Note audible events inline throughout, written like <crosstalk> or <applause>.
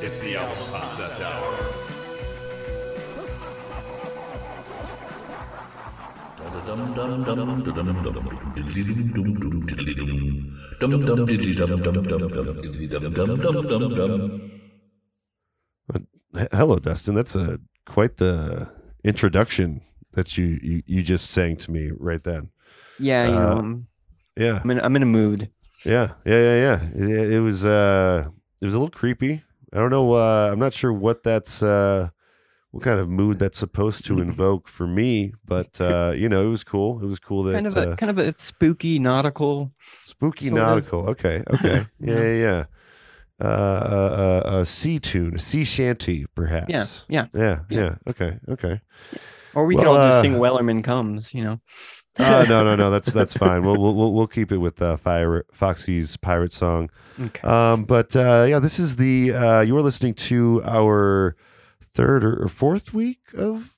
It's the album concept hour. H- Hello, Dustin. That's a quite the introduction that you, you you just sang to me right then. Yeah, you Uh, know, I'm, Yeah, I'm in I'm in a mood. yeah, yeah, yeah, yeah. It, it was uh, it was a little creepy. I don't know. Uh, I'm not sure what that's uh, what kind of mood that's supposed <laughs> to invoke for me, but uh, you know, it was cool. It was cool that Kind of uh, a kind of a spooky nautical. Spooky Sort of. nautical. Okay. <laughs> Okay. Yeah. Yeah. Yeah. Uh, uh, uh, a sea tune, a sea shanty, perhaps. Yeah, yeah, Yeah. yeah. Yeah. Okay. Okay. Or we could Well, all just uh, sing Wellerman comes. You know. Uh, no, no, no. That's that's fine. We'll we'll we'll, we'll keep it with uh, Fire Foxy's pirate song. Okay. Um, but uh, yeah, this is the uh, you're listening to our third or or fourth week of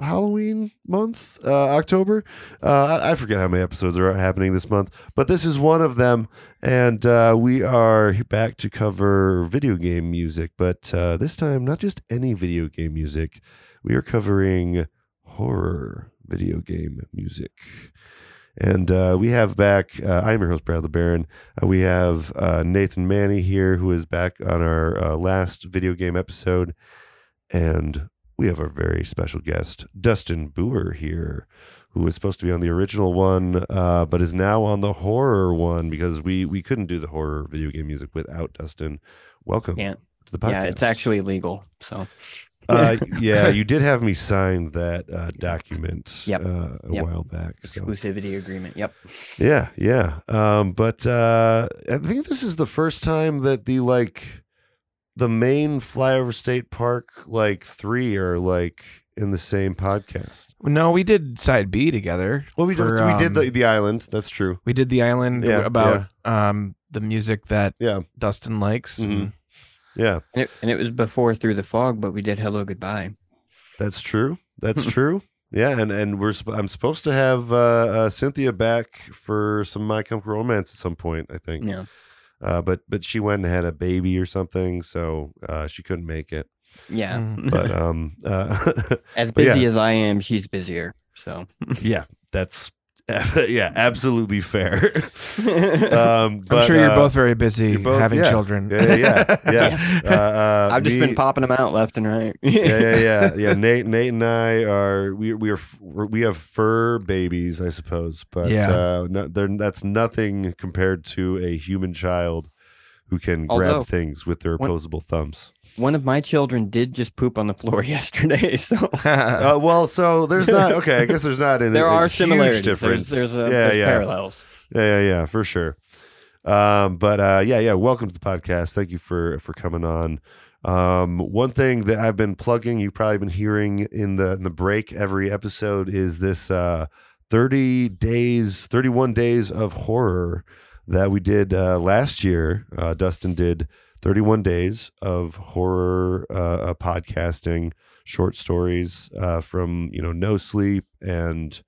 Halloween month, uh, October. Uh, I, I forget how many episodes are happening this month, but this is one of them, and uh, we are back to cover video game music, but uh, this time not just any video game music. We are covering horror video game music. And uh, we have back, uh, I'm your host, Brad LeBaron. Uh, we have uh, Nathan Manny here, who is back on our uh, last video game episode. And we have our very special guest, Dustin Boer, here, who was supposed to be on the original one, uh, but is now on the horror one because we, we couldn't do the horror video game music without Dustin. Welcome Yeah. to the podcast. Yeah, it's actually legal. So. Uh, <laughs> yeah, you did have me sign that uh, document Yep. uh, a Yep. while back. so- Exclusivity agreement. Yep. yeah, yeah. Um, but uh, I think this is the first time that the like the main flyover state park like three are like in the same podcast. No, we did side B together. Well, we For, did, we did the, um, the island. That's true. We did the island Yeah, about um the music that Yeah. Dustin likes. Mhm. and- Yeah, And it, and it was before Through the Fog, but we did Hello Goodbye. that's true. That's true. Yeah, and and we're sp- I'm supposed to have uh, uh, Cynthia back for some My Chemical Romance at some point. I think. Yeah. Uh, but but she went and had a baby or something, so uh, she couldn't make it. Yeah. <laughs> Mm. But um, uh, <laughs> As But yeah. busy as I am, she's busier. So. yeah that's <laughs> yeah absolutely fair <laughs> um I'm but, sure you're uh, both very busy you're both- having yeah. children. Yeah, <laughs> yeah, yeah. <laughs> uh, uh, <laughs> I've just me- been popping them out left and right. yeah, yeah, yeah, yeah. Nate, Nate, and I are we we are f- we have fur babies, I suppose, but Yeah. uh, no, they're, that's nothing compared to a human child who can Although- grab things with their When- opposable thumbs. <laughs> One of my children did just poop on the floor <laughs> <laughs> yesterday, so Uh, well, so there's not okay. I guess there's <laughs> not an, there a are huge similarities. There's- difference. There's, a, yeah, there's yeah. parallels. Yeah, yeah, yeah, for sure. Um, but uh, yeah, yeah. Welcome to the podcast. Thank you for for coming on. Um, one thing that I've been plugging, you've probably been hearing in the in the break every episode, is this uh, thirty days, thirty one days of horror that we did uh, last year. Uh, Dustin did thirty one days of horror uh, uh, podcasting, short stories uh, from you know No Sleep and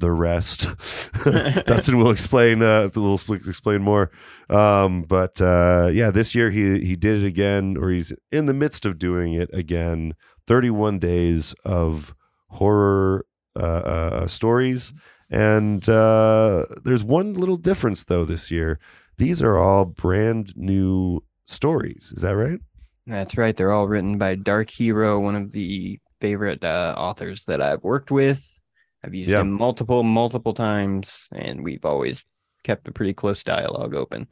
the rest. <laughs> Dustin will explain. Uh, will sp- explain more. Um, but uh, yeah, this year he he did it again, or he's in the midst of doing it again. Thirty-one days of horror uh, uh, stories, and uh, there's one little difference though this year. These are all brand new stories. Is that right? That's right. They're all written by Dark Hero, one of the favorite uh, authors that I've worked with. I've used Yeah. him multiple, multiple times, and we've always kept a pretty close dialogue open.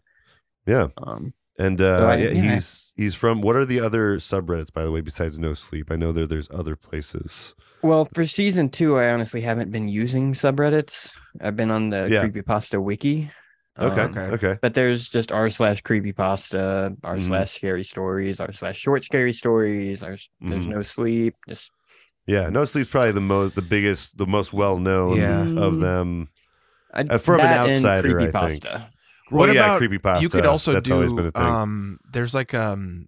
Yeah. Um, And Oh, uh, yeah, I didn't hear that. he's he's from. What are the other subreddits, by the way, besides No Sleep? I know there there's other places. well, for season two, I honestly haven't been using subreddits. I've been on the Yeah. Creepypasta wiki. Oh, Okay. Um, okay. but there's just r slash creepypasta, r Mhm. slash scary stories, r slash short scary stories. There's there's Mhm. no sleep. Just Yeah, No Sleep's probably the most, the biggest, the most well known Yeah. of them. I, Uh, from an that and outsider, I think. creepypasta. What well, yeah, about- creepypasta. You could also That's do always been a thing. um there's like um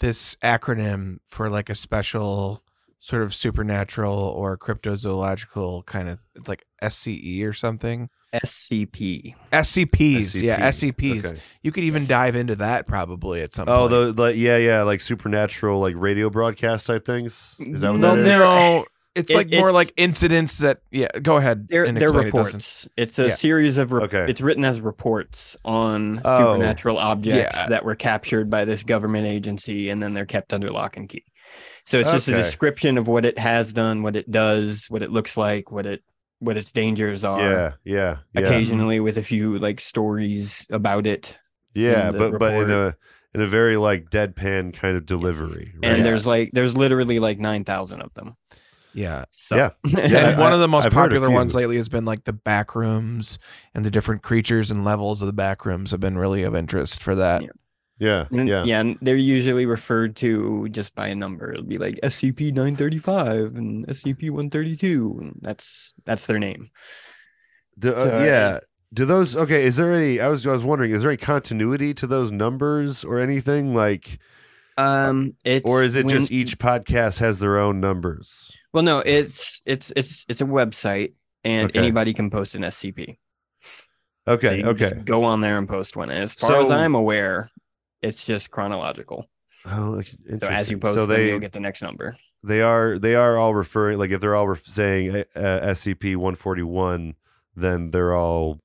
this acronym for like a special sort of supernatural or cryptozoological kind of it's like SCE or something. SCP. SCPs, yeah, E SCPs. E Okay. You could even dive into that probably at some Oh, point. the, the yeah, yeah, like supernatural, like radio broadcast type things. Is that what well, that is? they're- <laughs> no, it's It- like more it's- like incidents that yeah. Go ahead. They're, and they're explain it, Dustin. reports. It's a Yeah. series of re- Okay. it's written as reports on Oh. supernatural objects Yeah. that were captured by this government agency and then they're kept under lock and key. So it's just a Okay. description of what it has done, what it does, what it looks like, what it what its dangers are. Yeah, yeah, yeah, Occasionally with a few like stories about it. yeah. in the But but in report. a in a very like deadpan kind of delivery. Right? And Yeah. there's like there's literally like 9,000 of them. Yeah, So <laughs> Yeah. and I- one of the I've most heard a popular few. ones lately has been like the back rooms and the different creatures and levels of the back rooms have been really of interest for that. Yeah. yeah, And- yeah, Mm, yeah, and they're usually referred to just by a number. It'll be like SCP nine thirty five and SCP one thirty two. That's that's their name. Do, uh, So, yeah. Do those okay? Is there any? I was I was wondering, is there any continuity to those numbers or anything like, Um, it's Uh, or is it when- just e-, each podcast has their own numbers? Well, no, it's it's it's it's a website, and Okay. anybody can post an SCP. So Okay, you okay. just go on there and post one. And as far as So- I'm aware, it's just chronological. Oh, that's So as you interesting. post so them, they you'll get the next number. they are they are all referring like if they're all ref- saying uh, SCP one forty one, then they're all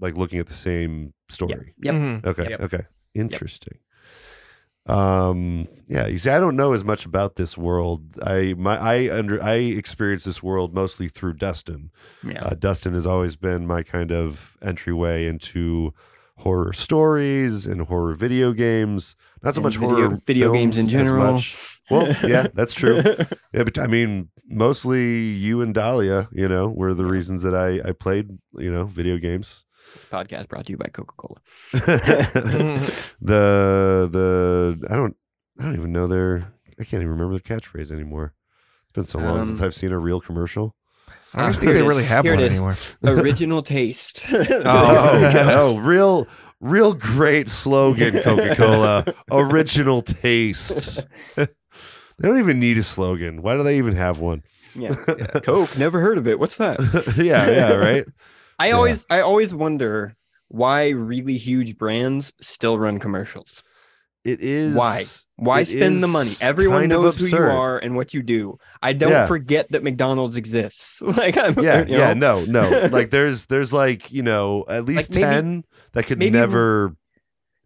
like looking at the same story. Yep. Mhm. Okay, <laughs> Yep. okay, interesting. Um, yeah, you see, I don't know as much about this world. I my I under I experience this world mostly through Dustin. Yeah. Uh, Dustin has always been my kind of entryway into horror stories and horror video games. Not so And much video, horror video films games in as general. much. Well, <laughs> yeah, that's true. Yeah, but I mean, mostly you and Dahlia, you know, were the reasons that I I played, you know, video games. <laughs> Podcast brought to you by Coca Cola. the Mhm. the I don't I don't even know their I can't even remember their catchphrase anymore. It's been so long Um, since I've seen a real commercial. <laughs> I don't Ah, think here they it really is. have Here it one is. anymore. Original taste. <laughs> <laughs> Oh, Oh, okay. oh, real real great slogan, Coca Cola. Original taste. They don't even need a slogan. Why do they even have one? <laughs> yeah. Coke, never heard of it. What's that? yeah, yeah, right. I Yeah. always I always wonder why really huge brands still run commercials. It is Why? Why It spend the is money? Everyone kind of knows who you absurd. are and what you do. I don't Yeah. forget that McDonald's exists. <laughs> Like I'm yeah, you yeah, know, no, <laughs> no. Like there's there's like you know at least maybe- ten that could maybe- never.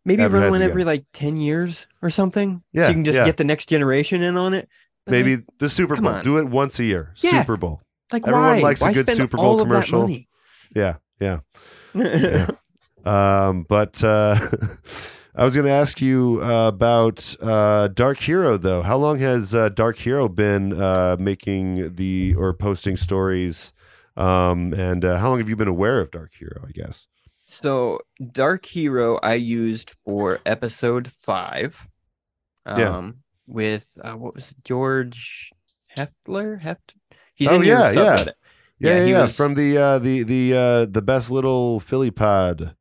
maybe run one advertising, yeah. every like 10 years or something. Yeah, So you can just yeah. get the next generation in on it. But, like- Maybe the Super uh-huh. Come Bowl. on. Do it once a year. Yeah. Super Bowl. like, everyone why? likes a why good spend Super Bowl all of that commercial. money? Yeah, <laughs> yeah. Um, but uh, <laughs> I was going to ask you uh, about uh, Dark Hero though. How long has uh, Dark Hero been uh, making the or posting stories? Um, and uh, how long have you been aware of Dark Hero? I guess. So Dark Hero I used for episode five. Um Yeah. with uh, what was it, George Heftler? Heft He's Oh, in your yeah, yeah. Yeah, subreddit. Yeah, yeah, he yeah. was- from the uh, the the uh, the best little Philly pod.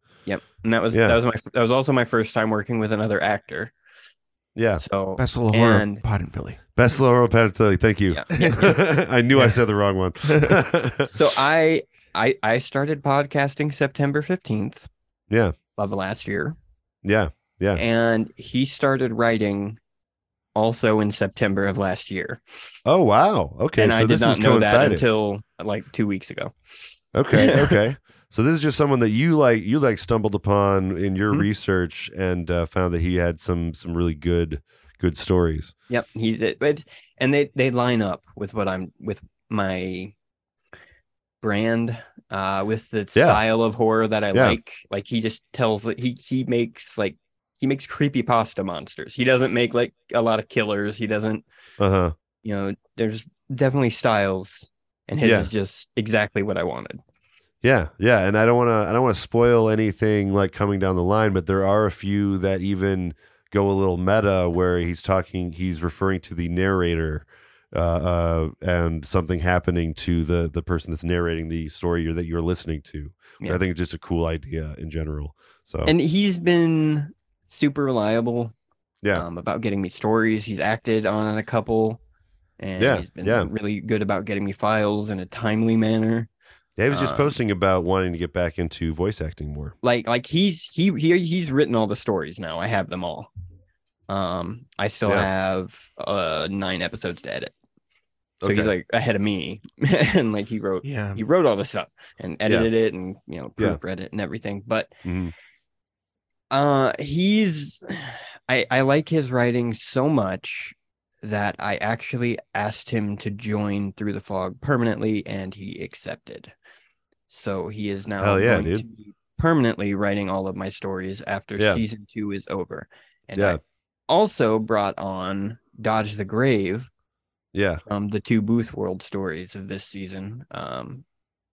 And that was Yeah. that was my that was also my first time working with another actor. Yeah, So <laughs> Best little horror And- pod in Philly. Best Laurel Panatelli. Thank you. Yeah. <laughs> I knew I said the wrong one. <laughs> so I I I started podcasting September 15th yeah. of last year. Yeah. Yeah. And he started writing also in September of last year. Oh wow. Okay. and so I did this not is know that coincided. until like two weeks ago. <laughs> okay. Okay. So this is just someone that you like you like stumbled upon in your Mhm. research and uh, found that he had some some really good good stories. Yep, he did. But and they they line up with what I'm with my brand, uh, with the Yeah. style of horror that I Yeah. like. Like he just tells he he makes like he makes creepy pasta monsters. He doesn't make like a lot of killers. He doesn't, Uh-huh. you know. There's definitely styles, and his Yeah. is just exactly what I wanted. Yeah, yeah, and I don't want to I don't want to spoil anything like coming down the line, but there are a few that even go a little meta where he's talking he's referring to the narrator uh, uh and something happening to the the person that's narrating the story you're, that you're listening to. Yeah. I think it's just a cool idea in general. So And he's been super reliable yeah. um, about getting me stories. He's acted on a couple. and Yeah, he's been yeah. really good about getting me files in a timely manner. Dave was just Um, posting about wanting to get back into voice acting more. Like like he's he he he's written all the stories now. I have them all. Um, I still Yeah. have uh nine episodes to edit. So he's Okay. like ahead of me, <laughs> and like he wrote Yeah. he wrote all this stuff and edited it and you know Yeah. proofread it and everything. But Mhm. uh he's I I like his writing so much that I actually asked him to join Through the Fog permanently and he accepted. So he is now Hell yeah, going dude. to be permanently writing all of my stories after Yeah. season 2 is over. And Yeah. I also brought on Dodge the Grave Yeah. um the two booth world stories of this season um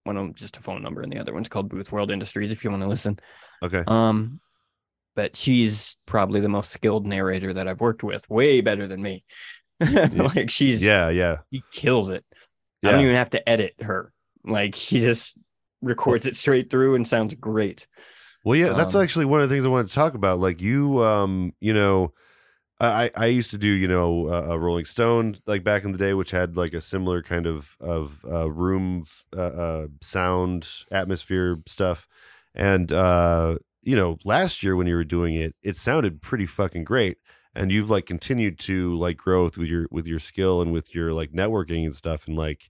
one of them just a phone number and the other one's called booth world industries if you want to listen Okay. um but she's probably the most skilled narrator that i've worked with way better than me <laughs> like she's yeah Yeah. Yeah. she kills it i Yeah. don't even have to edit her like she just records it straight through and sounds great Well, yeah, that's Um, actually one of the things I wanted to talk about. Like you, um, you know, I I I used to do you know uh, a Rolling Stone like back in the day, which had like a similar kind of of uh, room f- uh, uh, sound atmosphere stuff, and uh, you know, last year when you were doing it, it sounded pretty fucking great. And you've like continued to like growth with your with your skill and with your like networking and stuff and like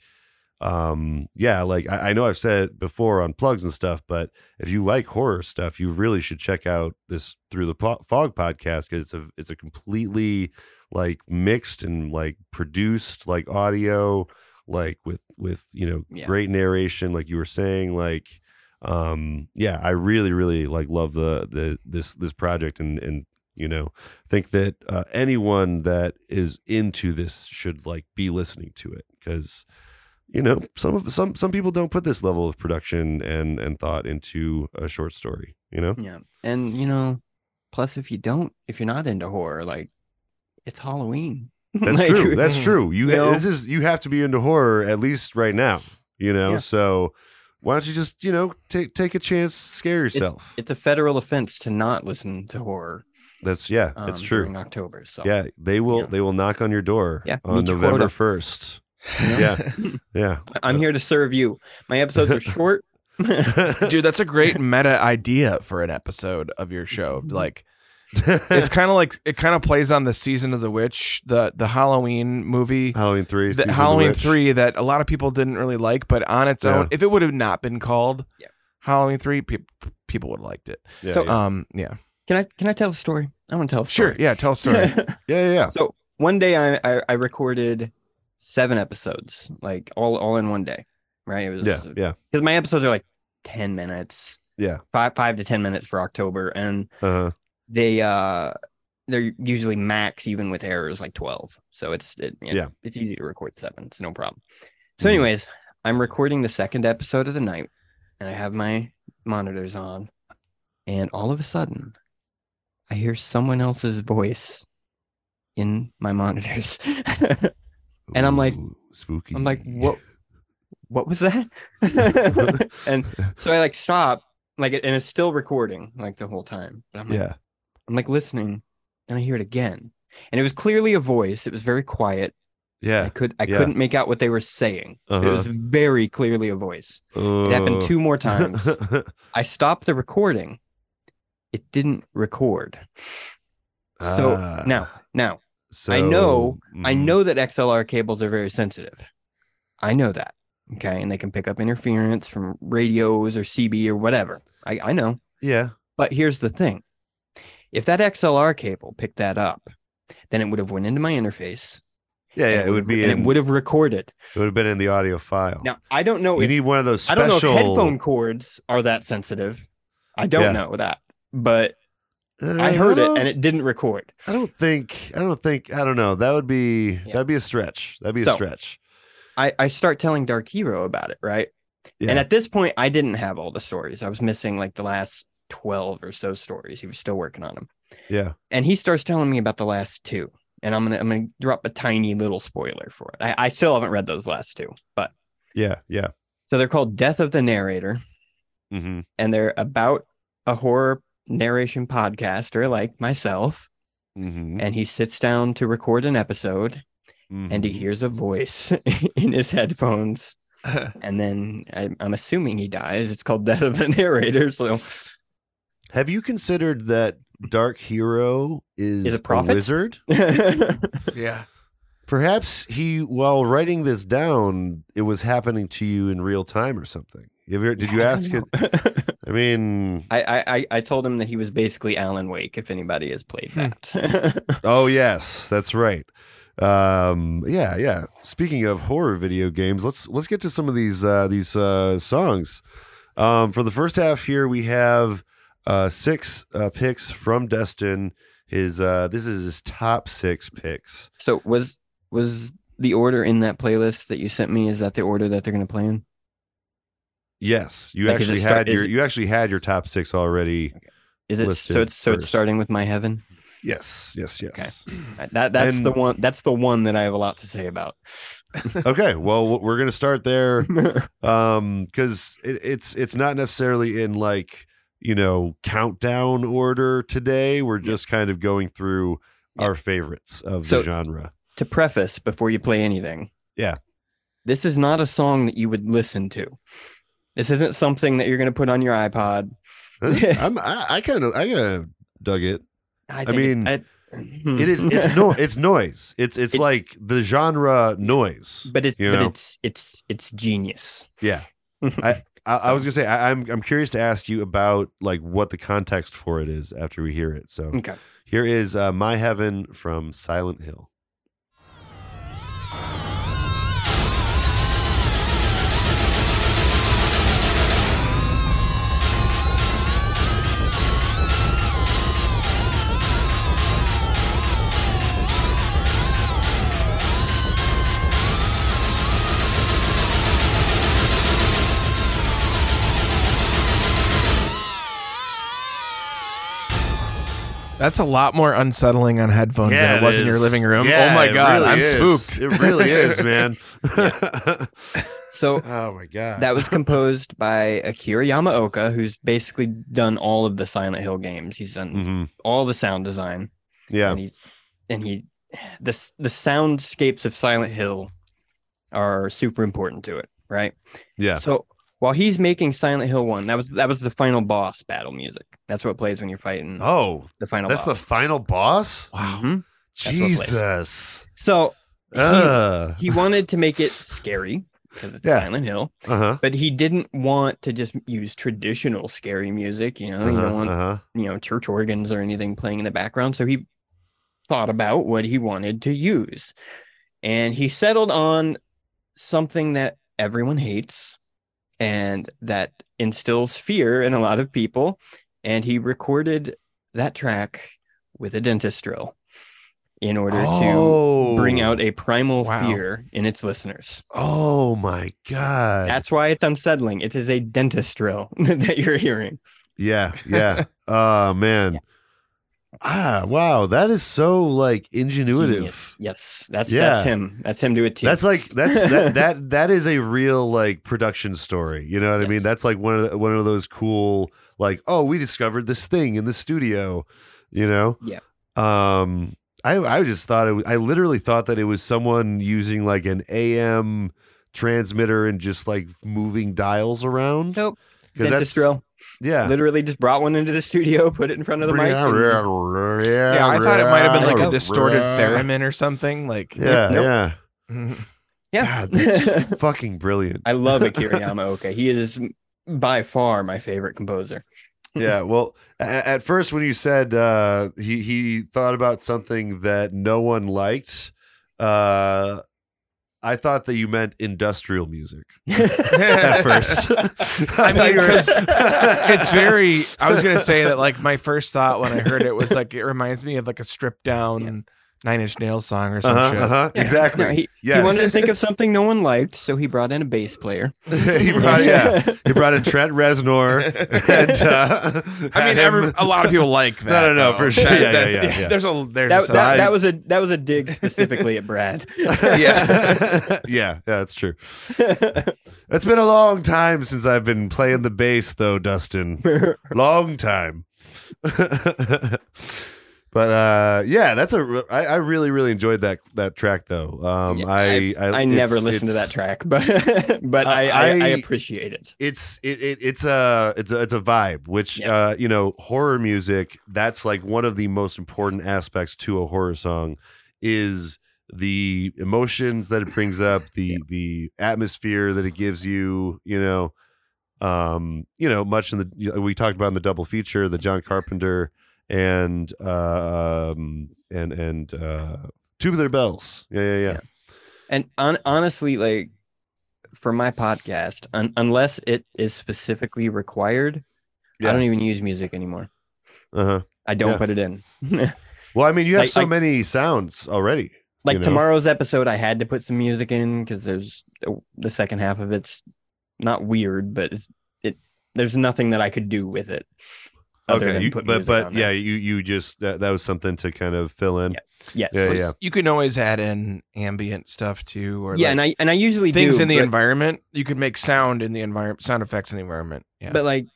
um yeah like I, I know i've said it before on plugs and stuff but if you like horror stuff you really should check out this through the Po- fog podcast because it's a it's a completely like mixed and like produced like audio like with with you know Yeah. great narration like you were saying like um yeah i really really like love the the this this project and and you know think that uh, anyone that is into this should like be listening to it because you know some of some some people don't put this level of production and and thought into a short story you know yeah and you know plus if you don't if you're not into horror like it's halloween <laughs> that's Like, true that's true you you know? this is you have to be into horror at least right now you know Yeah. so why don't you just you know take take a chance scare yourself It's a federal offense to not listen to horror. that's yeah Um, it's true During October, so <laughs> yeah they will Yeah. they will knock on your door Yeah, on meet your november quota. 1st you know? Yeah. <laughs> yeah I- I'm here to serve you. My <laughs> episodes are short. <laughs> Dude, that's a great meta idea for an episode of <laughs> your show. Like it's kind of like it kind of plays on the season of the witch, the the Halloween movie. halloween 3 the Season of the Halloween Witch. three that a lot of people didn't really like, but on its Yeah. own, if it would have not been called Yeah. Halloween three, peop people would have liked it. yeah, so, uh, yeah. Um, yeah, Can I can I tell a story? I want to tell a sure, story. yeah, tell a <laughs> story. yeah yeah yeah so one day I, I I recorded seven episodes, like all all in one day. Right? It was yeah yeah because my episodes are like ten minutes. Yeah. Five five to ten minutes for October, and uh-huh. they uh they're usually max even with errors like 12 so it's it, you know, Yeah. it's easy to record seven it's no problem so Mhm. anyways i'm recording the second episode of the night and i have my monitors on and all of a sudden i hear someone else's voice in my monitors <laughs> And I'm like- Ooh, spooky i'm like what what was that <laughs> and so i like stop like and it's still recording like the whole time but i'm like yeah I'm like listening and I hear it again. And it was clearly a voice. It was very quiet. I yeah could I yeah. couldn't make out what they were saying. It Uh-huh. was very clearly a voice. It happened Uh, <laughs> two more times. I stopped the recording. It didn't record. So Ah, now, now so, I know- I mm, know that XLR cables are very sensitive. I know that. Okay. And they can pick up interference from radios or CB or whatever. I, I know. Yeah. But here's the thing. If that XLR cable picked that up, then it would have went into my interface. Yeah, and yeah. It would be. and in, it would have recorded. It would have been in the audio file. Now I don't know you if need one of those Oh, I special. don't know if headphone cords are that sensitive. I don't Yeah. know that, but I heard it and it didn't record. I don't think. I don't think. I don't know. That would be. Yeah. That'd be a stretch. That'd be a So, stretch. I, I start telling Dark Hero about it, right? Yeah. And at this point, I didn't have all the stories. I was missing like the last 12 or so stories. He was still working on them. yeah. And he starts telling me about the last two. And I'm gonna I'm gonna drop a tiny little spoiler for it. I, I still haven't read those last two, but Yeah. Yeah. so they're called Death of the Narrator. hmm and they're about a horror narration podcaster like myself. hmm And he sits down to record an episode and he Mhm. hears a voice <laughs> in his headphones. And then I, I'm assuming he dies. It's called Death of the Narrator. So <laughs> Have you considered that Dark Hero is, Is a prophet? wizard? yeah, yeah. Perhaps he, while writing this down, it was happening to you in real time or something. Have you- Did you I ask it? don't know. <laughs> I mean, I, I, I- I told him that he was basically Alan Wake, if anybody has played Hmm. that. <laughs> oh yes, that's right. Um, yeah, yeah. Speaking of horror video games, let's let's get to some of these uh, these uh, songs. Um, for the first half here, we have uh, six uh, picks from Destin. His uh, this is his top six picks. so was was the order in that playlist that you sent me? Is that the order that they're going to play in? Yes, you Like, is it actually start- had is your it- you actually had your top six already. Is it Listed so? It's so it's first. starting with my heaven. Yes, yes, yes. That that's the And- one. That's the one that I have a lot to <laughs> say about. Okay, well, w- we're gonna start <laughs> there um because it, it's it's not necessarily in like you know countdown order today. We're just kind of going through Yeah. our favorites of So- the genre. <laughs> to preface before you play anything. Yeah. This is not a song that you would listen to. This isn't something that you're going to put on your iPod. Huh? <laughs> I'm I, I kind of I kind of dug it. I, mean, it, I- It is <laughs> it's no it's noise. It's it's Mm-hmm. It- like the genre noise. but it's you but know. it's it's it's genius. <laughs> Yeah. I, I was gonna say I, I'm I'm curious to ask you about like what the context for it is after we hear it. So Okay. here is uh, my heaven from Silent Hill. That's a lot more unsettling on headphones than it, was in your is. living room. Yeah, oh my it god, really I'm is. spooked. It really is, man. So oh my god. <laughs> that was composed by Akira Yamaoka, who's basically done all of the Silent Hill games. He's done Mm-hmm. Mhm. all the sound design. Yeah. and he and he the s- the soundscapes of Silent Hill are super important to it, right? Yeah. So while he's making Silent Hill one, that was that was the final boss battle music. That's what plays when you're fighting Oh, the final. that's the boss. final boss. Mhm. That's what it is. <laughs> Jesus. So Uh <laughs> he wanted to make it scary because it's Yeah. Silent Hill, huh. but he didn't want to just use traditional scary music. You know, you don't want Uh-huh. you know church organs or anything playing in the background so he thought about what he wanted to use and he settled on something that everyone hates and that instills fear in a lot of people and he recorded that track with a dentist drill in order to bring out a primal Wow. fear in its listeners Oh my god. that's why it's unsettling it is a dentist drill <laughs> that you're hearing Yeah, <laughs> yeah. oh man. Ah, wow. That is so like Genius. ingenuitive. yes that's Yeah. that's him that's him to a t That's like that's <laughs> that that that is a real like production story. You know what I mean? Yes. That's like one of the, one of those cool like oh we discovered this thing in the studio. You know? Yeah. Um. I I just thought it. Was, I literally thought that it was someone using like an AM transmitter and just like moving dials around. Nope. 'Cause that's- Dentist drill. Yeah. Literally just brought one into the studio, <laughs> put it in front of the mic. and- Yeah, <laughs> Yeah, I thought it might have been like a Yeah. distorted theremin or something. Like, <laughs> Yeah, Nope. yeah. Mhm. Yeah. God, <laughs> that's fucking brilliant. I love Akira Yamaoka. He is by far my favorite composer. <laughs> yeah, well, a- at first when you said uh, he he thought about something that no one liked, uh, I thought that you meant industrial music <laughs> at first. <laughs> I mean, it's 'cause <laughs> it's very. I was gonna say that like my first thought when I heard it was like it reminds me of like a stripped down Yeah. Nine Inch Nails song or <laughs> some uh-huh, shit. uh-huh, exactly. No, he, yes, he wanted to think of something no one liked, so he brought in a bass player. <laughs> He brought <laughs> yeah, he brought in Trent <laughs> Reznor. And, uh, I mean, had every, him- a lot of people like <laughs> that. No, no, no, though. <laughs> for sure. That- Yeah, that- yeah, yeah, yeah. There's a there's That, a that, I- that was a that was a dig specifically <laughs> at Brad. <laughs> yeah, yeah, that's true. It's been a long time since I've been playing the <laughs> bass, though, Dustin. long time. but <laughs> But uh, yeah, that's a. re- I, I really really enjoyed that that track though. Um, Yeah, I, I I never it's- listened to it's- that track, <laughs> but but I, I, I I- appreciate it. it's it, it it's a it's a it's a vibe which Yeah. uh you know horror music that's like one of the most important aspects to a horror song is the emotions that it brings up the the atmosphere that it gives you you know um you know much in the we talked about in the double feature the John Carpenter and um and and uh tubular bells yeah yeah yeah, And on, honestly, like for my podcast, un- unless it is specifically required, Yeah. I don't even use music anymore. uh-huh I don't Yeah. put it in. <laughs> well i mean you have Like- so like- many sounds already like You know? tomorrow's episode, I had to put some music in because there's the second half of it's not weird, but it's- it there's nothing that I could do with it. other than you- put but music but on yeah, there. you you just that, that was something to kind of fill in. yes, Yeah, But You can always add in ambient stuff too, or yeah, like and I and I usually things do, in the but- environment. You could make sound in the environment, sound effects in the environment. Yeah. But like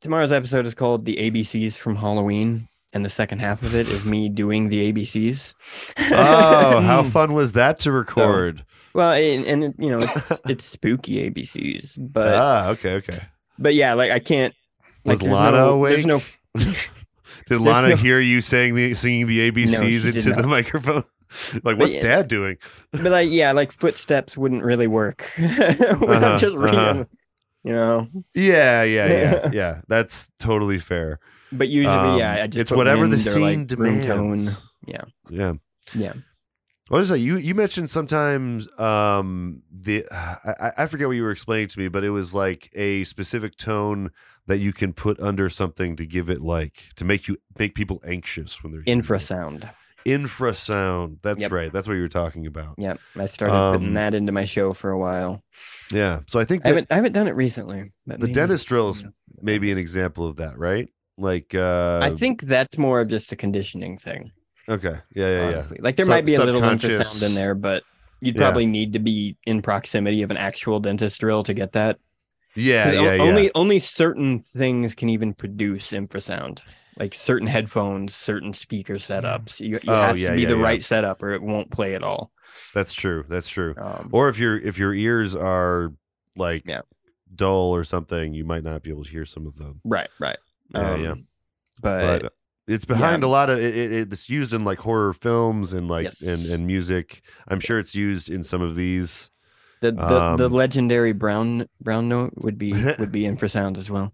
tomorrow's episode is called the ABCs from Halloween, and the second half of it is me doing the ABCs. <laughs> Oh, how fun was that to record? well, and, and it- you know it's, <laughs> it's spooky ABCs, but ah, okay, <laughs> okay. but yeah, like I can't. Was Like, there's Lana no, awake? There's no. Did Lana no- hear you saying the singing the ABCs she did into the not. microphone? <laughs> like, what's yeah. Dad doing? But like yeah, like footsteps wouldn't really work. <laughs> when Uh-huh, I'm just reading, uh-huh. you know. Yeah, yeah, <laughs> yeah, yeah. That's totally fair. But usually, Um, yeah, I just it's put whatever the wind or, scene like, room demands. tone. Yeah. yeah, Yeah. What is that? You you mentioned sometimes um the I, I- I forget what you were explaining to me, but it was like a specific tone that you can put under something to give it like to make you make people anxious when they're hearing it. Infrasound. infrasound. That's Yep. right. That's what you were talking about. Yeah. Yeah, I started Um, putting that into my show for a while. So I think that I haven't I haven't done it recently. but the maybe- dentist drills yeah. may be an example of that, right? Like uh I think that's more of just a conditioning thing. okay. Yeah, yeah, yeah. honestly. Like there Sub- might be a little infrasound subconscious- in there, but you'd Yeah. probably need to be in proximity of an actual dentist drill to get that. Yeah, 'Cause o- yeah, yeah. only only certain things can even produce infrasound. Like certain headphones, certain speaker setups. You, you Oh, has yeah, to be yeah, the yeah. right setup or it won't play at all. That's true. That's true. Um, Or if your if your ears are like Yeah. dull or something, you might not be able to hear some of them. right, right. Yeah, yeah. Um, But, But it's behind a lot of it, it. It's used in like horror films and like Yes. and and music. I'm sure it's used in some of these. the, the, the um, legendary brown brown note would <laughs> be would be infrasound as well.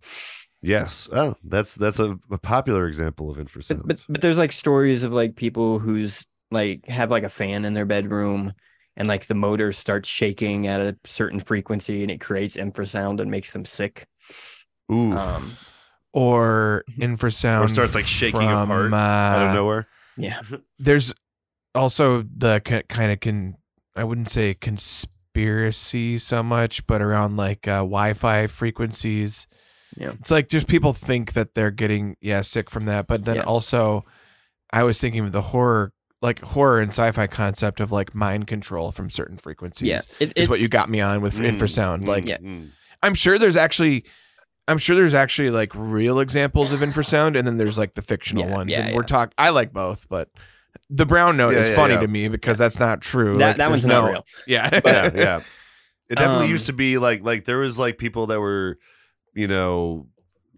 Yes. Oh, that's that's a, a popular example of infrasound. But, but but there's like stories of like people who's like have like a fan in their bedroom and like the motor starts shaking at a certain frequency and it creates infrasound and makes them sick. Ooh. Um or Mhm. infrasound Or starts, like, shaking from, apart Uh, out of nowhere. yeah. There's also the ki kind of can I wouldn't say conspiracy so much, but around like uh, Wi-Fi frequencies. Yeah. it's like just people think that they're getting yeah sick from that, but then Yeah. also I was thinking of the horror like horror and sci-fi concept of like mind control from certain frequencies. Yeah. It, Is what it's- you got me on with Mm, infrasound. Like yeah. Mm-hmm. I'm sure there's actually I'm sure there's actually like real examples of infrasound and then there's like the fictional Yeah, ones. yeah, and we're yeah. talk I like both, but the brown note Yeah, is yeah, funny yeah. to me because that's not true. that, Like, that there's one's no- not real. <laughs> Yeah. yeah, yeah. It definitely used to Um, be like like there was like people that were, you know,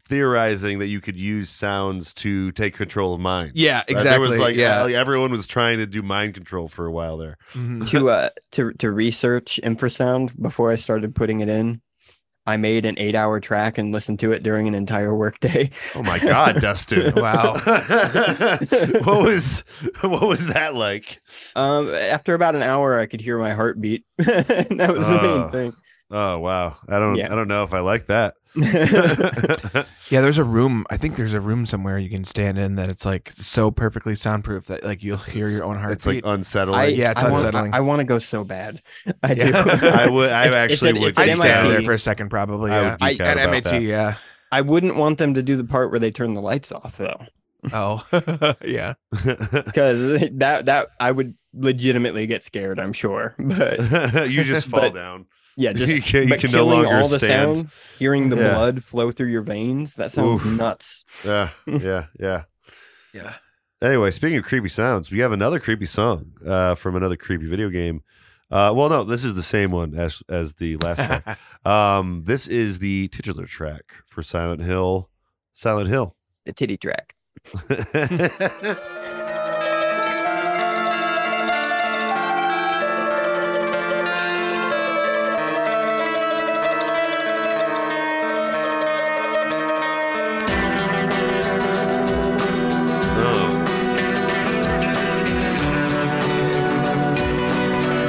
theorizing that you could use sounds to take control of minds. Yeah, Uh, There was exactly, like yeah. uh, like, everyone was trying to do mind control for a while there. Mhm. <laughs> to uh to to research infrasound before I started putting it in. I made an eight hour track and listened to it during an entire workday. <laughs> Oh my god, Dustin! <laughs> Wow. what was what was that like? Um, after about an hour, I could hear my heartbeat. <laughs> that was Oh. the main Oh wow, I don't Yeah. I don't know if I like that. <laughs> thing. <laughs> <laughs> Yeah, there's a room. I think there's a room somewhere you can stand in that it's like so perfectly soundproof that like you'll hear your own it's heartbeat. like unsettling. I, yeah, it's I unsettling. Want, I, want to go so like, <laughs> I Yeah. do. <laughs> I would. I It's- it's actually an- would. it's an I'd get stay out down. there MIT. for a second probably. I Yeah. would I- geek out At about MIT, that. yeah. I wouldn't want them to do the part where they turn the lights off though, <laughs> Oh. <laughs> yeah. because <laughs> that that I would legitimately get scared. I'm sure, <laughs> but you just fall But- down. yeah, just <laughs> you can, you but can no killing longer all the stand. sound, hearing the Yeah. blood flow through your veins. That sounds Oof. nuts. Yeah, yeah, yeah. Yeah. Anyway, speaking of creepy sounds, we have another creepy song uh, from another creepy video game. Uh, well, no, this is the same one as as the last one. Um, this is the titular track for Silent Hill. Silent Hill. The titty track. Oh. <laughs>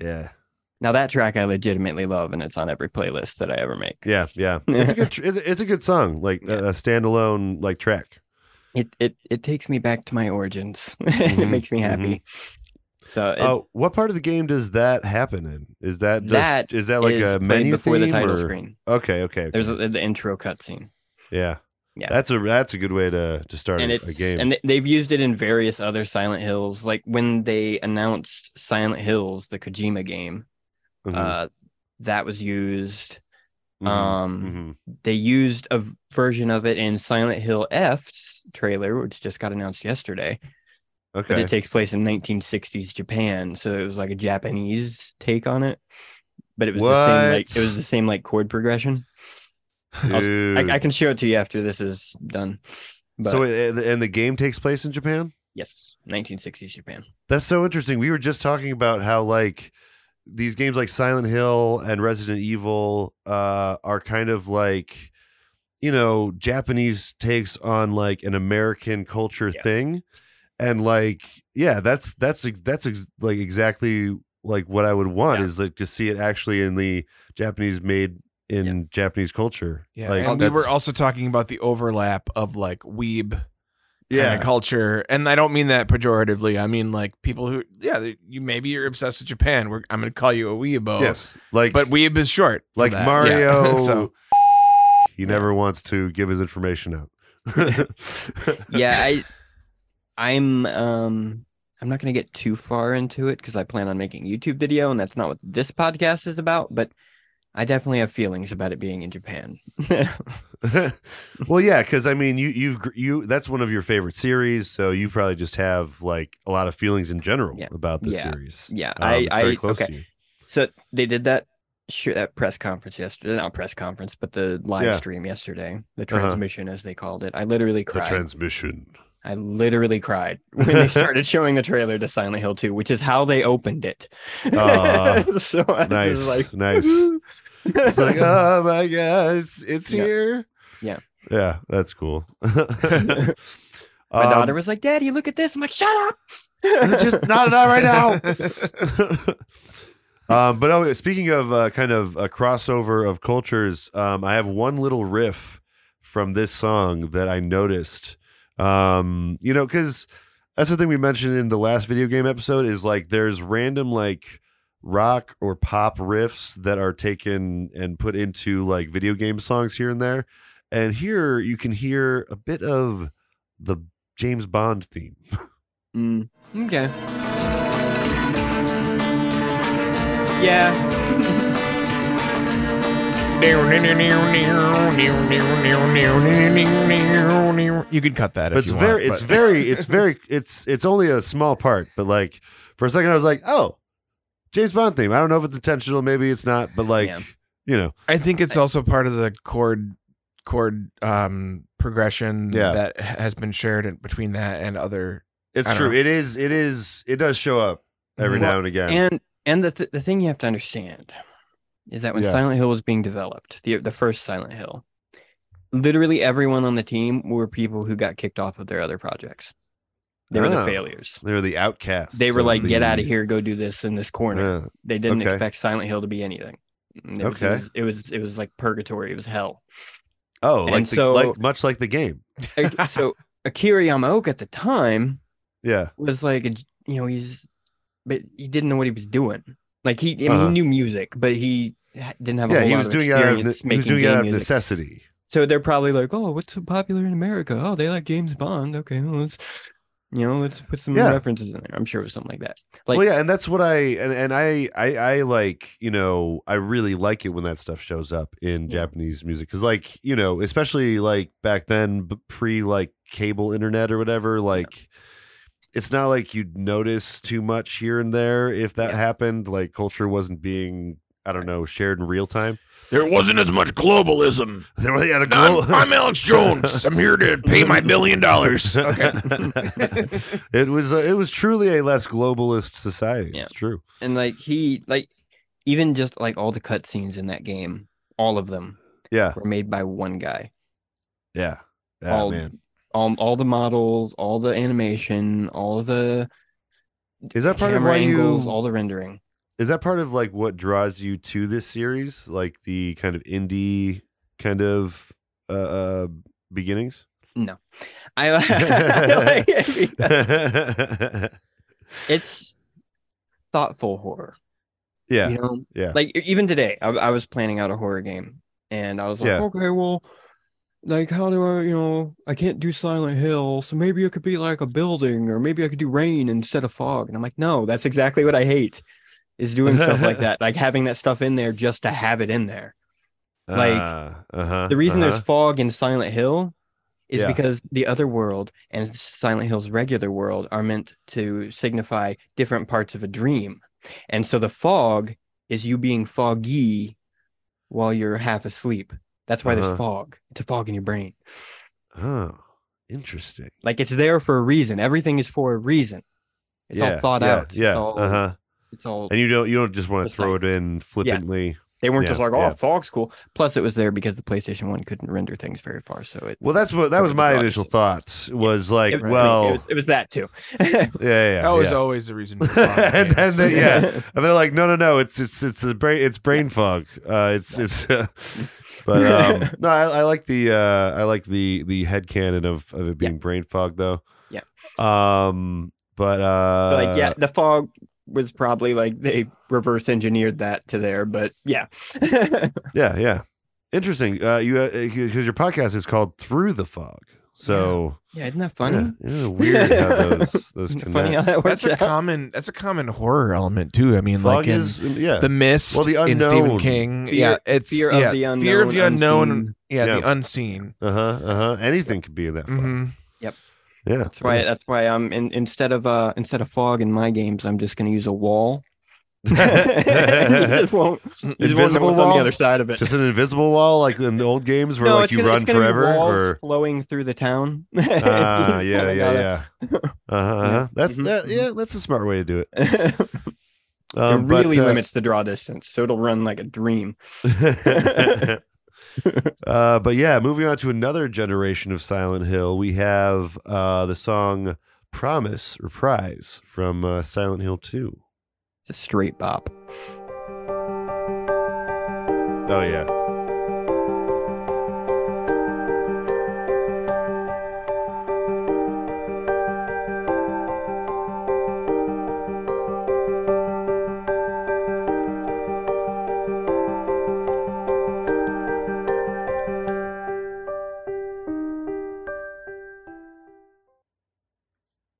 Yeah, Now that track I legitimately love, and it's on every playlist that I ever make. yeah, <laughs> yeah. It's a good. tr- It's a- it's a good song, like a- a standalone like track. It it it takes me back to my origins. <laughs> Mhm, it makes me happy. So it, Oh, what part of the game does that happen in? Is that just, That is that like is a played menu before the theme, title or- screen. Okay, okay, There's okay. a, the intro cutscene, yeah, Yeah. That's a that's a good way to to start and a, it's a game. and they- they've used it in various other Silent Hills. Like when they announced Silent Hills, the Kojima game, Mhm, uh, that was used. mhm, um, mhm. they used a v- version of it in Silent Hill F's trailer, which just got announced yesterday. But okay, it takes place in 1960s Japan, so it was like a Japanese take on it. But it was the same like it was What? the same like chord progression. Dude. I, I can show it to you after this is done. But so it, and the game takes place in Japan. yes, 1960s Japan. That's so interesting. We were just talking about how like these games like Silent Hill and Resident Evil uh, are kind of like you know Japanese takes on like an American culture Yeah. thing, and like yeah, that's that's ex- that's ex- like exactly like what I would want Yeah. is like to see it actually in the Japanese made in Japanese culture. yeah, like, and we were that's- also talking about the overlap of like weeb kind yeah. of culture, and I don't mean that pejoratively. I mean like people who, yeah, they- you maybe you're obsessed with Japan. We're, I'm going to call you a weebo. Yes, like but weeb is short. for like that. Yeah. <laughs> Mario. <laughs> so <laughs> he never wants to give his information <laughs> out. Yeah, I I'm um I'm not gonna get too far into it because I plan on making a YouTube video and that's not what this podcast is about, but I definitely have feelings about it being in Japan. <laughs> <laughs> well, yeah, because I mean, you you've gr- you that's one of your favorite series, so you probably just have like a lot of feelings in general Yeah. about the Yeah. series. yeah, Um, I it's I very close okay. to you. So they did that sh- that press conference yesterday, not press conference, but the live Yeah. stream yesterday, the Uh-huh. transmission as they called it. I literally The cried. transmission. <laughs> I <laughs> literally cried when they started showing the trailer to Silent Hill 2, which is how they opened it. Aw, <laughs> so I Oh, Nice, was like, <laughs> nice. It's like, oh my god, it's it's Yeah. here. Yeah. yeah, that's <laughs> cool. <laughs> Um, my daughter was like, "Daddy, look at this." I'm like, "Shut <laughs> up!" just not not right now. <laughs> um, but oh, speaking of uh, kind of a crossover of cultures, um, I have one little riff from this song that I noticed. Um, you know, because that's the thing we mentioned in the last video game episode is like there's random like rock or pop riffs that are taken and put into like video game songs here and there. And here you can hear a bit of the James Bond theme. <laughs> Mm, okay. Yeah, You could cut that. but if it's you very want, it's <laughs> but- <laughs> very it's very it's it's only a small part but like for a second i was like oh james bond theme i don't know if it's intentional maybe it's not but like Yeah. you know I think it's also part of the chord chord um progression Yeah. that has been shared in, between that and other. I it's don't true know. it is it is it does show up every Mhm. now and again and and the th- the thing you have to understand is that when Yeah. Silent Hill was being developed, the the first Silent Hill, literally everyone on the team were people who got kicked off of their other projects. They were Oh. the failures. they're the outcasts They were of like, the- "Get out of here! Go do this in this corner." Yeah. They didn't okay. expect Silent Hill to be anything. It was- Okay. it was, it was it was like purgatory. It was <laughs> hell. oh like, And the, so- like much like the game Ak- so Akira Yamaoka at the time yeah was like, a j- you know, he's, but he didn't know what he was doing. Like he, I mean, Uh-huh. he knew music, but he ha- didn't have. A yeah whole he lot was, of doing it out of, experience ne- he was making doing uh, it game out of music. necessity So they're probably like, oh, what's so popular in America? Oh, they like James Bond. Okay, well, let's You know, let's put some Yeah. references in there. I'm sure it was something like that. Like, well, yeah, and that's what I and, and I, I I like you know I really like it when that stuff shows up in Japanese music because like you know especially like back then b- pre like cable internet or whatever like it's not like you'd notice too much here and there if that Yeah. happened like culture wasn't being I don't know shared in real time. There wasn't as much <laughs> globalism. There were- yeah, the I'm, glo- I'm Alex Jones. I'm here to pay my billion <laughs> dollars. it was uh, it was truly a less globalist society. Yeah. It's true. and like he like even just like all the cutscenes in that game, all of them Yeah, were made by one guy. yeah, yeah, all, man. all all the models, all the animation, all the Is that part of camera why angles, you all the rendering. is that part of like what draws you to this series like the kind of indie kind of uh, uh beginnings <laughs> I, <laughs> I <laughs> like it because yeah it's thoughtful horror. <laughs> yeah You know, yeah like e- even today, I, I was planning out a horror game, and I was like, Yeah. okay, well, like how do I, you know, I can't do Silent Hill, so maybe it could be like a building, or maybe I could do rain instead of fog. And I'm like, no, that's exactly what I hate. Is doing <laughs> stuff like that, like having that stuff in there just to have it in there. like, Ah, uh-huh, The reason uh-huh. there's fog in Silent Hill is Yeah. because the other world and Silent Hill's regular world are meant to signify different parts of a dream. And so the fog is you being foggy while you're half asleep. That's why Uh-huh. there's fog. It's a fog in your brain. oh interesting Like it's there for a reason. Everything is for a reason. It's yeah, all thought yeah, out. yeah It's all, uh-huh it's all and you don't you don't just want to throw it Precise. in flippantly they weren't yeah, just like, oh, yeah. fog's cool. Plus it was there because the PlayStation 1 couldn't render things very far. So it well that's what that was Right, my right. initial thought was like it- I mean, well it was, it was that <laughs> too. yeah yeah, that was yeah. Oh, always <laughs> the reason. And then games. they- yeah. <laughs> And they're like, no, no, no, it's it's it's a brain it's brain fog. Uh, it's it's, <laughs> uh, <laughs> but um, no, I, I like the uh, I like the the head canon of of it being brain fog though. Yeah. Um, but uh, But, like yeah the fog was probably like they reverse engineered that to there but yeah yeah, yeah. Interesting. Uh, you because your podcast is called Through the Fog, so yeah isn't that yeah, yeah, weird how those those Isn't it connect. <laughs> funny how that works <laughs> that's a out? common. That's a common horror element too. I mean, fog like in is um, yeah. the mist. Well, the in unknown. Stephen King. Fear- yeah, it's fear yeah, of the unknown fear of the unknown. unseen. Yeah, Yeah. the unseen. uh huh. Uh huh. Anything could be in that. Fog. hmm Yeah. that's why that's why i'm in, instead of uh instead of fog in my games i'm just going to use a wall <laughs> <laughs> you <laughs> just won't, you just won't know Invisible what's on wall? the other side of it Just an invisible wall, like <laughs> in the old games where no, like it's you gonna, run it's gonna forever. be walls <laughs> Or flowing through the town <laughs> ah, You yeah, don't yeah, gotta- yeah. Uh-huh, uh-huh. That's Mhm, that. mhm. Yeah, that's a smart way to do it. <laughs> it Um, but, really uh, limits the draw distance so it'll run like a dream <laughs> <laughs> uh, but yeah, moving on to another generation of Silent Hill, we have uh, the song "Promise Reprise" from uh, Silent Hill Two. it's a straight bop Oh yeah.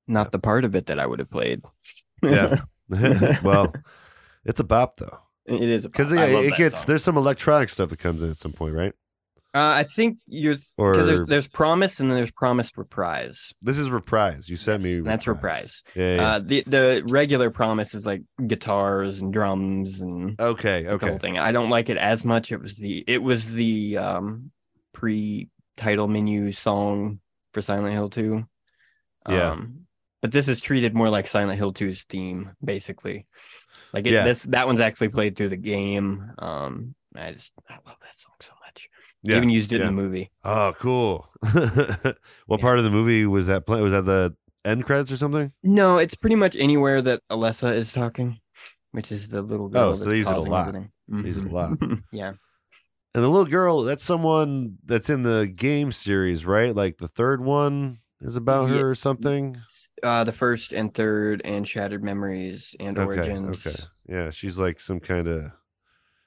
not the part of it that I would have played. Yeah. <laughs> well, it's a bop though, it is because yeah, it gets there's some electronic stuff that comes in at some point, right? Uh, I think you're because Or- there's, there's promise and then there's promised reprise. This is reprise. You sent me. Yes, that's reprise. Yeah. yeah. Uh, the the regular promise is like guitars and drums and okay. the whole Okay. thing. I don't like it as much. It was the it was the um, pre title menu song for Silent Hill Two. Yeah. Um, but this is treated more like Silent Hill 2's theme, basically. Like it, Yeah. this that one's actually played through the game. Um, I just I love that song so much. They Yeah. Even used it yeah. in the movie. Oh, cool. <laughs> what part of the movie was that play? Was that the end credits or something? No, it's pretty much anywhere that Alessa is talking, which is the little girl. Oh, so that's they use it a causing lot. everything. They use it a Mhm. lot. <laughs> yeah. And the little girl, that's someone that's in the game series, right? Like the third one is about Ye- her or something. Uh, the first and third and Shattered Memories and Origins. Okay. Okay. Yeah, she's like some kind of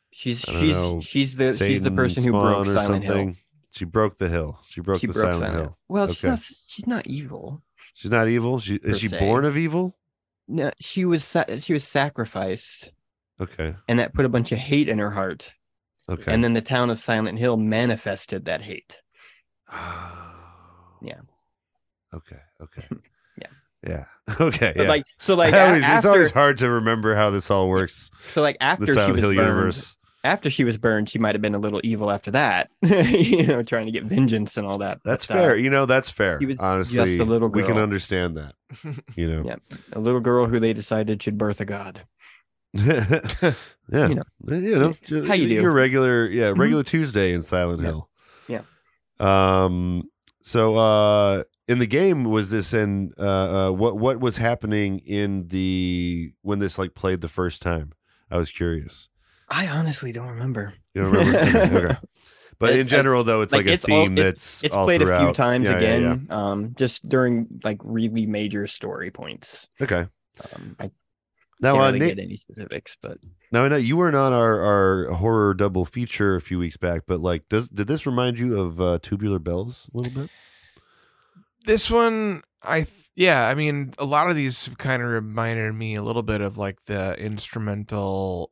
She's I don't she's know, she's the she's the person who broke Silent Hill. She broke the hill. She broke she the broke Silent Silent Hill. Hill. Well, she's Okay. not she's not evil. She's not evil. She Per is she se. born of evil? No, she was sa- she was sacrificed, Okay. and that put a bunch of hate in her heart. Okay. <sighs> And then the town of Silent Hill manifested that hate. yeah. Yeah. Okay. Okay. <laughs> Yeah. Yeah. <laughs> Okay. But yeah. like <laughs> so, like a- I always- it's after, always hard to remember how this all works. so like The after she Silent was Hill burned, universe. after she was burned, she might have been a little evil after that. <laughs> you know, trying to get vengeance and all that. That's But, uh, fair. You know, that's fair. he was just Honestly, a little we can girl. understand <laughs> that. You know. Yeah. a little girl who they decided should birth a god. Yeah. <laughs> yeah. You You know. know. ju- How you do. Mm-hmm. Your regular, yeah, regular Tuesday in Silent Yeah. Hill. Yeah. Um. So, uh, in the game, was this in uh, uh, what what was happening in the when this like played the first time? I was curious. I honestly don't remember. You don't <laughs> remember? okay. okay. But It- in general, though, it's like, like, a it's all- theme it- that's It's all played a few throughout. times Yeah, yeah, again, Um, just during like really major story points. yeah. Okay. Um, I Now, can't uh, really Nate, get any specifics, but Now I know you weren't on our, our horror double feature a few weeks back, but like, does did this remind you of uh, Tubular Bells a little bit? This one, I th- yeah, I mean, a lot of these have kind of reminded me a little bit of like the instrumental,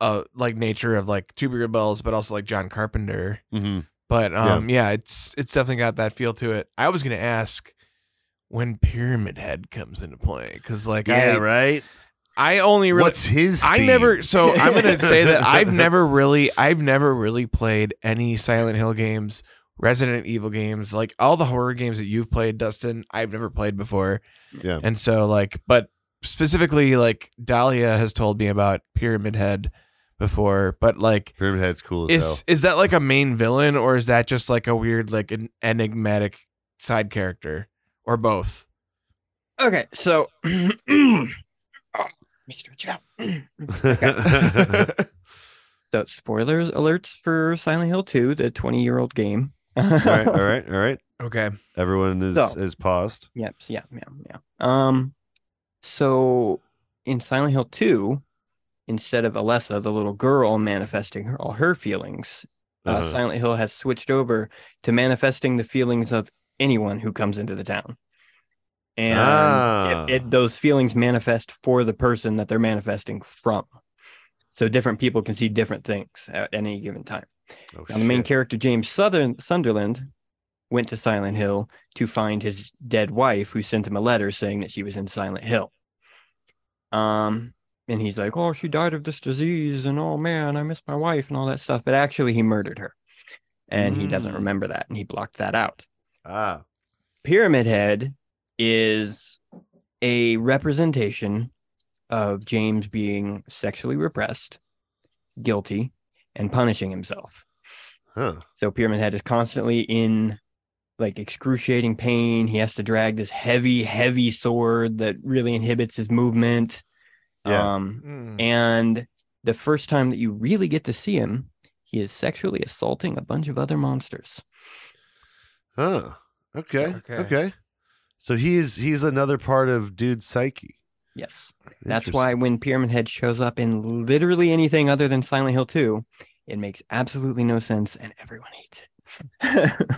uh, like nature of like Tubular Bells, but also like John Carpenter. Mm-hmm. But Yeah. um, yeah. it's it's definitely got that feel to it. I was gonna ask when Pyramid Head comes into play because like I right. I only really What's his? I theme? <laughs> never so I'm gonna say that I've never really I've never really played any Silent Hill games, Resident Evil games, like all the horror games that you've played, Dustin, I've never played before. Yeah. And so like but specifically like Dahlia has told me about Pyramid Head before, but like Pyramid Head's cool as hell. is is that like a main villain or is that just like a weird like an enigmatic side character? Or both. okay. So, <clears throat> oh, let me stretch out. <clears throat> <laughs> So, spoilers alerts for Silent Hill 2, the 20 year old game. all right, all right, all right. okay. Everyone is So- is paused. <laughs> Yep. so Yeah. Yeah. Yeah. Um, so in Silent Hill 2, instead of Alessa, the little girl, manifesting her, all her feelings, uh, Uh-huh. Silent Hill has switched over to manifesting the feelings of anyone who comes into the town. And Ah. it- it, those feelings manifest for the person that they're manifesting from. So different people can see different things at any given time. Oh, Now, the main shit. character, James Southern Sunderland, went to Silent Hill to find his dead wife, who sent him a letter saying that she was in Silent Hill. Um, and he's like, "Oh, she died of this disease, and oh man, I miss my wife and all that stuff." But actually, he murdered her, and he doesn't Mm. remember that, and he blocked that out. ah, Pyramid Head is a representation of James being sexually repressed, guilty, and punishing himself. huh. So Pyramid Head is constantly in like excruciating pain. He has to drag this heavy, heavy sword that really inhibits his movement. Yeah. Um, Hmm. and the first time that you really get to see him, he is sexually assaulting a bunch of other monsters. Huh. Okay. Okay. Okay. So he's he's another part of dude's psyche. Yes. That's why when Pyramid Head shows up in literally anything other than Silent Hill 2, it makes absolutely no sense and everyone hates <laughs> it.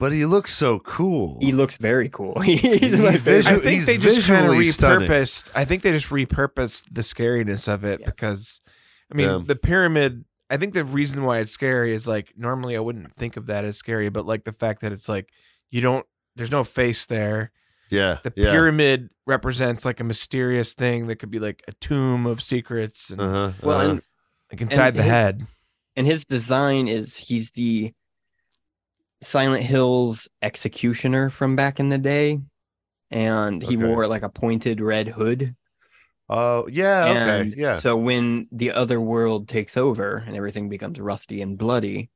But he looks so cool. he looks very cool. <laughs> He's my He favorite. I Visu- think he's they just kind of visually repurposed. stunning. I think they just repurposed the scariness of it Yeah. because, I mean, Yeah. the pyramid. I think the reason why it's scary is like normally I wouldn't think of that as scary, but like the fact that it's like you don't. There's no face there. yeah. The yeah. pyramid represents like a mysterious thing that could be like a tomb of secrets and Uh-huh, Well, uh-huh. and like inside the his- head. and his design is he's the Silent Hills executioner from back in the day, and he Okay. wore like a pointed red hood. Oh yeah, okay, and yeah, So when the other world takes over and everything becomes rusty and bloody,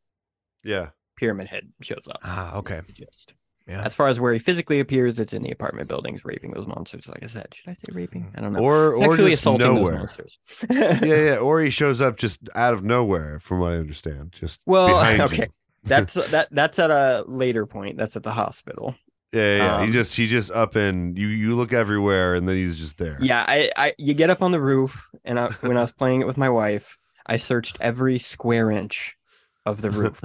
yeah. Pyramid Head shows up. Ah, okay. Just Yeah. as far as where he physically appears, it's in the apartment buildings raping those monsters. Like I said, should I say raping? I don't know. Or or Actually just assaulting those nowhere. monsters. <laughs> <laughs> yeah, yeah. Or he shows up just out of nowhere, from what I understand. Just Well, <laughs> behind okay. you. that's that. That's at a later point. That's at the hospital. Yeah, yeah. yeah. Um, he just he just up and you you look everywhere, and then he's just there. Yeah, I, I you get up on the roof, and I, when I was playing it with my wife, <laughs> I searched every square inch of the roof.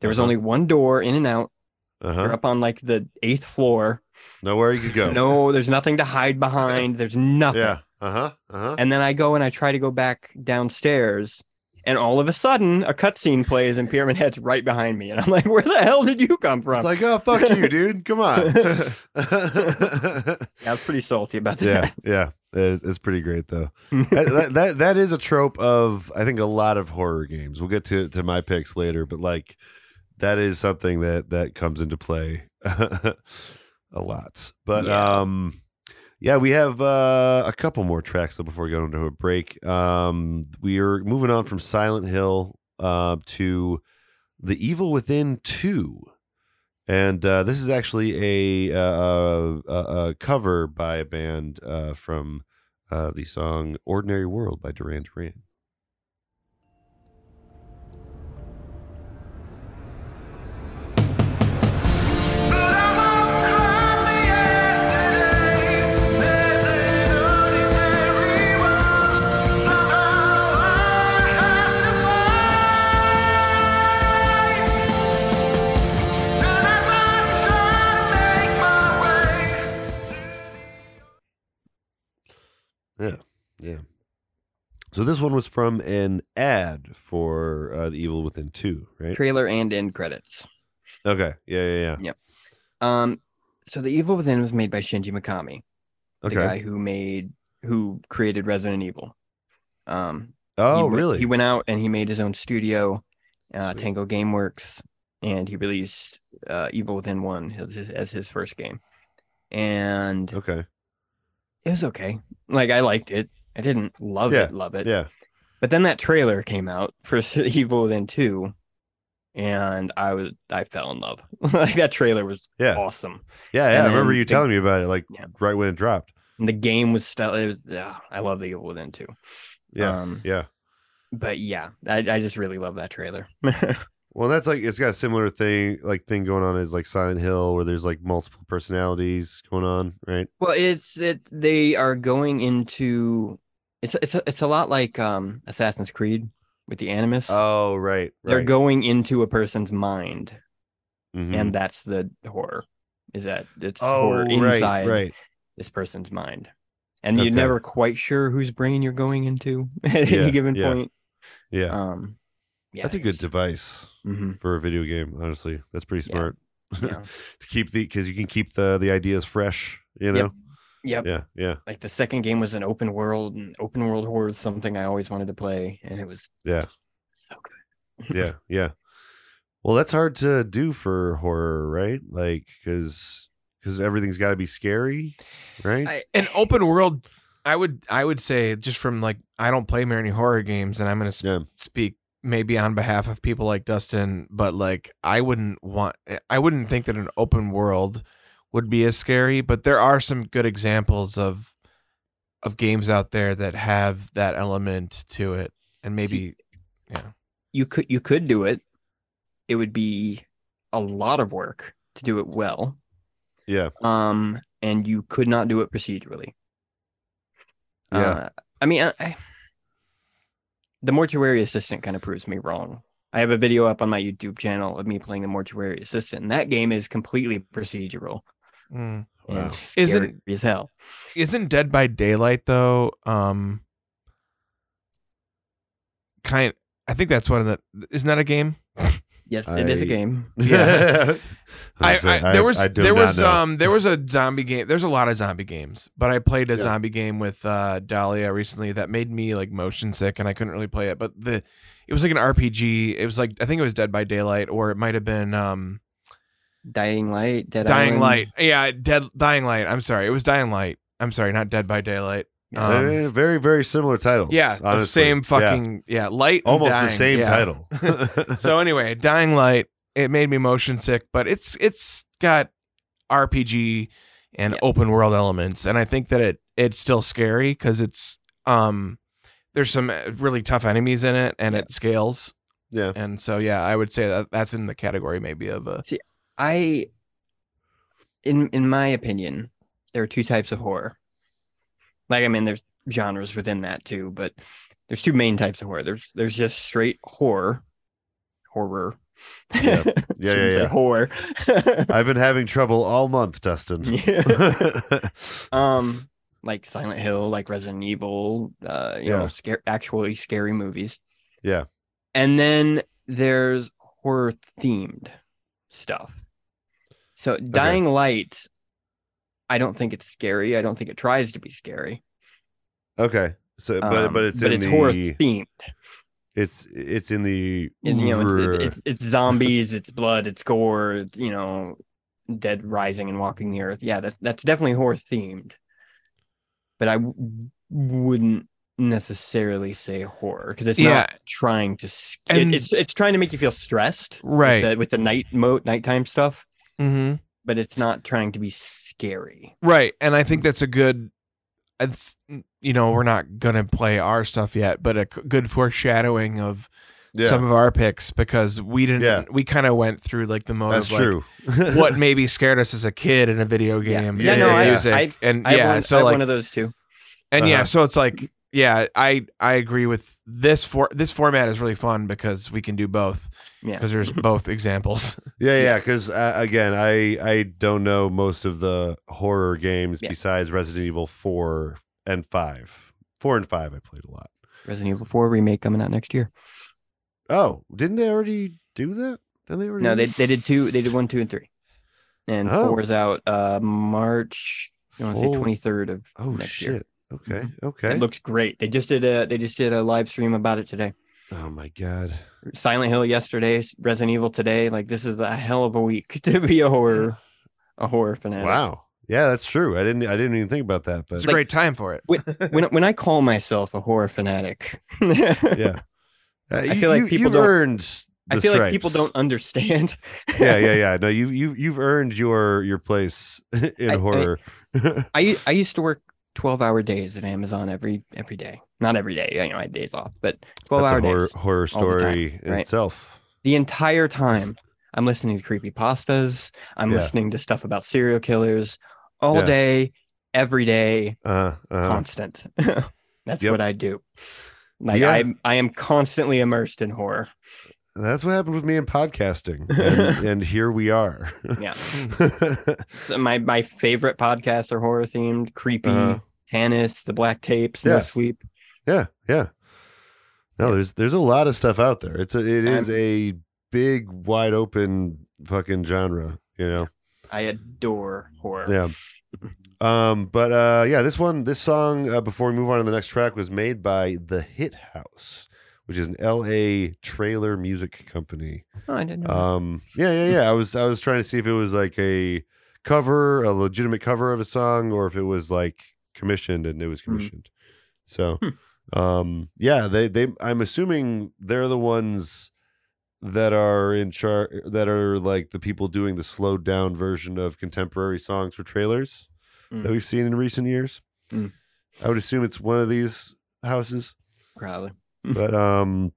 There was Uh-huh. only one door in and out, Uh-huh. You're up on like the eighth floor. Nowhere you could go. <laughs> No, there's nothing to hide behind. There's nothing. Oh. Yeah. Uh huh. Uh <laughs> huh. And then I go and I try to go back downstairs, and all of a sudden, a cutscene plays, and Pyramid Head's right behind me, and I'm like, "Where the hell did you come from?" It's like, oh fuck you, dude. Come <laughs> on. <laughs> I was pretty salty about yeah, that. yeah. It's, it's pretty great <laughs> though. that, that that that is a trope of I think a lot of horror games. We'll get to to my picks later, but like that is something that that comes into play <laughs> a lot. But Yeah. um yeah, we have uh, a couple more tracks though before we go into a break. Um we are moving on from Silent Hill uh, to The Evil Within 2. And uh, this is actually a, uh, a, a cover by a band uh, from uh, the song Ordinary World by Duran Duran. So this one was from an ad for uh, The Evil Within 2, right? Trailer and end credits. Okay. Yeah, yeah, yeah. Um, so the Evil Within was made by Shinji Mikami, Okay. the guy who made who created Resident Evil. Um, He oh, went- really? He went out and he made his own studio, uh, Sweet. Tango Gameworks, and he released uh, Evil Within One as his, as his first game, and okay. it was okay. Like I liked it. I didn't love Yeah, it, love it. Yeah. But then that trailer came out for <laughs> Evil Within Two, and I was I fell in love. <laughs> like that trailer was Yeah. awesome. Yeah, yeah. And I remember then you the- telling me about it like Yeah. right when it dropped. And the game was still. It was. Yeah, I love the Evil Within Two. Yeah. Um, yeah. But yeah, I, I just really love <laughs> that trailer. Well, that's like it's got a similar thing like thing going on as like Silent Hill where there's like multiple personalities going on, right? Well, it's it. They are going into it's it's a, it's a lot like um Assassin's Creed with the Animus. Oh, right. They're going into a person's mind, Mhm. and that's the horror. Is that it's oh, horror right, inside right. this person's mind, and Okay. you're never quite sure whose brain you're going into <laughs> at Yeah, any given yeah. point. Yeah. Um, yeah, that's a good device hmm for a video game, honestly. That's pretty Yeah. smart. Yeah. <laughs> to keep the cuz you can keep the the ideas fresh, you know. Yep. Yeah, yeah. Like the second game was an open world, and open world horror is something I always wanted to play, and it was Yeah. so good. <laughs> yeah yeah well that's hard to do for horror right like because because everything's got to be scary right I- an open world i would i would say just from like i don't play many horror games and i'm going to sp- Yeah. speak maybe on behalf of people like dustin but like i wouldn't want eh, i wouldn't think that an open world would be as scary but there are some good examples of of games out there that have that element to it and maybe you could you could do it it would be a lot of work to do it well yeah um and you could not do it procedurally Yeah. Uh, i mean I, I, the mortuary assistant kind of proves me wrong i have a video up on my youtube channel of me playing the mortuary assistant and that game is completely procedural Mm. Wow. and scary Isn't- as hell isn't dead by daylight though um kind i think that's one of the isn't that a game yes it is I- a game <laughs> <laughs> Yeah. I, I, was gonna say, I, there was I do there not was know. um there was a zombie game. There's a lot of zombie games, but I played a Yeah. zombie game with uh, Dahlia recently that made me like motion sick, and I couldn't really play it. But the it was like an RPG. It was like I think it was Dead by Daylight, or it might have been um dying light dead Dying Island. Light. Yeah, Dead Dying Light. I'm sorry, it was Dying Light. I'm sorry, not Dead by Daylight. Um, Eh, very very similar titles yeah, the honestly. same Yeah. fucking yeah, light. and almost the Dying, same yeah. title <laughs> So anyway, Dying Light. It made me motion sick, but it's it's got RPG and Yeah. open world elements, and I think that it it's still scary because it's um there's some uh, really tough enemies in it, and it scales, yeah and so yeah, I would say that that's in the category maybe of a I in in my opinion, there are two types of horror. Like I mean there's genres within that too, but there's two main types of horror. There's there's just straight horror, horror. <laughs> Yeah. <laughs> Yeah, yeah, <laughs> Shouldn't say yeah. horror. <laughs> I've been having trouble all month, Dustin. <laughs> yeah. um, like Silent Hill, like Resident Evil, uh, you Yeah. know, scare actually scary movies. Yeah. And then there's horror themed stuff. So Dying Light, I don't think it's scary. I don't think it tries to be scary. <laughs> okay. So, but um, but it's but in it's the horror themed. it's it's in the And, you know, over- it's, it's, it's zombies, it's blood, it's gore, it's, you know, dead rising and walking the earth. Yeah, that's that's definitely horror themed. But I w- wouldn't necessarily say horror because it's Yeah. not trying to. s- it- And- it's it's trying to make you feel stressed, Right. With the, with the night mode, nighttime stuff, Mm-hmm. but it's not trying to be scary. Right, and I think that's a good. It's you know we're not gonna play our stuff yet, but a c- good foreshadowing of yeah, some of our picks because we didn't. Yeah. We kind of went through like the mode that's of like true. <laughs> what maybe scared us as a kid in a video Yeah. game, Yeah, and no, the I- music, I- and I have, yeah, one, I so have like one of those too. and Uh-huh. yeah, so it's like yeah, I I agree with this for this format is really fun because we can do both Yeah. because <laughs> there's both examples. Yeah, yeah. Because uh, again, I I don't know most of the horror games Yeah. besides Resident Evil four and five. Four and five, I played a lot. Resident Evil Four remake coming out next year. Oh, didn't they already do that? Didn't they already? No, do they that? they did two. They did one, two, and three, and Oh. four is out uh March. I want to say Full- twenty third of. Oh next shit. year. Mm-hmm. Okay. Okay. It looks great. They just did a they just did a live stream about it today. oh my god. Silent Hill yesterday, Resident Evil today. Like this is a hell of a week <laughs> to be a horror a horror fanatic. Wow. Yeah, that's true. I didn't. I didn't even think about that. But It's a Like- great time <laughs> for it. When when when I call myself a horror fanatic, <laughs> yeah, Uh, I feel like you- people you've don't- earned. I the feel like people stripes. don't understand. yeah, yeah, yeah. No, you you you've earned your your place <laughs> in I- I- horror. <laughs> I I used to work twelve hour days at Amazon every every day. Not every day. You know, I had days off, but twelve That's hour a horror, days. horror all the time, story in right? itself. the entire time I'm listening to creepy pastas. I'm Yeah. listening to stuff about serial killers all Yeah. day, every day, Uh, uh, constant. <laughs> That's Yep. what I do. Like Yeah. I'm, I am constantly immersed in horror. that's what happened with me in podcasting, and, and here we are. Yeah. So my my favorite podcasts are horror themed, creepy, Uh-huh. Tannis, the Black Tapes, Yeah. No Sleep. <laughs> yeah, yeah. No, there's there's a lot of stuff out there. It's a it is I'm- a big, wide open fucking genre. You know. I adore horror. Yeah. Um, but uh, yeah, this one, this song, uh, before we move on to the next track, was made by The Hit House, which is an LA trailer music company. Oh, I didn't know. that. Um, yeah, yeah, yeah. I was I was trying to see if it was like a cover, a legitimate cover of a song, or if it was like commissioned, and it was Hmm. commissioned. So, um, yeah, they they I'm assuming they're the ones that are in char that are like the people doing the slowed down version of contemporary songs for trailers Mm. that we've seen in recent years. Mm. I would assume it's one of these houses. Probably. But um,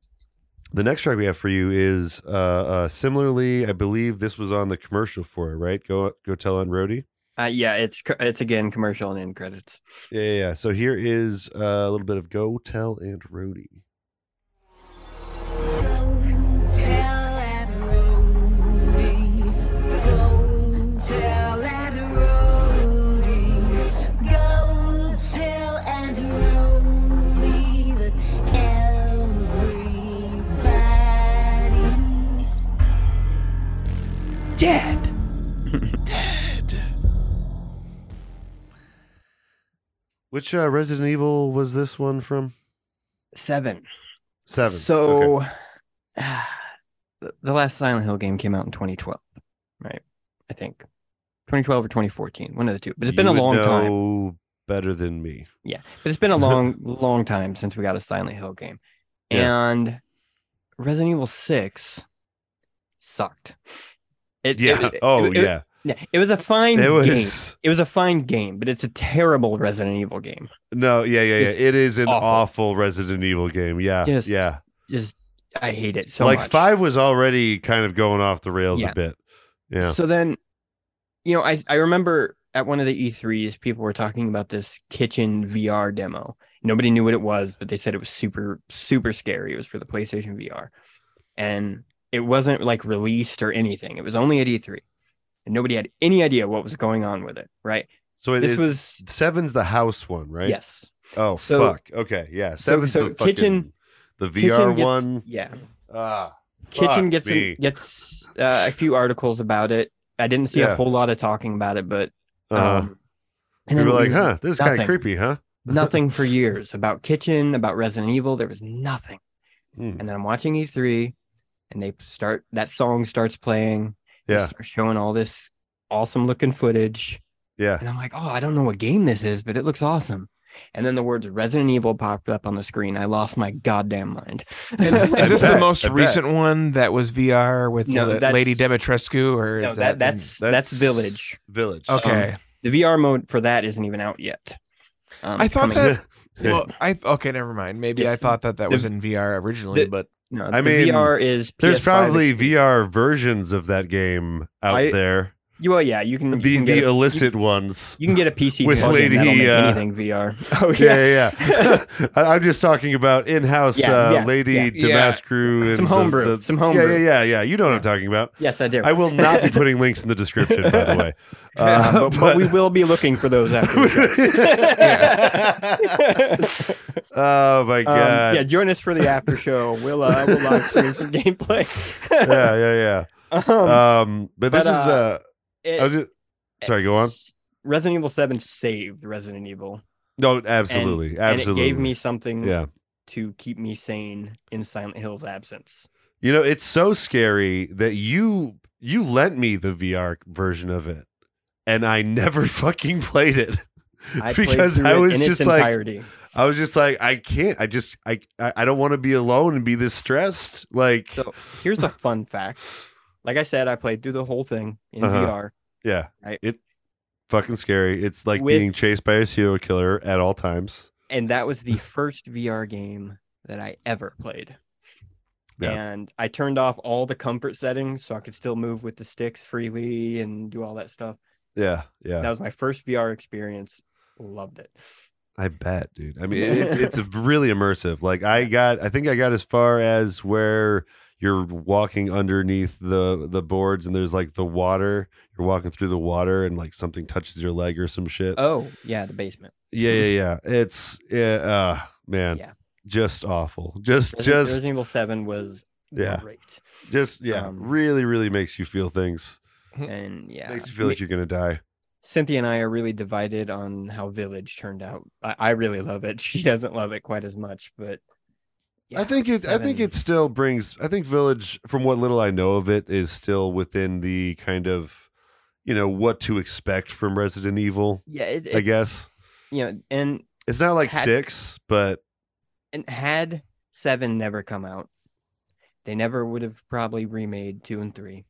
the next track we have for you is uh, uh, similarly, I believe this was on the commercial for it, right? Go go tell on Rody. Uh, yeah, it's co- it's again commercial and end credits. Yeah, yeah, yeah. So here is uh, a little bit of Go Tell and Rody. Tell that Rudy. Go tell that Rudy. Go tell and Rudy that everybody's Which uh, Resident Evil was this one from? Seven. Seven. Okay. So <sighs> the- the last Silent Hill game came out in 2012, right? I think 2012 or 2014, one of the two. But it's been You a would long time. know Better than me. Yeah. But it's <laughs> been a long, long time since we got a Silent Hill game. Yeah. And Resident Evil 6 sucked. It, it- Yeah. it- oh, it- yeah. It, it was a fine It game. was It was a fine game, but it's a terrible Resident Evil game. no. Yeah, yeah, yeah. It's It is an awful. awful. Resident Evil game. Yeah. Just yeah. Just, I hate it so like much. five was already kind of going off the rails Yeah. a bit. Yeah. So then, you know, I, I remember at one of the E3s, people were talking about this kitchen VR demo. Nobody knew what it was, but they said it was super, super scary. It was for the PlayStation VR. And it wasn't like released or anything. It was only at E3, and nobody had any idea what was going on with it. Right? So it, this it- was seven's the house one, right? yes, Oh So- fuck. Okay. Yeah. Seven's so the fucking, kitchen- the Kitchen VR gets- one. Yeah, Ah. Kitchen Fuck gets an- me. gets uh, a few articles about it. I didn't see Yeah. a whole lot of talking about it, but um, Uh, and we then were like, we- huh, this is kind of nothing. creepy, huh? nothing <laughs> for years about Kitchen, about Resident Evil. There was nothing. Hmm. And then I'm watching E3, and they start that song starts playing. They Yeah. start showing all this awesome looking footage, Yeah. and I'm like, oh, I don't know what game this is, but it looks awesome. And then the words Resident Evil popped up on the screen. I lost my goddamn mind. <laughs> I <laughs> Is this bet, the most I bet. recent one that was VR with No, La- that's- Lady Demetrescu, or no, um, is that, that that's, that's Village. Village. okay? The VR mode for that isn't even out yet. Um, I it's thought coming- <laughs> that- Yeah. Well, I okay, never mind. Maybe It's- I thought that that was the- in VR originally, the- but no, I the mean, VR is There's PS5 probably exclusive. VR versions of that game out I- there. Well, yeah, you can you The can the get a, <laughs> illicit ones. you can get a PC with with lady, lady that'll make uh, anything VR. <laughs> Oh yeah, yeah, <laughs> yeah. yeah. <laughs> I, I'm just talking about in-house Yeah, uh, yeah, Lady yeah. Yeah. Damascru. and some the- homebrew, the- some homebrew. Yeah, yeah, yeah, yeah. You know what I'm talking about. Yes, I do. I will not <laughs> be putting links in the description, by the way. Uh, Uh, but, but we will be looking for those after. the show. <laughs> oh my Um, god! yeah, join us for the after show. We'll uh, we'll live stream some gameplay. <laughs> <laughs> yeah, yeah, <laughs> um, yeah. Um, but this but, is uh, it- I was just, sorry, go on. Resident Evil Seven saved Resident Evil. no, absolutely, absolutely. And it gave me something yeah. to keep me sane in Silent <laughs> Hill's absence. You know, it's so scary that you you lent me the VR version of it, and I never <laughs> fucking played it I played because through I it was in just its like, entirety. I was just like, I can't. I just I I I don't want to be alone and be this stressed. Like, So here's a fun fact. Like I said, I played through the whole thing in Uh-huh. VR. yeah, Right. it fucking scary. It's like With- being chased by a serial killer at all times. and that <laughs> was the first VR game that I ever played. Yeah. And I turned off all the comfort settings so I could still move with the sticks freely and do all that stuff. Yeah, yeah. That was my first VR experience. Loved it. I bet, dude. I mean, it, it's <laughs> really immersive. Like I got, I think I got as far as where you're walking underneath the the boards, and there's like the water. You're walking through the water, and like something touches your leg or some shit. Oh, yeah, the basement. yeah, yeah, yeah. It's yeah, uh, man, Yeah. just awful. Just, Resident, just, Resident Evil 7 was Yeah. great. just, yeah. um, really, really makes you feel things. And yeah, Makes you feel me- like you're gonna die. Cynthia and I are really divided on how Village turned out. I, I really love it. <laughs> She doesn't love it quite as much, but I think it. I think it's. it still brings. I think Village, from what little I know of it, is still within the kind of, you know, what to expect from Resident Evil. yeah it, I it's- guess you know and it's not like had- six, but and had seven never come out they never would have probably remade two and three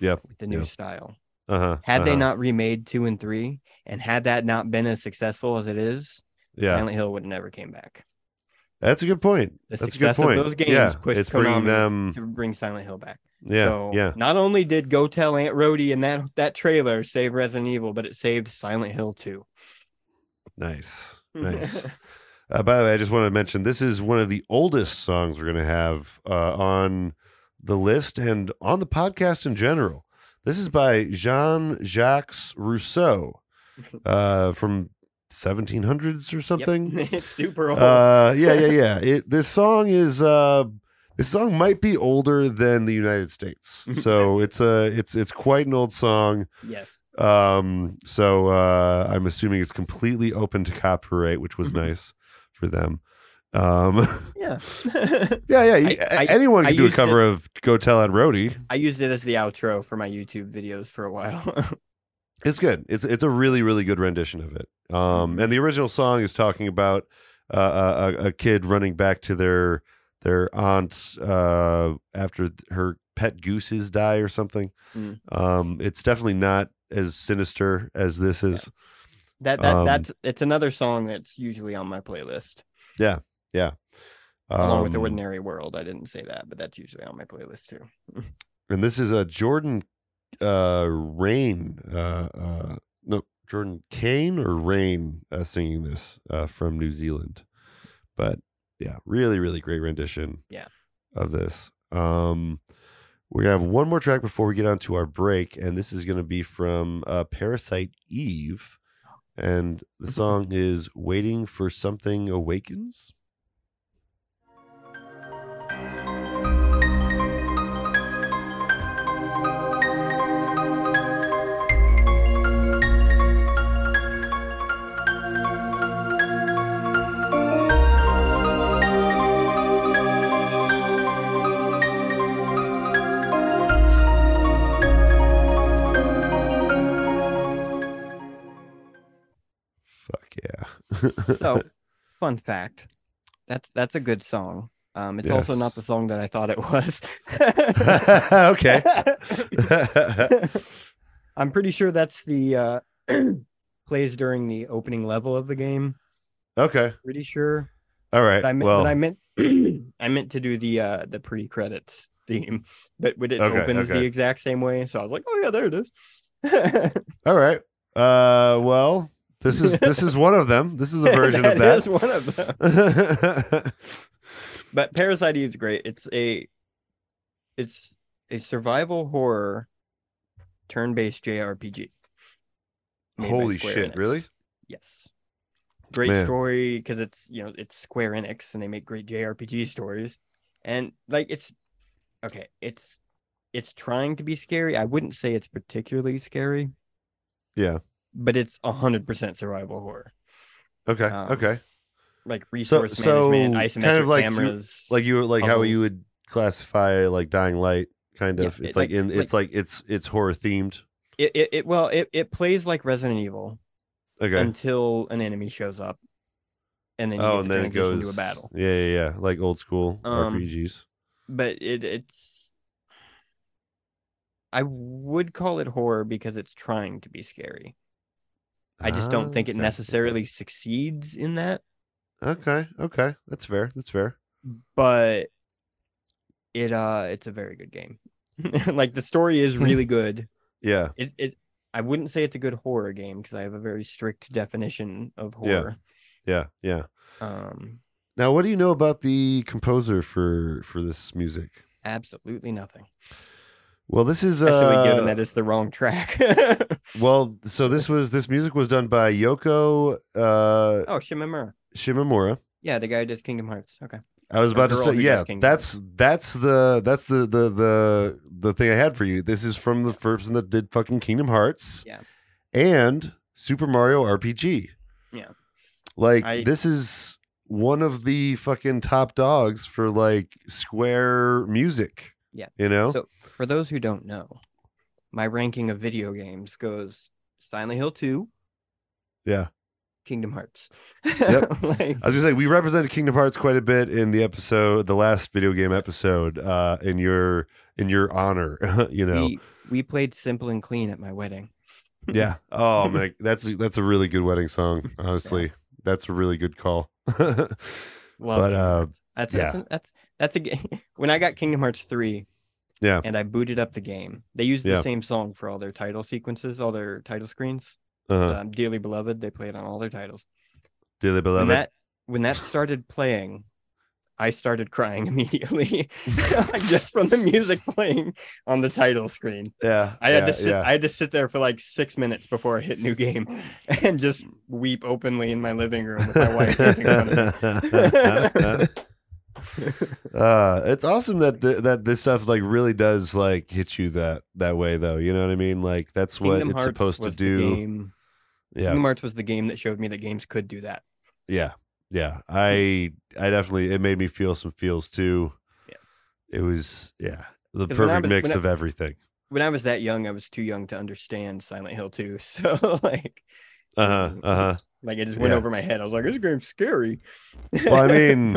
Yep, with the new yep. style uh huh. had they not remade two and three and had that not been as successful as it is Yeah, silent hill would have never came back that's a good point. the That's a good success point. of those games yeah, pushed it's Konami bringing them. to bring silent hill back Yeah, so yeah, not only did go tell aunt rhodey and that that trailer save resident evil but it saved silent hill too nice, nice. Uh, by the way, I just want to mention this is one of the oldest songs we're going to have uh, on the list and on the podcast in general. This is by Jean Jacques Rousseau uh, from 1700s or Yep. something. <laughs> it's super old Uh, yeah, yeah, yeah. It, this song is uh, this song might be older than the United States, so it's a it's it's quite an old song. yes Um, so uh, I'm assuming it's completely open to copyright, which was Mhm. nice for them. Um, <laughs> yeah yeah, yeah. you- I- I- anyone I can do a used cover of "Go Tell on Roadie." <laughs> I used it as the outro for my YouTube videos for a while. <laughs> It's good. It's it's a really really good rendition of it. Mm-hmm. Um, and the original song is talking about uh, a, a- a kid running back to their their aunt's uh, after th- her pet gooses die or something. Mm. Um, it's definitely not as sinister as this is. that that Um, that's it's another song that's usually on my playlist along with the Um, ordinary world. I didn't say that, but that's usually on my playlist <laughs> too. And this is a Jordan uh, Rain. Uh, uh, no, Jordan Kane or Rain uh, singing this uh, from New Zealand. But yeah, really, really great rendition. Yeah. Of this. Um, We're gonna have one more track before we get on to our break, and this is gonna be from uh, Parasite Eve, and the song is "Waiting for Something Awakens." Fuck yeah! <laughs> So, fun fact. That's that's a good song. Um, it's also not Yes. the song that I thought it was. <laughs> okay. <laughs> I'm pretty sure that's the uh, <clears throat> plays during the opening level of the game. okay. Pretty sure. All right. But I meant, well, but I meant <clears throat> I meant to do the uh, the pre credits theme, but it Okay, opens the okay. exact same way. So I was like, oh yeah, there it is. all right. Uh, well, this is this is one of them. This <laughs> is a version of That is that. one of them. But Parasite Eve is great. It's a it's a survival horror turn-based JRPG. made by Holy Square shit! Enix. Really? Yes. Great Man. story because it's you know it's Square Enix and they make great JRPG stories. And like it's okay, it's it's trying to be scary. I wouldn't say it's particularly scary, Yeah. but it's hundred percent survival horror. <laughs> Okay. Um, okay. Like resource so management, isometric kind of like you- cameras. Like you like how you puzzles. would classify like Dying Light, kind Yeah, of. it- it's like, like- in. like- it's like it's it's horror themed. it, it, it well it, it plays like resident evil Okay. until an enemy shows up and then you oh, get and to then it transition goes to a battle Yeah, yeah, yeah. Like old school Um, RPGs. but it it's i would call it horror because it's trying to be scary i just don't think it Ah, Okay, okay. necessarily succeeds in that Okay. Okay. That's fair. That's fair. but it uh it's a very good game <laughs> like the story <laughs> is really good Yeah. it, it i wouldn't say it's a good horror game because i have a very strict definition of Yeah. horror Yeah. Yeah. um Now, what do you know about the composer for for this music? absolutely nothing Well, this is especially given uh, that it's the wrong <laughs> track. well, so this was this music was done by Yoko uh, oh, Shimamura. Shimamura. Yeah, the guy who does Kingdom Hearts. Okay. I was A about to girl say, who does yeah, Kingdom that's that's the that's the the the the thing I had for you. This is from the person that did fucking Kingdom Hearts, Yeah. and Super Mario RPG. Yeah. like I- this is one of the fucking top dogs for like Square music. Yeah. you know. So for those who don't know, my ranking of video games goes Silent Hill 2, yeah. Kingdom Hearts. Yep. <laughs> like, I was gonna say we represented Kingdom Hearts quite a bit in the episode, the last video game episode, uh, in your in your honor. <laughs> you know, we, we played Simple and Clean at my wedding. yeah. Oh man, that's that's a really good wedding song. Honestly, that's a really good call. <laughs> but Love Kingdom uh, Hearts. that's, yeah. that's, that's, that's a game. <laughs> when I got Kingdom Hearts 3, Yeah. and I booted up the game, they used the Yeah. same song for all their title sequences, all their title screens. uh, Um, Dearly Beloved, they play it on all their titles. dearly when beloved, that when that started playing, I started crying <laughs> immediately, just from the music playing on the title screen. yeah, I had yeah, to sit. yeah. I had to sit there for like six minutes before I hit new game, <laughs> and just weep openly in my living room with my wife. sitting in front of me. <laughs> uh, it's awesome that th- that this stuff like really does like hit you that that way though. You know what I mean? Like that's <laughs> what Kingdom it's Hearts supposed to was the do. game- Yeah, Kingdom Hearts was the game that showed me that games could do that. yeah, yeah. I I definitely it made me feel some feels too. Yeah. it was yeah the 'Cause when I perfect was- mix when I- of <laughs> everything. When I was that young, I was too young to understand Silent Hill 2. <laughs> So like, Uh huh. Uh huh. like it just went Yeah. over my head. I was like, this game's scary. Well, I mean,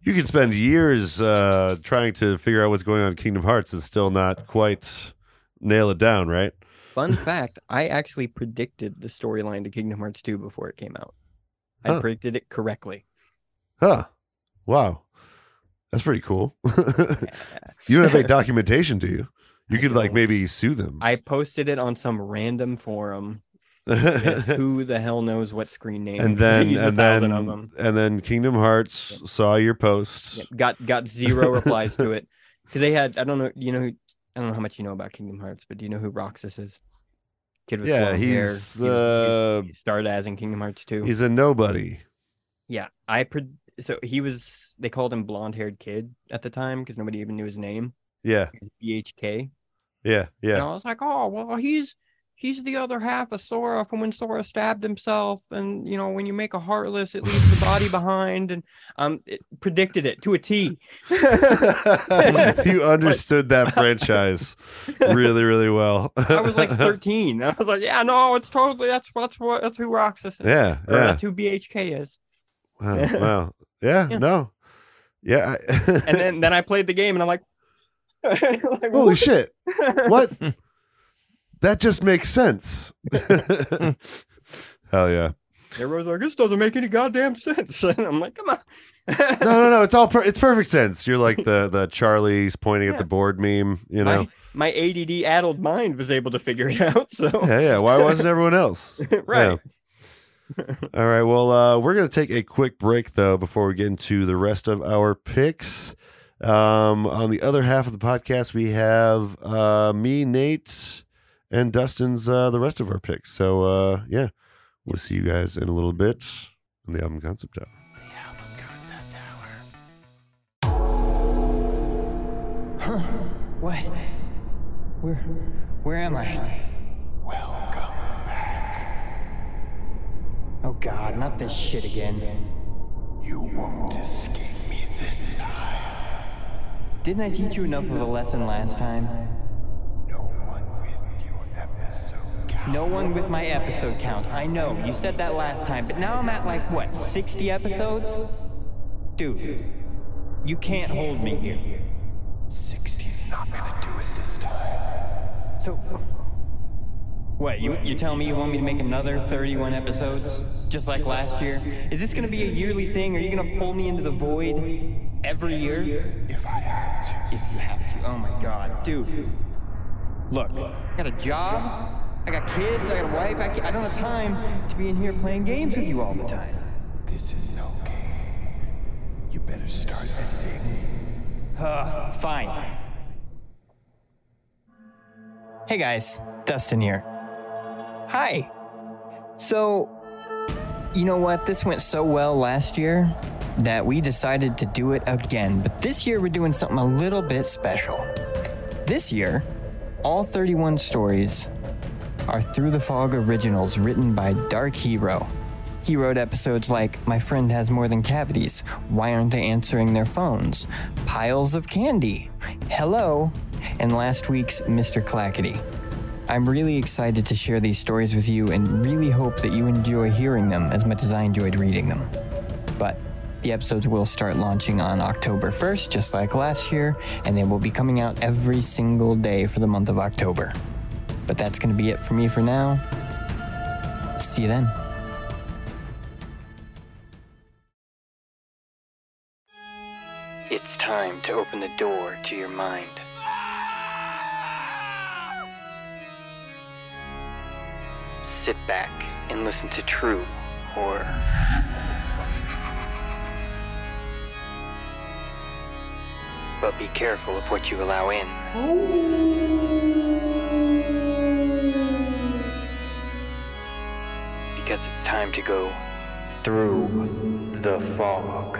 you could spend years uh, trying to figure out what's going on in Kingdom Hearts and still not quite nail it down, right? Fun fact, I actually predicted the storyline to Kingdom Hearts 2 before it came out. I Huh. predicted <laughs> it correctly. Huh. Wow. That's pretty cool. <laughs> you don't have <laughs> any documentation, do you? You I could like don't. maybe sue them. <laughs> I posted it on some random forum. <laughs> with and who the hell knows what screen <laughs> name? <laughs> then and then of them. and then Kingdom Hearts saw your post. <laughs> Yeah, Got got zero replies to it because they had I don't know you know I don't know how much you know about Kingdom Hearts, but do you know who Roxas is? Kid with Yeah, blonde hair. He was he's, the dude uh, you started as in Kingdom Hearts 2. He's a nobody. Yeah, I pro- so he was they called him blonde-haired kid at the time because nobody even knew his name. Yeah, BHK. yeah, And yeah. I was like, oh well, he's he's the other half of Sora from when Sora stabbed himself, and you know when you make a heartless, it leaves the <laughs> body behind, and um, it predicted it to a T. <laughs> <laughs> you understood that franchise really, really well. I was like 13. I was like, yeah, no, it's totally that's that's what that's who Roxas is. <laughs> yeah, Or yeah. That's who BHK is. <laughs> Wow, wow. Yeah, Yeah. no. Yeah. I- And then then I played the game, and I'm like, <laughs> like, <laughs> holy what? shit. What? that just makes sense. <laughs> Hell yeah. Everyone's like, this doesn't make any goddamn sense. <laughs> And I'm like, come on. <laughs> No, no, no. It's all per- it's perfect sense. You're like the the Charlie's pointing at Yeah. the board meme, you know. my, my ADD addled mind was able to figure it <laughs> out. So Yeah, yeah. Why wasn't <laughs> everyone else? right. Yeah. All right. Well, uh, we're going to take a quick break, though, before we get into the rest of our picks. Um, on the other half of the podcast, we have uh, me, Nate, and Dustin's uh, the rest of our picks. So, uh, yeah, we'll see you guys in a little bit on the album concept hour. What? Where where am I? Welcome back. Oh god, not this shit again. You won't escape me this time. Didn't I teach you enough of a lesson last time? No one with you ever so counts. No one with my episode count. I know, you said that last time, but now I'm at like what, 60 episodes? Dude, you can't hold me here. 60's not gonna do it this time. So what, you you telling me you want me to make another 31 episodes? Just like last year? Is this gonna be a yearly thing? Are you gonna pull me into the void every year? If I have to, If you have to. Oh my god, dude. Look, I got a job. I got kids. I got a wife. I, ca- I don't have time to be in here playing games with you all the time. this is no game. You better start editing. Uh, fine. Hey guys, Dustin here. Hi. So, you know what? This went so well last year that we decided to do it again. But this year we're doing something a little bit special. This year, all 31 stories are Through the Fog originals written by Dark Hero. He wrote episodes like My Friend Has More Than Cavities, Why Aren't They Answering Their Phones, Piles of Candy, Hello, and last week's Mr. Clackety. I'm really excited to share these stories with you and really hope that you enjoy hearing them as much as I enjoyed reading them. But the episodes will start launching on October 1st, just like last year, and they will be coming out every single day for the month of October. But that's going to be it for me for now. See you then. It's time to open the door to your mind. Sit back and listen to true horror. But be careful of what you allow in. Because it's time to go through the fog.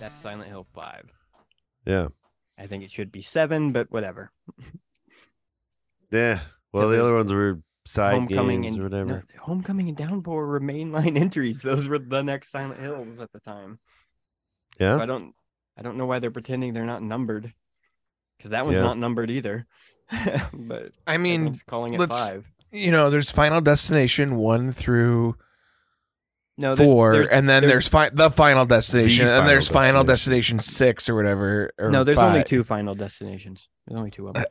That's Silent Hill 5. Yeah. I think it should be 7, but whatever. Yeah. Well, the other ones were side Homecoming games and or whatever. no, Homecoming and Downpour were mainline <laughs> entries. Those were the next Silent Hills at the time. So Yeah. I don't I don't know why they're pretending they're not numbered. Cuz that one's Yeah. not numbered either. <laughs> but I mean, everyone's calling it let's- 5. you know, there's Final Destination one through No, there's- four, there's- and then there's, fi- the Final Destination, The and there's Final Final Destination. six or whatever. or No, there's only five. two final destinations. There's only Uh, two of them.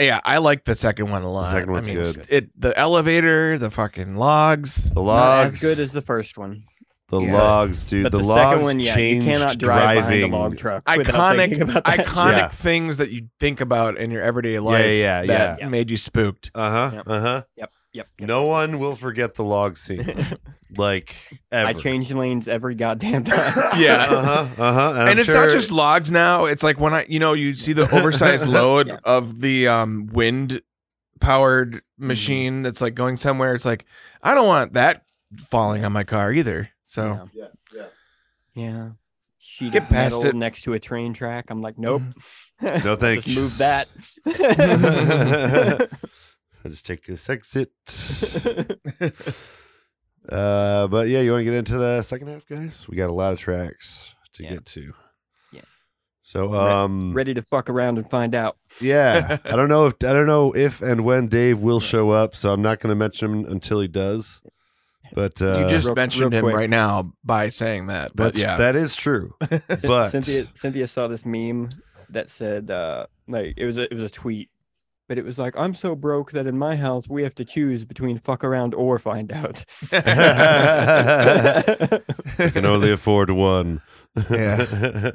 Yeah, I like the second one a lot. second one's I mean, good. it's- it the elevator, the fucking logs. The Not logs. as good as the first one. the Yeah. logs, dude. But the, the, logs second one, yeah, you changed cannot drive driving. behind a log truck. without Iconic, thinking about that. iconic Yeah. things that you think about in your everyday life yeah, that yeah. made you spooked. Uh huh. <laughs> Yep. Uh huh. Yep, yep. <laughs> No one will forget the log scene. like ever. I change lanes every goddamn time. <laughs> Yeah. <laughs> Uh huh. Uh huh. and it's not just logs now. It's like when I, you know, you see <laughs> the oversized load of the um, wind powered Mm-hmm. machine that's like going somewhere. It's like, I don't want that falling on my car either. So, Yeah. Yeah, yeah. Yeah. Sheet Get of past metal it. next to a train track. I'm like, nope. <laughs> No thanks. Just move that. <laughs> <laughs> I'll just take this exit. uh, but yeah, you want to get into the second half, guys? We got a lot of tracks to Yeah. get to. Yeah. So Re- um, Ready to fuck around and find out. <laughs> yeah, I don't know if I don't know if and when Dave will show up, so I'm not going to mention him until he does. But uh, you just real- mentioned real him quick. right now by saying that. But that's yeah. that is <laughs> true. Cyn- But- Cynthia Cynthia saw this meme that said uh like it was a, it was a tweet, but it was like I'm so broke that in my house we have to choose between fuck around or <laughs> find out. I can <laughs> only afford one. Yeah. <laughs>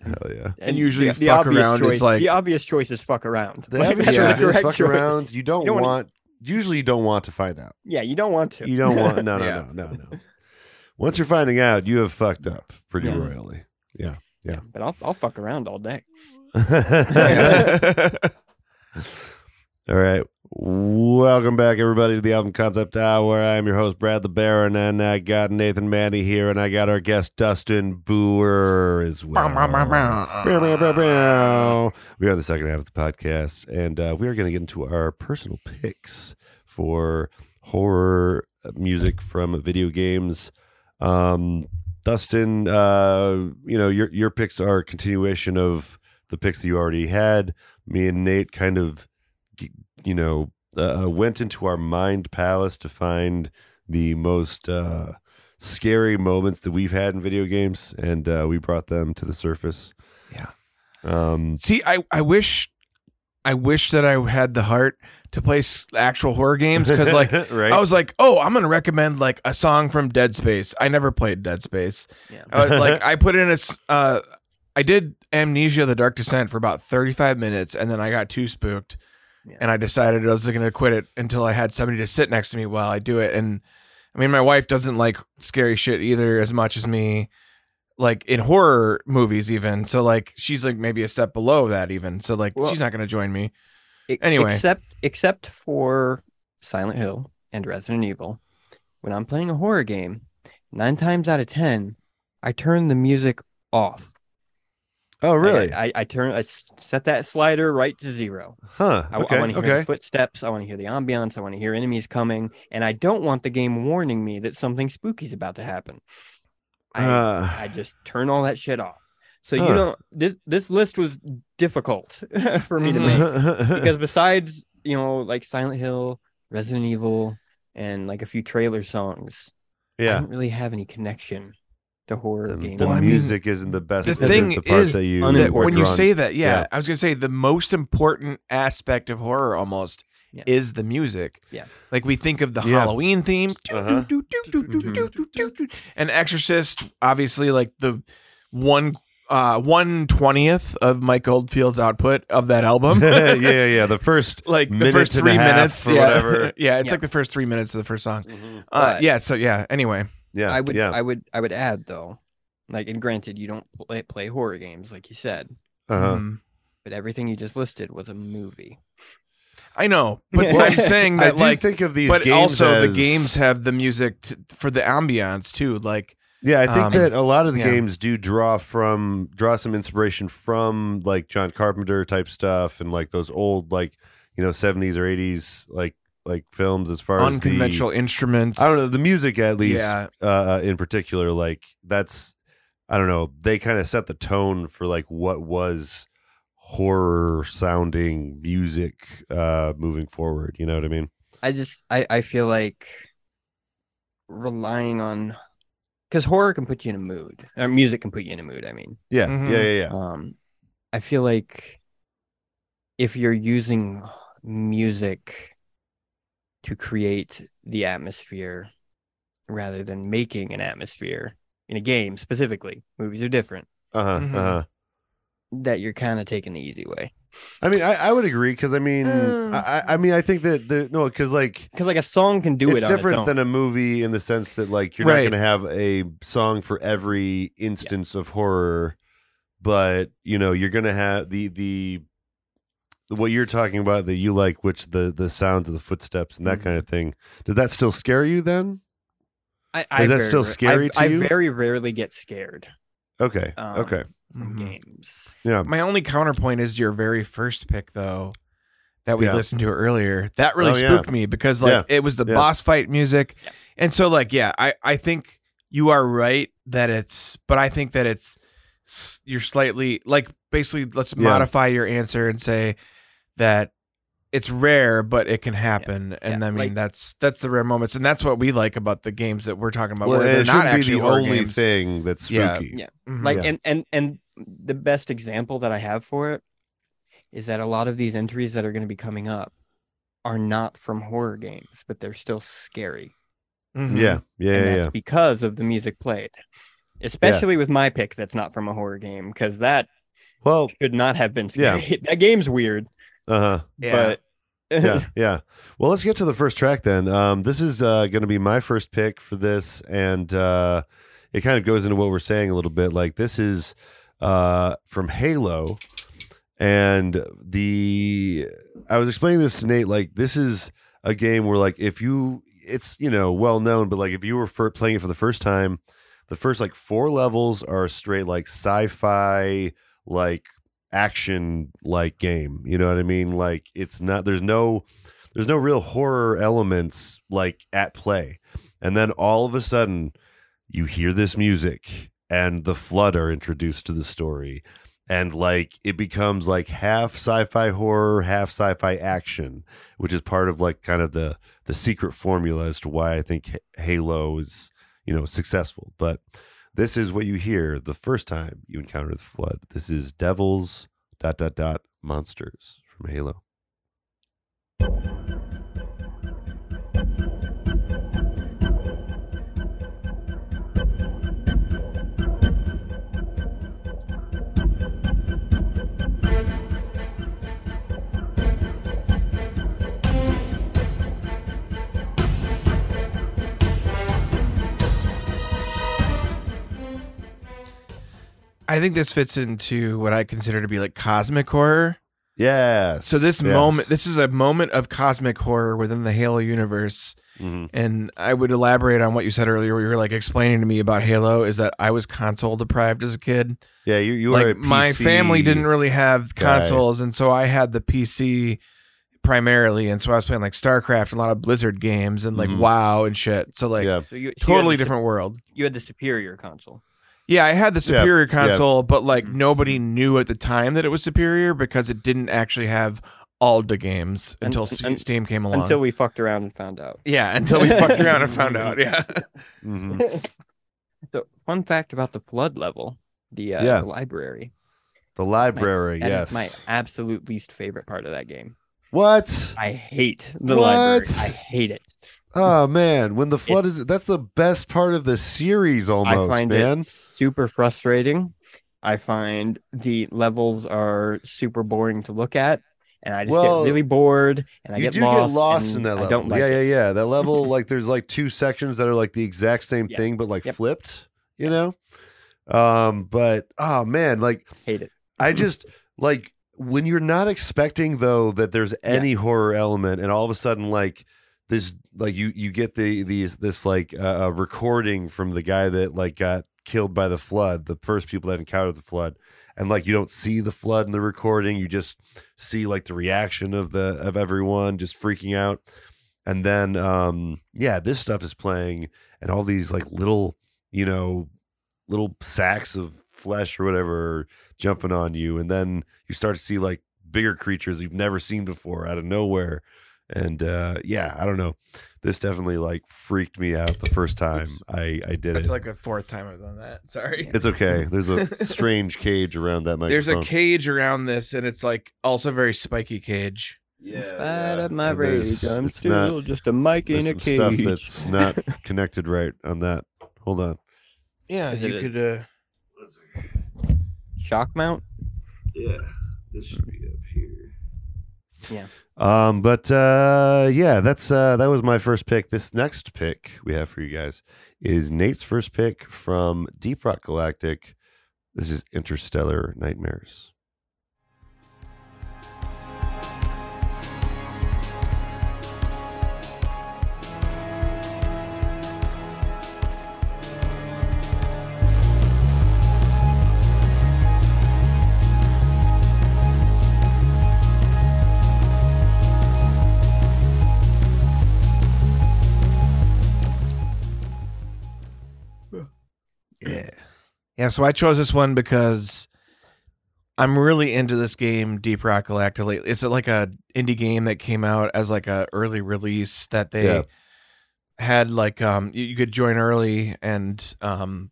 Hell yeah. And usually the, the fuck obvious around is choice, like- the obvious choice is fuck around. The Like, heavy that's Yeah. shit the is correct fuck choice. around. You don't, You don't wanna- want. Usually, you don't want to find out. Yeah, you don't want to. You don't <laughs> want. No, no, Yeah. no, no, no. Once you're finding out, you have fucked up pretty Yeah. royally. <laughs> yeah. But I'll I'll fuck around all day. All right. Welcome back, everybody, to the Album Concept Hour. I'm your host, Brad the Baron, and I got Nathan Mandy here, and I got our guest, Dustin Boer, as well. Bow, bow, bow, bow. We are the second half of the podcast, and uh, we are going to get into our personal picks for horror uh, music from video games. Um, Dustin, uh, you know your your picks are a continuation of the picks that you already had. Me and Nate kind of, g- you know, uh, went into our mind palace to find the most. Uh, scary moments that we've had in video games and uh, we brought them to the surface Yeah. um <laughs> See, I, I wish I wish that I had the heart to play s- actual horror games because <laughs> like right I was like, oh, I'm gonna recommend like a song from Dead Space. I never played Dead Space. Yeah. Uh, <laughs> like I put in a, s- uh, I did Amnesia: The Dark Descent for about 35 minutes, and then I got too spooked, Yeah. and I decided I was gonna quit it until I had somebody to sit next to me while I do it. And I mean, my wife doesn't like scary shit either as much as me, like in horror movies even. So like she's like maybe a step below that even. So like Well- she's not gonna join me. Uh, E- Anyway. except except for Silent Hill and Resident Evil, when I'm playing a horror game, nine times out of ten, I turn the music off. oh Like, really I, I, I turn I s- set that slider right to zero. huh I, okay want to hear the okay footsteps. I want to hear the ambiance. I want to hear enemies coming, and I don't want the game warning me that something spooky is about to happen. I, Uh, I just <laughs> turn all that shit off. So Huh. you know this this list was difficult <laughs> for me to Mm-hmm. make because besides you know like silent hill resident evil and like a few trailer songs <laughs> i yeah don't really have any connection to horror the, games the Well, I mean, music isn't the best the isn't thing the parts is that you that were Unimportant. when you drawn- <laughs> say that, yeah, Yeah. I was gonna say the most important aspect of horror almost Yeah. is the music. Yeah. like we think of the Yeah. Halloween theme, Uh-huh. do, do, do, do, do, do, do, do, do. and Exorcist. Obviously, like the one uh one twentieth of Mike Oldfield's output of that album. <laughs> <laughs> yeah yeah the first Like the Minute first and a three half minutes, or yeah, whatever. <laughs> yeah. It's Yeah. like the first three minutes of the first song. Uh, But- yeah. So yeah. Anyway, yeah i would yeah i would i would add though like and granted you don't play, play horror games like you said uh-huh. Mm. but everything you just listed was a movie I know, <laughs> but Well, I'm saying I that do like think of these but games also the as- games have the music t- for the ambiance too like yeah i think um, that a lot of the yeah. games do draw from draw some inspiration from like john carpenter type stuff and like those old like you know 70s or 80s like like films as far as the unconventional instruments I don't know the music at least Yeah. uh, in particular. Like that's I don't know. They kind of set the tone for like what was horror sounding music uh, moving forward. You know what I mean? i just i i feel like relying on because horror can put you in a mood or music can put you in a mood i mean Yeah, Mhm. yeah, yeah, yeah. um i feel like if you're using music to create the atmosphere rather than making an atmosphere in a game specifically movies are different Uh huh. Uh Mhm. huh. that you're kind of taking the easy way I mean, I, I would agree because I mean, Uh. I, I- I mean, I think that the no, because like Because like a song can do it's it. different on its own. than a movie in the sense that like you're Right. not going to have a song for every instance of horror, but you know you're going to have the the what you're talking about that you like, which the the sounds of the footsteps Mm-hmm. and that kind of thing. Does that still scare you then? I, I Is that very still ra- I- scary to I, you? very rarely get scared Okay, Um, okay, from Mm-hmm. Mhm. games. yeah. My only counterpoint is your very first pick, though, that we Yeah. listened to earlier. That really Oh, yeah. spooked me because, like, it was the Yeah. boss fight music, and so, like, yeah, I I think you are right that it's, but I think that it's s- you're slightly like basically let's Yeah. modify your answer and say that it's rare but it can happen and Yeah, i mean like- that's that's the rare moments and that's what we like about the games that we're talking about Well, where and they're it not shouldn't be actually the horror only games. thing that's Yeah. spooky. Yeah. Mhm. Like Yeah. and and and the best example that I have for it is that a lot of these entries that are going to be coming up are not from horror games, but they're still scary. Mhm. Yeah, yeah, and yeah, that's yeah. because of the music played. Especially with my pick that's not from a horror game, because that Well, should not have been Yeah. scary. <laughs> that game's weird, uh huh. yeah. but <laughs> yeah, yeah. Well, let's get to the first track then. Um, this is uh, going to be my first pick for this, and uh, it kind of goes into what we're saying a little bit. Like this is uh, from Halo, and the I was explaining this to Nate. Like this is a game where like if you it's you know well known, but like if you were fir- playing it for the first time, the first like four levels are straight like sci-fi like action like game. You know what I mean? Like it's not there's no there's no real horror elements like at play. And then all of a sudden you hear this music and the flood are introduced to the story and like it becomes like half sci-fi horror, half sci-fi action, which is part of like kind of the the secret formula as to why I think H- Halo is, you know, successful. But this is what you hear the first time you encounter the flood. This is devils dot dot dot monsters from Halo. I think this fits into what I consider to be like cosmic horror. Yes. So this Yes. moment, this is a moment of cosmic horror within the Halo universe. Mhm. And I would elaborate on what you said earlier. Where you were like explaining to me about Halo is that I was console deprived as a kid. Yeah, you you are a Like my PC family didn't really have guy. consoles, and so I had the PC primarily. And so I was playing like StarCraft, and a lot of Blizzard games, and like Mhm. WoW and shit. So like yeah. so you, so you had totally the sup- different world. You had the superior console. Yeah, I had the Yeah, superior console, but like Mhm. nobody knew at the time that it was superior because it didn't actually have all the games Un- until Ste- un- Steam came along. Until we fucked around and found out. yeah, until we fucked around and found out. <laughs> Yeah, Mhm. <laughs> So, fun fact about the flood level, the, uh, Yeah. the library. The library, That yes. is my absolute least favorite part of that game. <laughs> What? I hate the library. What? I hate it. Oh man, when the flood is that's the best part of the series almost, I find man. it super frustrating. I find the levels are super boring to look at, and I just Well, get really bored. And I you get do lost, get lost in and that level. I don't like yeah, it. yeah, yeah. That level, <laughs> like, there's like two sections that are like the exact same Yeah. thing, but like Yep. flipped. You know, um, but oh man, like Hate it. I just like when you're not expecting though that there's any horror element, and all of a sudden like this like you you get the these this like uh, uh, recording from the guy that like got killed by the flood, the first people that encountered the flood, and like you don't see the flood in the recording, you just see like the reaction of the of everyone just freaking out, and then um yeah, this stuff is playing, and all these like little you know little sacks of flesh or whatever jumping on you and then you start to see like bigger creatures you've never seen before out of nowhere and uh yeah i don't know this definitely like freaked me out the first time Oops. i i did that's it like the fourth time I've done that. Sorry. <laughs> it's okay there's a strange cage around that microphone There's a cage around this, and it's like also very spiky cage. Out of my And there's- rage, I'm it's not- still just a mic there's in a some stuff cage. that's <laughs> not connected right on that hold on Yeah, Is you it a- could. Uh, <laughs> Shock mount. yeah this should be up here Yeah. Um, but uh, yeah, that's uh, that was my first pick. This next pick we have for you guys is Nate's first pick from Deep Rock Galactic. This is Interstellar Nightmares. Yeah. Yeah, so I chose this one because I'm really into this game, Deep Rock Galactic. Like, It's like a indie game that came out as like a early release that they Yeah. had like um you, you could join early and um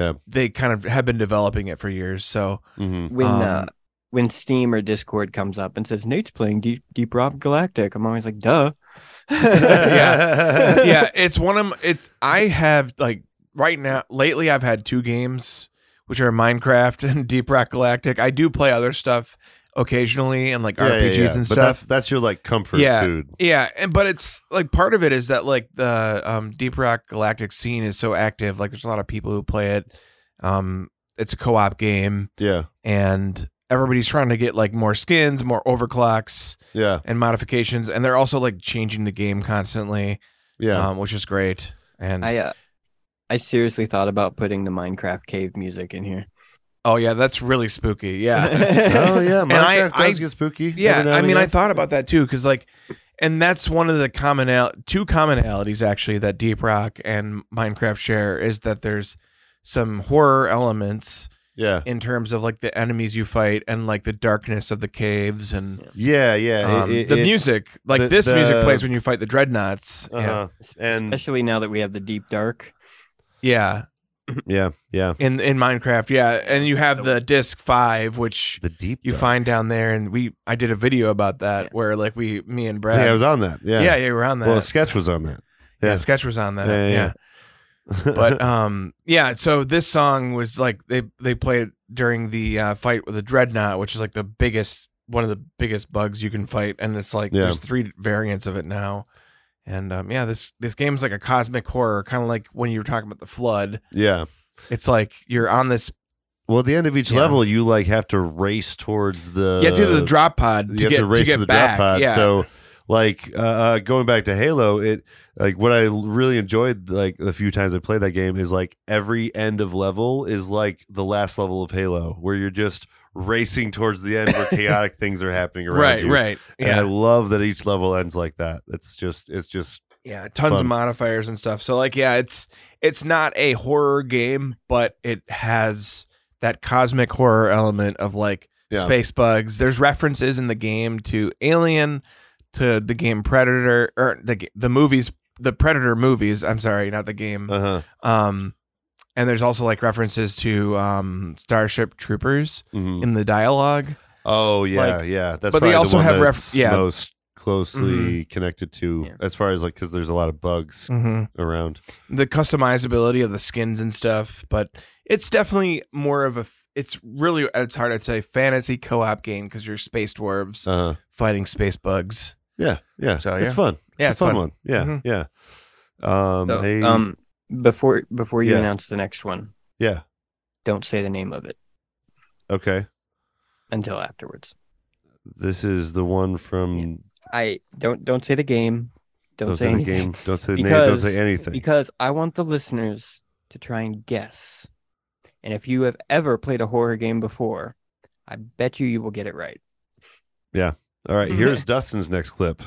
Yeah. they kind of have been developing it for <laughs> years. So hmm When Um, uh, when Steam or Discord comes up and says Nate's playing Deep, Deep Rock Galactic, I'm always like, duh. <laughs> <laughs> <laughs> Yeah. yeah, it's one of m- it's I have like right now lately I've had two games which are Minecraft <laughs> and Deep Rock Galactic. I do play other stuff occasionally and like Yeah, yeah, RPGs yeah. and but stuff. That's that's your like comfort Yeah. food. Yeah, and but it's like part of it is that like the um Deep Rock Galactic scene is so active. Like there's a lot of people who play it. Um it's a co-op game Yeah. and everybody's trying to get like more skins, more overclocks Yeah. and modifications and they're also like changing the game constantly, Yeah. um which is great. And I uh, I seriously thought about putting the Minecraft cave music in here. oh yeah, that's really <laughs> spooky. Yeah. oh <laughs> yeah. Minecraft I- I- does get spooky. every Yeah, now I and mean, I again. thought about that too because like, and that's one of the commonal two commonalities actually that Deep Rock and Minecraft share is that there's some horror elements Yeah. in terms of like the enemies you fight and like the darkness of the caves and Yeah. Yeah. um, It- it- the it- music. Like the- this music the- plays when you fight the dreadnoughts. uh-huh. And- especially now that we have the deep dark. Yeah, Yeah. Yeah. yeah, in in Minecraft. Yeah, and you have the disc five, which The deep. you dive. find down there, and we I did a video about that Yeah. where like we me and Brad. Yeah, I was on that. Yeah. yeah, yeah, you were on that. Well, a sketch was on that. Yeah, Yeah. Sketch was on that. Yeah, Yeah, yeah, <laughs> but um, yeah. So this song was like they they played during the uh, fight with the dreadnought, which is like the biggest one of the biggest bugs you can fight, and it's like Yeah. there's three variants of it now. And um, yeah, this this game's like a cosmic horror, kind of like when you were talking about the flood. yeah. It's like you're on this Well, at the end of each Yeah. level, you like have to race towards the yeah to the drop pod to Uh, you have get to race to, get the back. drop pod. Yeah, So, like uh, uh, going back to Halo, it like what I l- really enjoyed like the few times I played that game is like every end of level is like the last level of Halo, where you're just racing towards the end <laughs> where chaotic things are happening around right, you. right. And Yeah, I love that each level ends like that. It's just it's just Yeah, tons Fun. of modifiers and stuff. So like yeah, it's it's not a horror game, but it has that cosmic horror element of like Yeah. space bugs. There's references in the game to Alien, to the game Predator or the g- the movies, the Predator movies, I'm sorry, not the game. uh huh. Um and there's also like references to um Starship Troopers in the dialogue. mm-hmm. Oh yeah, Like- yeah. That's but probably they the also one have ref- that's yeah. Mm-hmm. most closely connected to Yeah. as far as like because there's a lot of <laughs> bugs Mhm. around. the customizability of the skins and stuff, but it's definitely more of a. f- It's really at its heart, I'd say, fantasy co-op game because you're space dwarves Uh, fighting space bugs. yeah, yeah. So, yeah. It's fun. Yeah, it's, it's a fun, fun. one. Yeah, Mhm. yeah. Um, So, hey- um, before before you Yeah. announce the next one, yeah. don't say the name of it Okay, until afterwards. this is the one from. I don't don't say the game. Don't, Don't say say the anything. game. Don't say the name. Don't Because- say anything. <laughs> because I want the listeners to try and guess. And if you have ever played a horror game before, I bet you you will get it right. All Mm-hmm. right, here's Dustin's next clip.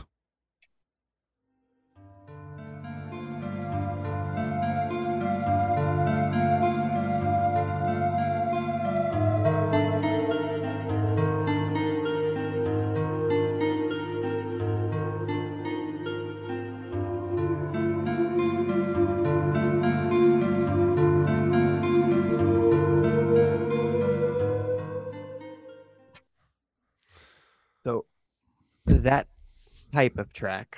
So that type of track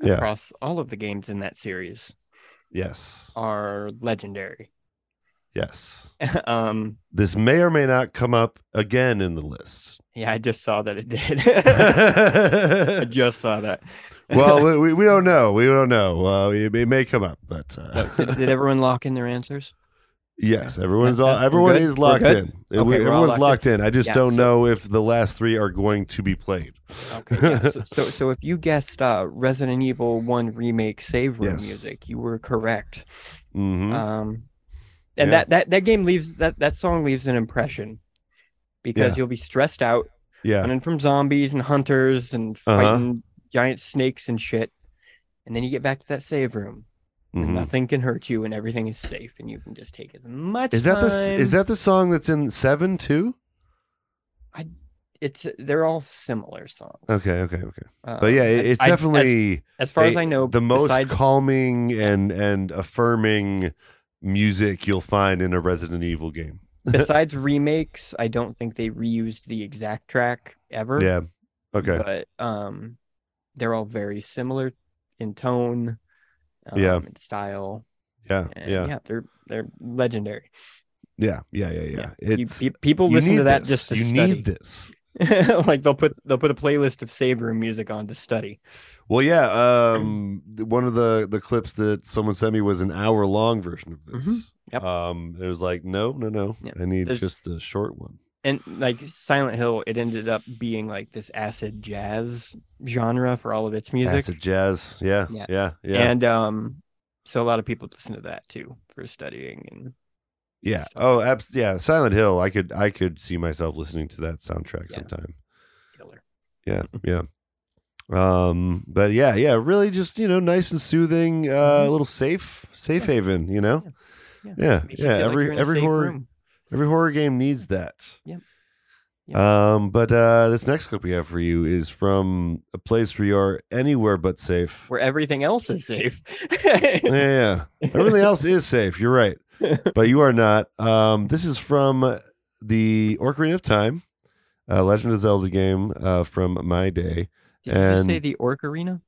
Yeah. across all of the games in that series Yes. are legendary. <laughs> Yes. um, This may or may not come up again in the list. yeah, I just saw that it did. <laughs> I well, just <laughs> saw that. we, we, we don't know. We don't know. Uh, it, it may come up, but uh, No, <laughs> did, did everyone lock in their answers? <laughs> yes, <laughs> everyone's all, We're everyone good? is We're locked good? in. Okay, We- we're all everyone's locked in. locked in. I just Yeah, don't so- know if the last three are going to be played. Okay. <laughs> Yeah. So, so, so if you guessed uh, Resident Evil One remake save room Yes. music, you were correct. hmm Um, and Yeah. that, that that game leaves that that song leaves an impression because you'll be stressed out yeah. running from zombies and hunters and Uh-huh. fighting giant snakes and shit, and then you get back to that save room. and mhm. Nothing can hurt you, and everything is safe, and you can just take as much. Is that the s- time. is that the song that's in seven too? It's they're all similar songs. Okay, okay, okay. Uh, But yeah, it, I- it's I- as- definitely as, far as a- I know, the most besides- <laughs> calming and and affirming music you'll find in a Resident Evil game. besides remakes, I don't think they reused the exact track ever. Yeah. Okay. But um, they're all very similar in tone, um, Yeah. and style. Yeah. and Yeah. yeah, they're they're legendary. Yeah. Yeah. Yeah. Yeah. You- It's pe- people you listen need to that this. just to you study. need this. <laughs> like they'll put they'll put a playlist of save room music on to study. Well, yeah. Um, th- one of the the clips that someone sent me was an hour long version of this. Mm-hmm. Yep. Um, it was like, no, no, no. Yeah. I need There's- just a short one. And like Silent Hill, it ended up being like this acid jazz genre for all of its music. Acid jazz. Yeah. Yeah. Yeah. Yeah. And um, so a lot of people listen to that too for studying and Yeah. stuff. Oh, abs- yeah. Silent Hill. I could I could see myself listening to that soundtrack Yeah. sometime. killer. Yeah. Yeah. Um, but yeah, yeah, really just, you know, nice and soothing, uh a little safe, safe Mm-hmm. Yeah. haven, you know? Yeah. Yeah. Makes you Yeah. feel like Every you're in a every safe horror room. every horror game needs that. Yep. Yep. Um, but uh this next clip we have for you is from a place where you are anywhere but <laughs> safe. where everything else is safe. <laughs> <laughs> yeah, yeah. Everything else is safe. You're <laughs> right. But you are not. Um, this is from the Ocarina of Time, uh, Legend of Zelda game uh, from my day. Did And- you say the orc arena?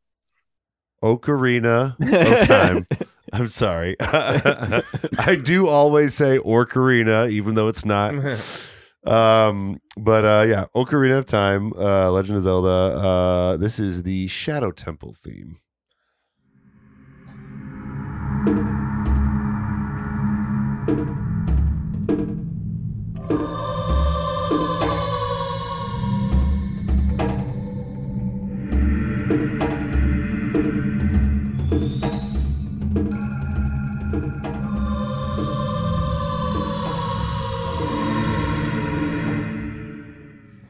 Ocarina of <laughs> Time. I'm sorry. <laughs> I do always say Ocarina, even though it's <laughs> not. Um, but uh, yeah, Ocarina of Time, uh, Legend of Zelda. Uh, this is the Shadow Temple theme.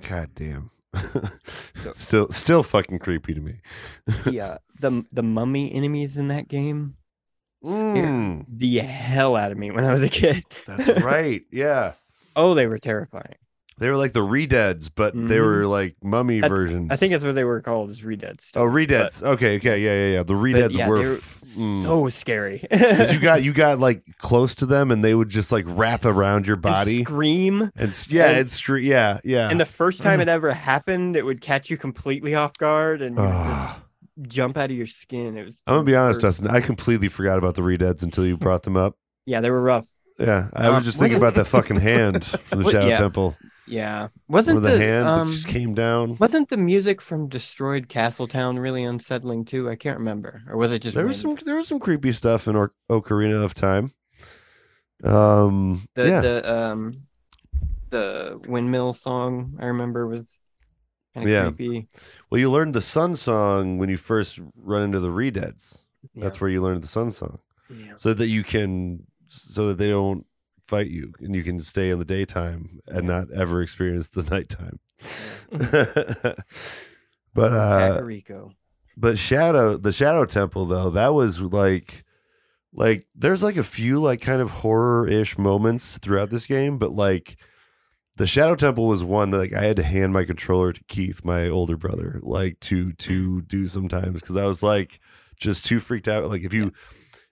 God damn. <laughs> still, still fucking creepy to me. <laughs> the uh, the the mummy enemies in that game scared <laughs> Mm, the hell out of me when I was a <laughs> kid. that's right. Yeah. <laughs> oh, they were terrifying. They were like the Redeads, but they Mhm. were like mummy versions. I think that's what they were called is redead stuff. oh Redeads. okay, okay, yeah, yeah, yeah. The But Redeads yeah, were, they were f- mm. <laughs> so scary. 'Cause <laughs> you got you got like close to them, and they would just like wrap around your And body. And scream. s- yeah, and- it's true. Yeah, yeah. And the first time it ever happened, it would catch you completely off guard and you would just Ugh. jump out of your skin. It was Ah. I'm gonna be honest, first- Dustin. I completely forgot about the Redeads until you brought them up. Yeah, they were rough. Yeah, I was Um, just thinking wasn't- <laughs> about that fucking hand from the What- Shadow yeah. Temple, Yeah. or Wasn't the, hand um, that just came down. Wasn't the music from Destroyed Castletown really unsettling too? I can't remember. Or was it just There was random? some there was some creepy stuff in or- Ocarina of Time. Um, the, yeah, the um the windmill song I remember was kind of Yeah. creepy. Well, you learned the sun song when you first run into the Redeads. Yeah. That's where you learned the sun song, yeah. so that you can, so that they don't fight you, and you can stay in the daytime and not ever experience the <laughs> nighttime. <laughs> but uh, Kakariko. but shadow the shadow temple though that was like like there's like a few like kind of horror-ish moments throughout this game but like the shadow temple was one that like i had to hand my controller to keith my older brother like to to do sometimes because i was like just too freaked out like if you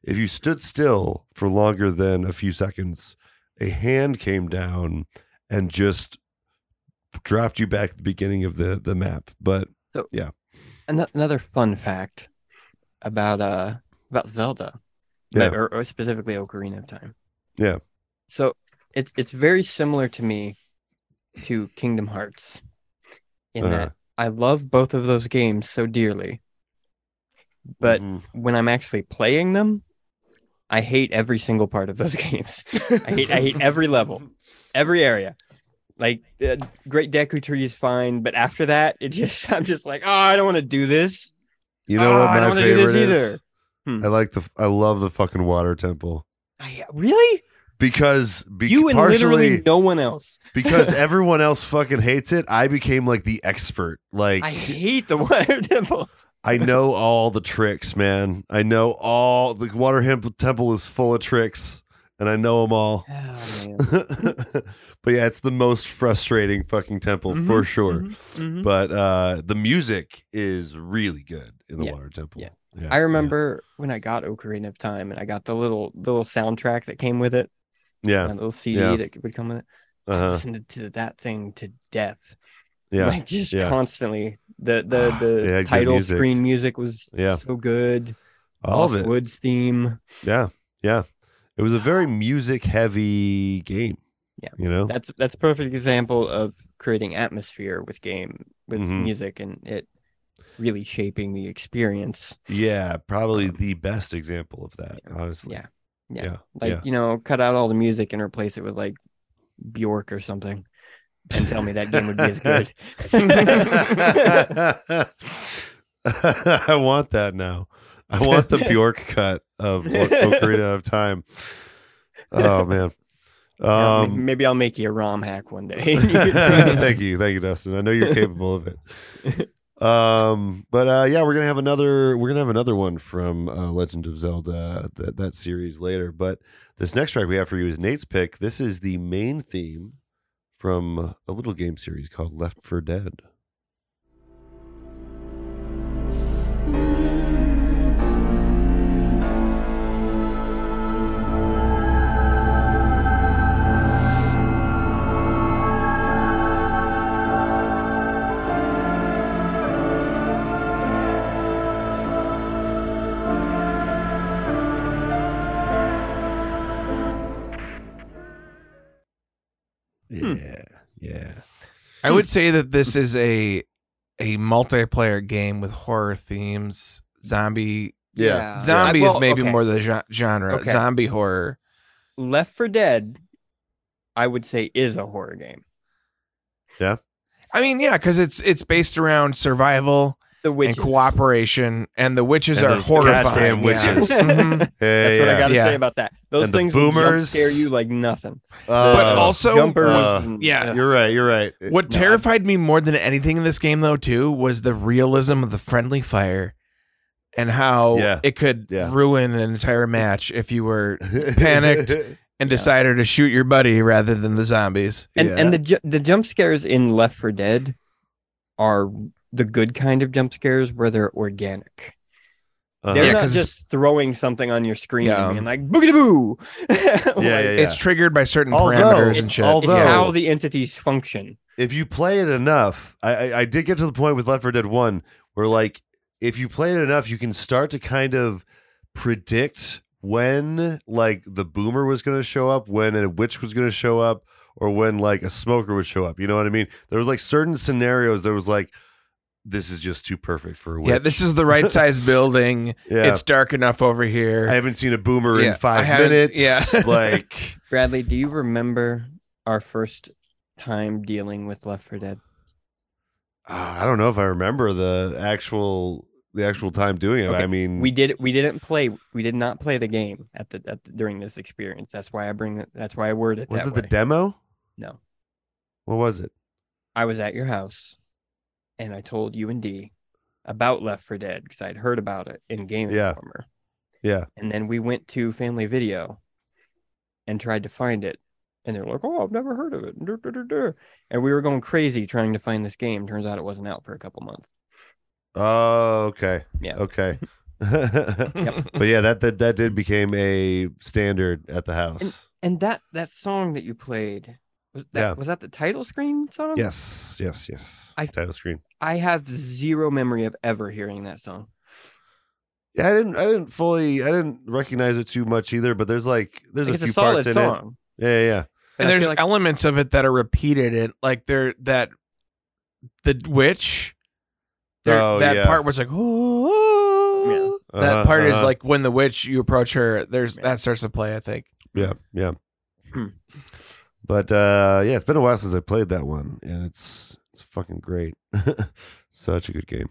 if you stood still for longer than a few seconds a hand came down and just dropped you back at the beginning of the the map but Ano- Another fun fact about uh about Zelda, Yeah. but- or, or specifically Ocarina of Time. Yeah. So it's it's very similar to me to Kingdom Hearts in Uh-huh. that I love both of those games so dearly. But Mhm. when I'm actually playing them, I hate every single part of those <laughs> games. I hate I hate every level, every area. Like uh, Great Deku Tree is fine, but after that, it just <laughs> I'm just like, oh, I don't want to do this. you know Ah, I don't what my wanna do this favorite is? either. Hmm. I like the I love the fucking water temple I, really? because be- you and partially <laughs> literally no one else. because everyone else fucking hates it. I became like the expert. Like I hate the <laughs> water temple. I know all the tricks, man. I know all the water hemp temple is full of tricks, and I know them all. <laughs> Oh, man. but yeah, it's the most frustrating fucking temple for Mhm, sure. mhm, mhm. But uh the music is really good in the Yeah, water temple. yeah. Yeah, I remember when I got Ocarina of Time and I got the little little soundtrack that came with it, Yeah. my little CD yeah. that would come with it. yeah, <laughs> uh-huh, Listened to that thing to death. yeah. like just yeah. constantly. The <sighs> the They the had good title music. screen music was Yeah. so good. all of Lost it. Woods theme. Yeah, yeah. It was a very music heavy game. Yeah. you know. That's that's a perfect example of creating atmosphere with game with Mhm. music and it really shaping the experience. yeah, probably Um, the best example of that. Honestly. Yeah. Yeah. Yeah. Yeah. Like, you know, cut out all the music and replace it with like Bjork or something. And tell me that game would be <laughs> as good. <laughs> I want that now. I want <laughs> the Bjork cut of O- Ocarina of Time. Oh man. Yeah, may- Um maybe I'll make you a ROM hack one <laughs> <laughs> day. thank you. Thank you, Dustin. I know you're capable of it. Um but uh yeah, we're going to have another we're going to have another one from uh, Legend of Zelda that that series later, but this next track we have for you is Nate's pick. This is the main theme from a little game series called Left for Dead. Hmm. Yeah. Yeah. <laughs> I would say that this is a a multiplayer game with horror themes, zombie. Yeah. Zombie I- Uh, well, is maybe okay. more the gen- genre. Okay. Zombie horror. Left for Dead, I would say, is a horror game. I mean, yeah, because it's it's based around survival The witches. and cooperation, and the witches And are those horrifying. goddamn yeah. witches. <laughs> Mhm. That's Hey, what I yeah. got to Yeah. say about that. Those And the things will jump boomers. scare you like nothing. Uh, but also, Jumpers uh, and- yeah. you're right. You're right. what No, <laughs> I- terrified me more than anything in this game, though, too, was the realism of the friendly fire, and how Yeah. it could Yeah. ruin an entire match if you were Panicked. Uh-huh. and decided to shoot your buddy rather than the zombies. And Yeah. and the ju- the jump scares in Left for Dead are the good kind of jump scares where they're organic. Uh-huh. They're Yeah, not 'cause it's- just throwing something on your screen Yeah. and being like boogity <laughs> boo. yeah, yeah, yeah. It's triggered by certain Although- parameters and shit. although- it's how the entities function. if you play it enough, I, I I did get to the point with Left 4 Dead One where like if you play it enough, you can start to kind of predict when like the boomer was going to show up, when a witch was going to show up, or when like a smoker would show up. You know what I mean? There was like certain scenarios. There was like this is just too perfect for a witch. yeah, this is the <laughs> right size building. yeah. It's dark enough over here. <laughs> I haven't seen a boomer Yeah, in I five haven't- minutes. yeah. <laughs> like <laughs> Bradley, do you remember our first time dealing with Left for Dead? Mm-hmm. ah, I don't know if I remember the actual the actual time doing it. Okay, I mean, We did we didn't play we did not play the game at the, at the during this experience. That's why I bring it, that's why I word it was that it way. the demo? No. What was it? I was at your house and I told you and D about Left for Dead because I'd heard about it in Game Yeah. Informer. Yeah. And then we went to Family Video and tried to find it. And they're like, oh, I've never heard of it. Dur, dur, dur, dur. And we were going crazy trying to find this game. Turns out it wasn't out for a couple months. Oh, okay. Yeah. <laughs> Okay. <laughs> but yeah, that, that that did became a standard at the house. And um, that that song that you played, was that, Yeah. was that the title screen song? yes, yes, yes. I- Title screen. I have zero memory of ever hearing that song. Yeah, I didn't I didn't fully I didn't recognize it too much either, but there's like there's Like, a it's few a solid parts in it. song. Yeah, yeah, yeah. But I and there's feel like- elements of it that are repeated and like there that the witch there- Oh, that yeah. part was like oh that Uh-huh, part is uh-huh. like when the witch you approach her there's Yeah. that starts to play i think Yeah, yeah. Hmm. But uh yeah, it's been a while since I played that one, and it's it's fucking great. <laughs> Such a good game.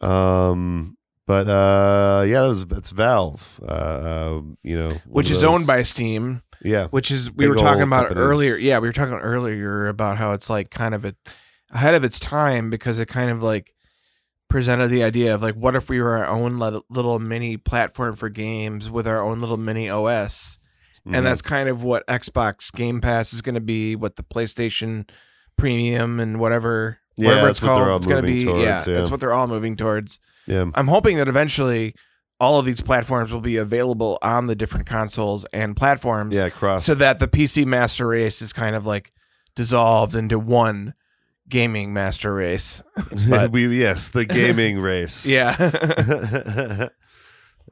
Um, but uh yeah, that was that's Valve. Uh, um, you know, one which of is owned those- by steam yeah, which is we Big were talking ol' about companies. earlier yeah we were talking earlier about how it's like kind of a, ahead of its time because it kind of like presented the idea of like what if we were our own lit- little mini platform for games with our own little mini os Mhm. and that's kind of what Xbox Game Pass is going to be, what the PlayStation Premium and whatever Yeah, whatever it's that's what they're called, all it's going to moving be. towards, yeah, yeah. that's what they're all moving towards. yeah. I'm hoping that eventually all of these platforms will be available on the different consoles and platforms, Yeah, cross. so that the PC master race is kind of like dissolved into one gaming master race. <laughs> <laughs> but- we yes, <laughs> the gaming race. Yeah, <laughs>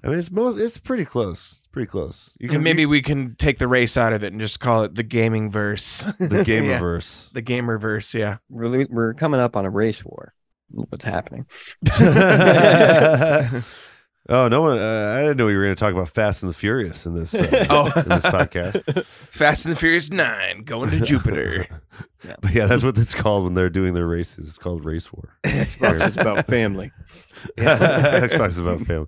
I mean, it's most. It's pretty close. It's pretty close. You and maybe we can take the race out of it and just call it the gaming verse, <laughs> the yeah. gamerverse. the gamer verse. Yeah. We're, we're coming up on a race war. What's happening? <laughs> oh no one! Uh, I didn't know we were going to talk about Fast and the Furious in this uh, Oh. in this podcast. Fast and the Furious Nine going to Jupiter. <laughs> But yeah, that's what it's called when they're doing their races. It's called race war. It's <laughs> about family. <laughs> Xbox is about family.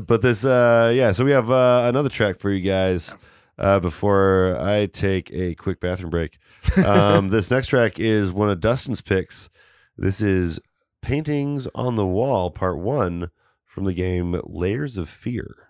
but this, uh, yeah. So we have uh, another track for you guys uh, before I take a quick bathroom <laughs> break. Um, this next track is one of Dustin's picks. This is "Paintings on the Wall" Part One from the game Layers of Fear.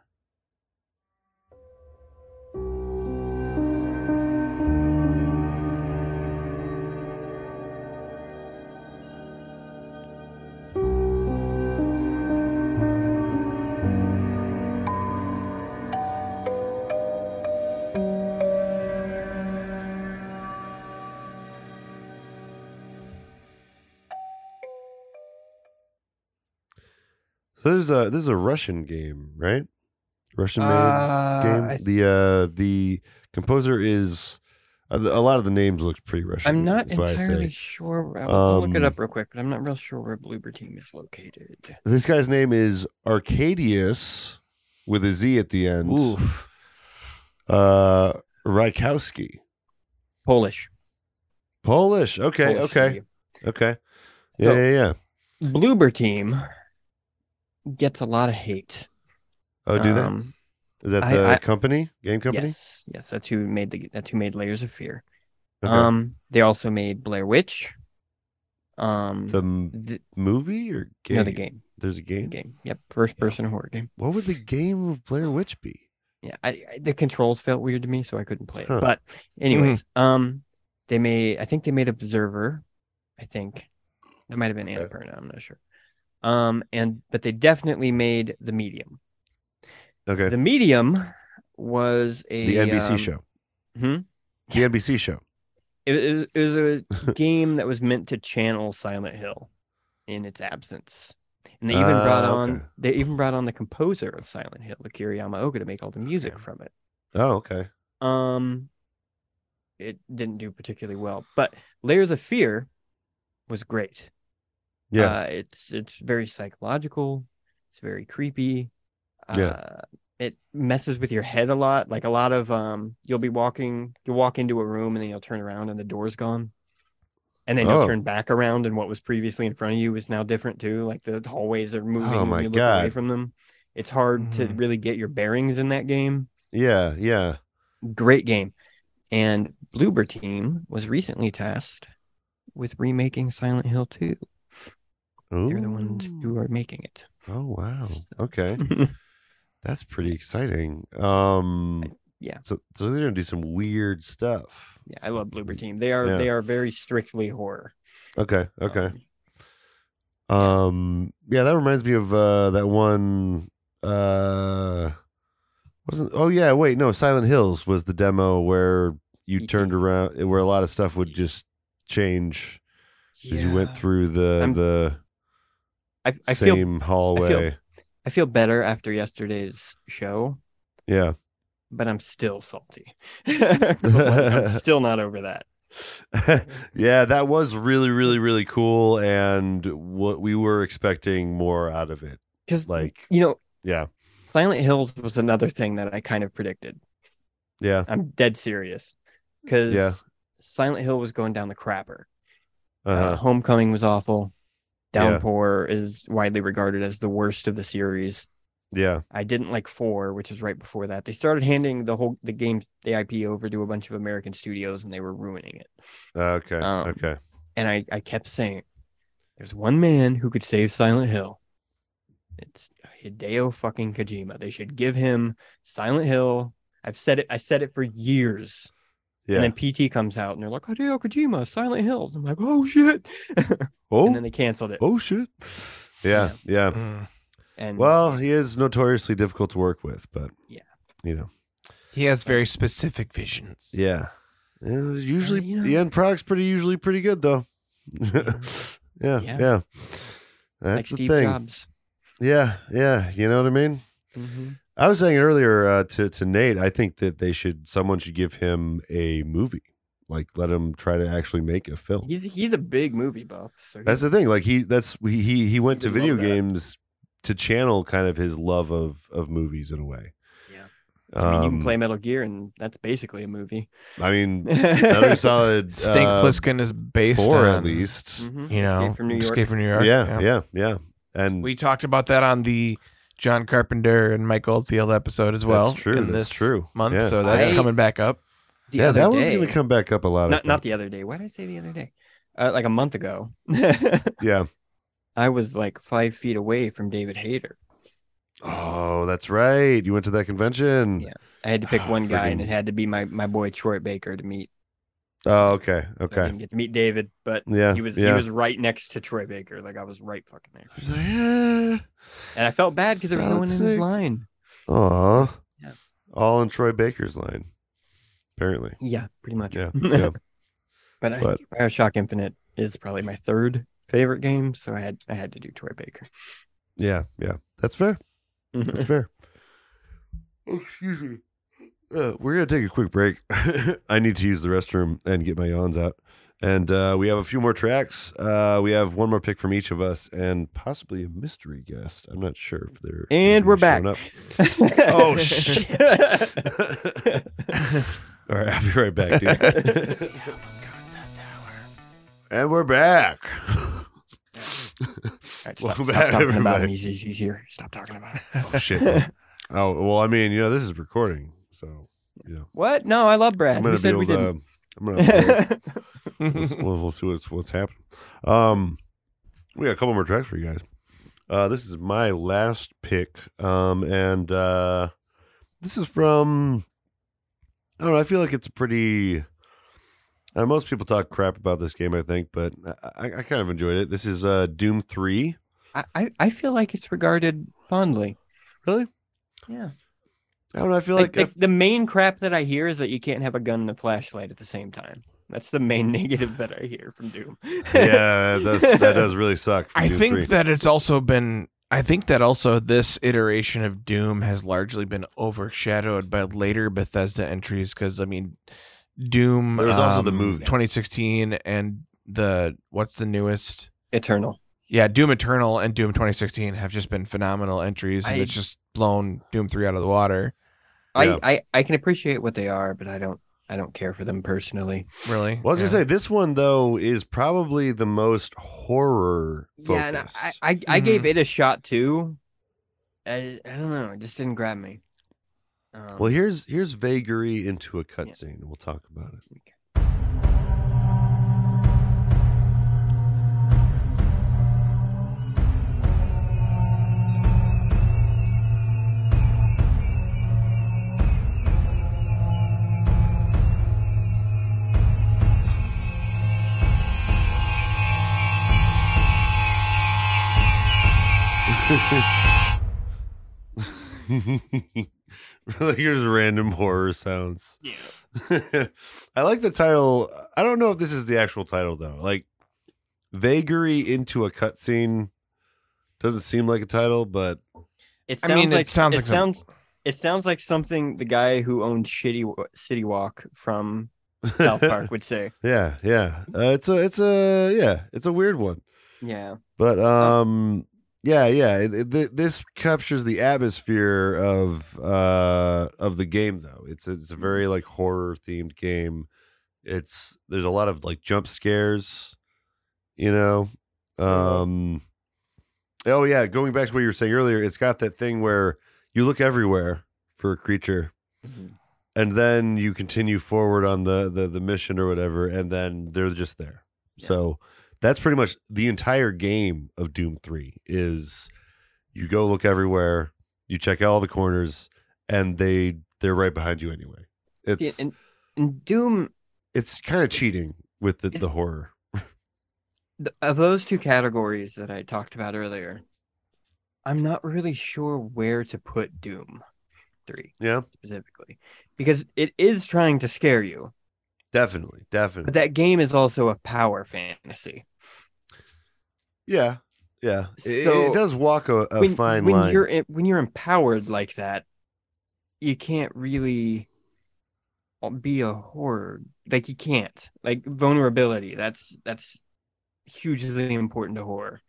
So this is a this is a Russian game, right? Russian made game. Uh, I- the uh the composer is a, a lot of the names look pretty Russian. I'm not is what I say. entirely sure. I'll, I'll look it Um, up real quick, but I'm not real sure where Bloober Team is located. This guy's name is Arcadius with a Z at the end. Oof. Uh Rykowski. Polish. Polish. Okay, Polish okay. city. Okay. Yeah, So- yeah, yeah. Bloober Team gets a lot of hate. Oh, do that. Um, Is that I- the I- company? Game company? Yes, yes, that's who made the that's who made Layers of Fear. Okay. Um, they also made Blair Witch. Um, the m- the, movie or game? no, the game, There's a the game. game. Yep, first person horror game. What would the game of Blair Witch be? Yeah, I, I the controls felt weird to me, so I couldn't play it. Huh. But anyways, um, they made I think they made Observer. I think that might have been Okay. Annapurna. I'm not sure. Um, and but they definitely made the Medium. Okay. The Medium was a the NBC um, show. hmm? The NBC show. It, it, was- it was <laughs> a game that was meant to channel Silent Hill in its absence. And they even brought Ah, on okay. they even brought on the composer of Silent Hill, Akira Yamaoka, to make all the music from it. Oh, okay. Um, it didn't do particularly well, but Layers of Fear was great. Yeah. uh, it's it's very psychological. It's very creepy. Yeah. Uh, it messes with your head a lot. Like a lot of um, you'll be walking, you'll walk into a room and then you'll turn around and the door's gone, and then Oh. you'll turn back around and what was previously in front of you is now different too. Like the hallways are moving Oh when my you look away God. from them. It's hard to Mhm. really get your bearings in that game yeah, yeah. great game. And Bloober Team was recently tasked with remaking Silent Hill 2. They're the ones Ooh. who are making it. Oh wow. So- <laughs> Okay. That's pretty exciting. Um yeah. So so they're gonna do some weird stuff. yeah, I love Bloober Team. They are Yeah. they are very strictly horror. Okay, okay. Um, Um yeah, that reminds me of uh that one uh wasn't oh yeah, wait, no, Silent Hills was the demo where you E.T.. turned around where a lot of stuff would just change as you went yeah. through the I'm- the I, I feel same hallway. I feel better after yesterday's show, Yeah. but I'm still salty. <laughs> <laughs> Like, I'm still not over that. yeah, that was really, really, really cool, and what we were expecting more out of it. Because Like, you know, yeah, Silent Hills was another thing that I kind of predicted. yeah, I'm dead serious. Because Yeah. Silent Hill was going down the crapper. Uh, uh-huh. Homecoming was awful. Yeah. Downpour is widely regarded as the worst of the series. yeah, I didn't like four, which is right before that. They started handing the whole the game the IP over to a bunch of American studios, and they were ruining it. okay, Um, okay, And I I kept saying, "There's one man who could save Silent Hill. It's Hideo fucking Kojima. They should give him Silent Hill." I've said it. I said it for years. yeah. And then PT comes out, and they're like, "Hideo Kojima, Silent Hills." I'm like, "Oh shit!" oh, And then they canceled it. oh shit. Yeah, yeah. Mm. And Well, he is notoriously difficult to work with, but Yeah. you know, He has very specific visions. yeah. Yeah, it's usually you know- Mm-hmm. the end product's pretty usually pretty good though. yeah, <laughs> yeah, Yeah. That's like the Steve thing. Jobs. Yeah, yeah. You know what I mean? Mhm. I was saying earlier uh, to to Nate, I think that they should someone should give him a movie, like let him try to actually make a film. He's he's a big movie buff. So That's the thing. Like he that's he he, he went He to would video love that. games to channel kind of his love of of movies in a way. Yeah. Um, I mean, you can play Metal Gear, and that's basically a movie. I <laughs> mean, another Mhm. solid Stink uh, Pliskin is based four on Mm-hmm. at least. You know, Escape from New York. Escape from New Yeah, York. yeah, yeah, And We talked about that on the John Carpenter and Mike Oldfield episode as well. That's true, in that's this true. Month, Yeah. so that's I- coming <laughs> back up. The yeah, other that one's day- gonna come back up a lot. I Not not think. the other day. Why did I say the other day? Uh, like a month ago, <laughs> yeah. I was like five feet away from David Hayter. Oh, that's right. You went to that convention. Yeah. I had to pick Ah, one guy, and friggin- it had to be my my boy Troy Baker to meet. Oh, okay, I okay. didn't get to meet David, but Yeah, he was yeah. he was right next to Troy Baker. Like I was right fucking there, He's like, yeah. and I felt bad because there was no Solid one in his snake. line. Aw. Yeah. All in Troy Baker's line, apparently. Yeah, pretty much. Yeah. Yeah. <laughs> But, I But- Bioshock Infinite is probably my third favorite game, so I had I had to do Troy Baker. yeah. Yeah. That's fair. That's <laughs> fair. Oh, excuse me. Uh, we're going to take a quick break. <laughs> I need to use the restroom and get my yawns out. And uh, we have a few more tracks. Uh, we have one more pick from each of us and possibly a mystery guest. I'm not sure if they're. And we're showing back. up. <laughs> oh shit. <laughs> All right, <laughs> I'll be right back, <laughs> dude. and we're back. Welcome stop, back, stop talking about everybody. it. He's, he's, he's here. Stop talking about it. <laughs> Oh, shit. <laughs> oh, well, I mean, you know, this is recording, so you know, <laughs> What? No, I love Brad. I'm Who gonna be said able we to. didn't? um, I'm uh, gonna. upload. Let's- we'll, we'll see what's what's happening. Um, we got a couple more tracks for you guys. Uh, this is my last pick, um, and uh, this is from. I don't know. I feel like it's a pretty. Uh, most people talk crap about this game, I think, but I, I- I kind of enjoyed it. This is uh, Doom Three. <laughs> I, I I feel like it's regarded fondly. Really? Yeah. I don't know. I feel Like, like, like the main crap that I hear is that you can't have a gun and a flashlight at the same time. That's the main <laughs> negative that I hear from Doom. uh, yeah, that does, that <laughs> does really suck. for I Doom think 3. that it's also been. I think that also this iteration of Doom has largely been overshadowed by later Bethesda entries because I mean, Doom. There was also the um, movie. 2016 and the what's the newest? <laughs> Eternal. Yeah, Doom Eternal and Doom 2016 have just been phenomenal entries, and I- it's just blown Doom 3 out of the water. Yeah. I, I I can appreciate what they are, but I don't I don't care for them personally. Really? Well, I was Yeah. gonna say this one though is probably the most horror focused. Yeah, and I I, I Mm-hmm. gave it a shot too. I, I don't know, it just didn't grab me. Um, Well, here's here's vagary into a cutscene. and We'll talk about it. <laughs> like here's random horror sounds. Yeah. <laughs> I like the title. I don't know if this is the actual title though. Like vagary into a cutscene doesn't seem like a title, but it I sounds mean, it like sounds it like some- sounds It sounds like something the guy who owned Shitty Wa- City Walk <laughs> from South Park would say. yeah, yeah. Uh, it's a, it's a, yeah, it's a weird one. Yeah. But um, yeah, yeah. it- it- th- this captures the atmosphere of uh of the game, though. It's it's a Mm-hmm. very like horror themed game. It's there's a lot of like jump scares, you know. Uh-huh. Um, oh yeah, going back to what you were saying earlier, it's got that thing where you look everywhere for a creature, Mm-hmm. and then you continue forward on the the, the mission or whatever, and then they're just there. Yeah. So that's pretty much the entire game of Doom Three is you go look everywhere, you check all the corners, and they they're right behind you anyway. It's Yeah, and, and Doom, it's kind of cheating with the, It- the horror. th- of those two categories that I talked about earlier, I'm not really sure where to put Doom 3 Yeah, specifically because it is trying to scare you, definitely, definitely. but that game is also a power fantasy. yeah, yeah. It- it, So, does walk a, a fine when line. You're em- when you're empowered like that, you can't really uh, be a horror. Like you can't. Like vulnerability. That's that's hugely important to horror.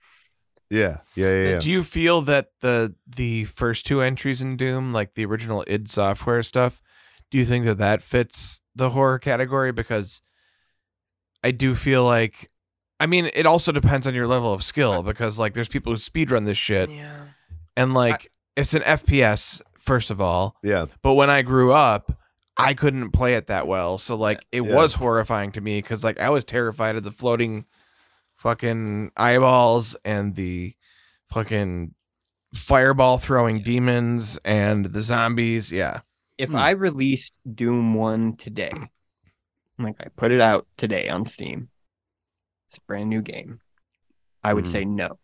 yeah, yeah, yeah. yeah. Do you feel that the the first two entries in Doom, like the original id Software stuff, do you think that that fits the horror category? Because I do feel like, I mean, it also depends on your level of skill. Because like, there's people who speedrun this shit, Yeah. and like, it's an FPS first of all. yeah, But when I grew up, I couldn't play it that well. So like, it Yeah. was horrifying to me because like I was terrified of the floating, fucking eyeballs and the fucking fireball throwing demons and the zombies. Yeah, If Hmm. I released Doom One today, like I put it out today on Steam, it's a brand new game. I would Mhm. say no.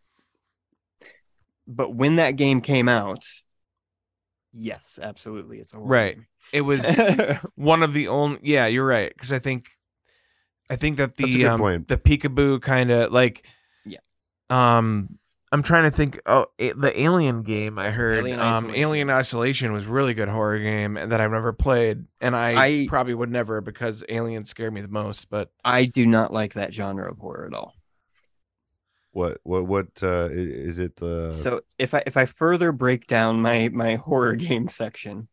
But when that game came out, yes, absolutely, it's a horror Right. game. it was <laughs> one of the only. Yeah, you're right because I think, I think that That's a the good um, point. the peekaboo kind of like, Yeah. um. I'm trying to think. Oh, a- the Alien game I heard. Alien um, Isolation. Alien Isolation was really good horror game, and that I've never played, and I, I- probably would never because Alien scared me the most. But I do not like that genre of horror at all. What what what uh, i- is it? The <laughs> so if I if I further break down my my <laughs> horror game section,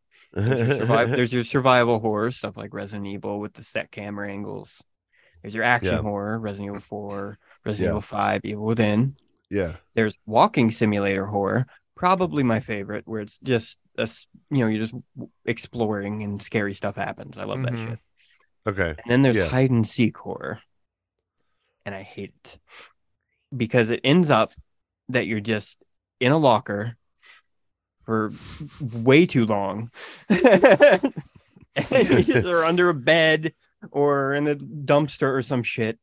<laughs> there's your, surviv- there's your survival horror stuff like Resident Evil with the set camera angles. There's your action Yeah. horror, Resident Evil 4, Resident Yeah. Evil 5, Evil Within. yeah, There's walking simulator horror, probably my favorite, where it's just a, s- you know you're just w- exploring and scary stuff happens. I love Mm-hmm. that Mhm. shit. okay, And then there's Yeah. hide and seek horror. And I hate it because it ends up that you're just in a locker for way too long. <laughs> and you are under a bed or in a dumpster or some shit.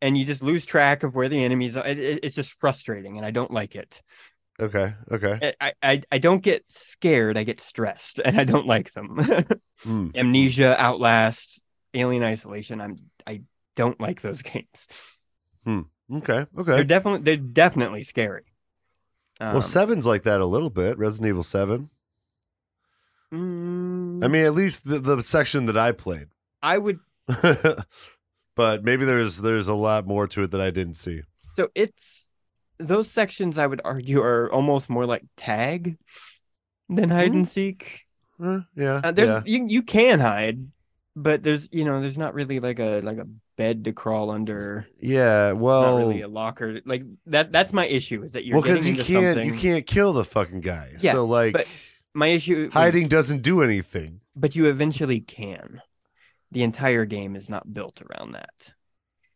And you just lose track of where the enemies are. It- it- it's just frustrating and I don't like it. okay, okay. I, I- I, I don't get scared. I get stressed and I don't like them. <laughs> Hmm. Amnesia, Outlast, Alien Isolation. I'm I don't like those <laughs> games. Okay, They're okay. definitely they're definitely scary. Um, well, seven's like that a little bit. Resident Evil Seven. mm, I mean, at least the, the section that I played. <laughs> I would. but maybe there's there's a lot more to it that I didn't see. So it's those sections I would argue are almost more like tag than hide and seek. Eh, yeah, Uh, there's Mm-hmm. yeah, you you can hide, but there's you know there's not really like a like a bed to crawl under. yeah. Not Well, really a locker like that. That's my issue is that you're Oh. well, getting because you into can't something. you can't kill the fucking guy. Yeah, so like but- My issue hiding doesn't do anything. but you eventually can. The entire game is not built around that.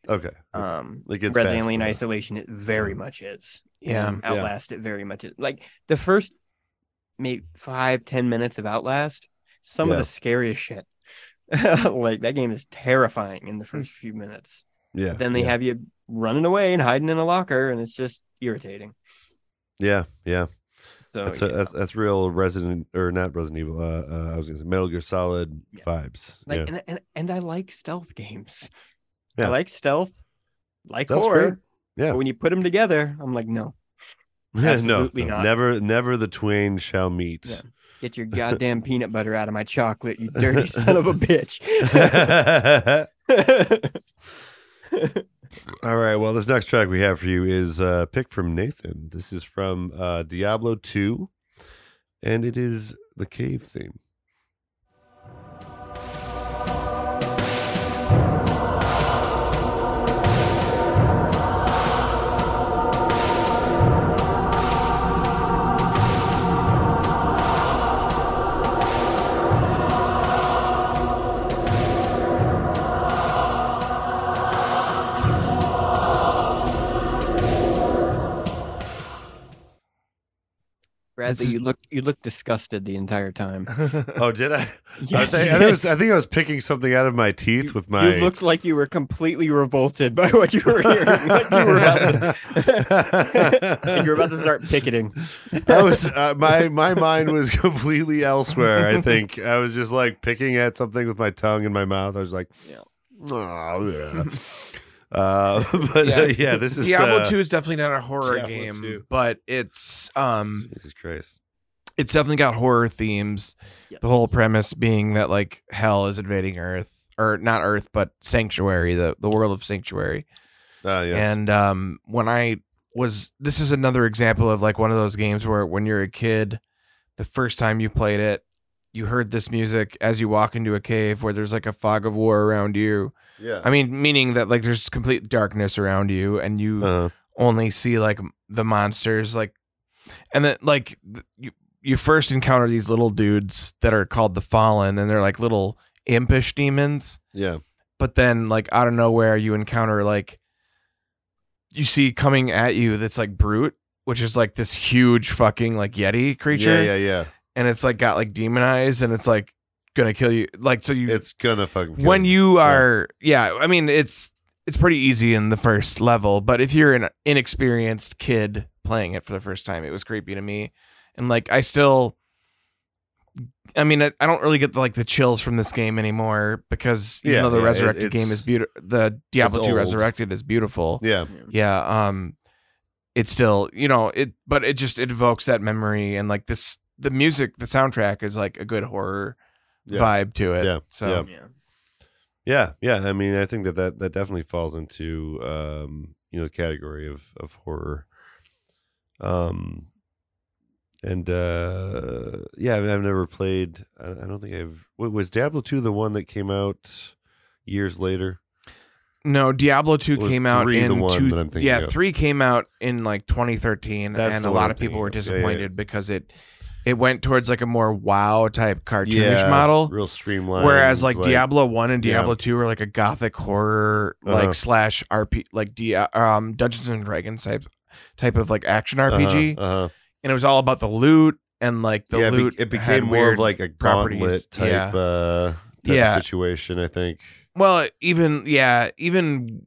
Okay. Um, Like it's Resident past Alien the- Isolation, it very much is. Yeah. And Yeah. Outlast, it very much is. Like the first maybe five, ten minutes of Outlast, some of Yeah. the scariest shit. <laughs> like that game is terrifying in the first few minutes. yeah. Then they yeah. have you running away and hiding in a locker, and it's just irritating. Yeah, yeah. So that's, a, Oh, yeah. that's that's real Resident or not Resident Evil. Uh, uh, I was gonna say Metal Gear Solid Yeah. vibes. like yeah. and, and and I like stealth games. Yeah. I like stealth, like Stealth's horror. great. Yeah. But when you put them together, I'm like, no. <laughs> No, Absolutely no, not. Never, never the twain shall meet. Yeah. <laughs> Get your goddamn peanut butter out of my chocolate, you dirty son of a <laughs> bitch. All right. Well, this next track we have for you is uh, picked from Nathan. This is from uh, Diablo 2, and it is the cave <laughs> theme. Bradley, you look you look disgusted the entire time. Oh, did <laughs> I? I, <laughs> Yes, think, you I, think it did. was, I think I was picking something out of my teeth with my. You looked like you were completely revolted by what <laughs> you were hearing. Like you were about <laughs> to, <laughs> like you were about to start picketing. I <laughs> was uh, my my mind was <laughs> completely elsewhere. I think I was just like picking at something with my tongue in my mouth. I was like, Yeah. "Oh, yeah." Uh, <laughs> but yeah. Yeah. Uh, yeah, this is Diablo uh, Two is definitely not a horror Diablo game, 2. but it's um, Jesus Christ. it's definitely got horror themes. The whole premise being that like hell is invading Earth, or not Earth, but Sanctuary, the the world of Sanctuary. Uh, yes. And um, when I was, this is another example of like one of those games where when you're a kid, the first time you played it, you heard this music as you walk into a cave where there's like a fog of war around you. yeah. I mean, meaning that like there's complete darkness around you and you Uh, only see like m- the monsters like and then like th- you you first encounter these little dudes that are called the fallen and they're like little impish demons yeah. but then like out of nowhere you encounter like you see coming at you that's like brute which is like this huge fucking like yeti creature Yeah, yeah, yeah. and it's like got like demonized and it's like gonna kill you like so you It's gonna fucking kill when me. you Yeah. are yeah. i mean it's it's pretty easy in the first level but if you're an inexperienced kid playing it for the first time it was creepy to me and like i still i mean i, I don't really get the, like the chills from this game anymore because even Yeah, though the yeah, it- resurrected game it's- is beautiful the diablo it's 2 old. resurrected is beautiful Yeah. yeah um it's still you know it but it just it evokes that memory and like this the music the soundtrack is like a good horror Yeah. vibe to it Yeah, so yeah. Yeah, yeah. I mean, I think that that, that definitely falls into um, you know the category of of horror. Um, and uh, yeah, I mean, I've never played. I, I don't think I've. Wait, was Diablo two the one that came out years later? No, Diablo two Was came out three the in one two, that I'm thinking yeah, of? three came out in like 2013, That's and the a one lot I'm of people thinking were of. Yeah, yeah, disappointed because it it went towards like a more WoW type cartoonish Yeah, model, real streamlined. whereas like, Diablo one and yeah. Diablo two were like a gothic horror Uh-huh. like slash RP like D, um Dungeons and Dragons type type of like action RPG, Uh huh. and it was all about the loot and like the yeah, it be- loot. it had became more weird- of like a properties. gauntlet type. Yeah. Uh, type of Yeah. situation. I think. Well, even yeah, even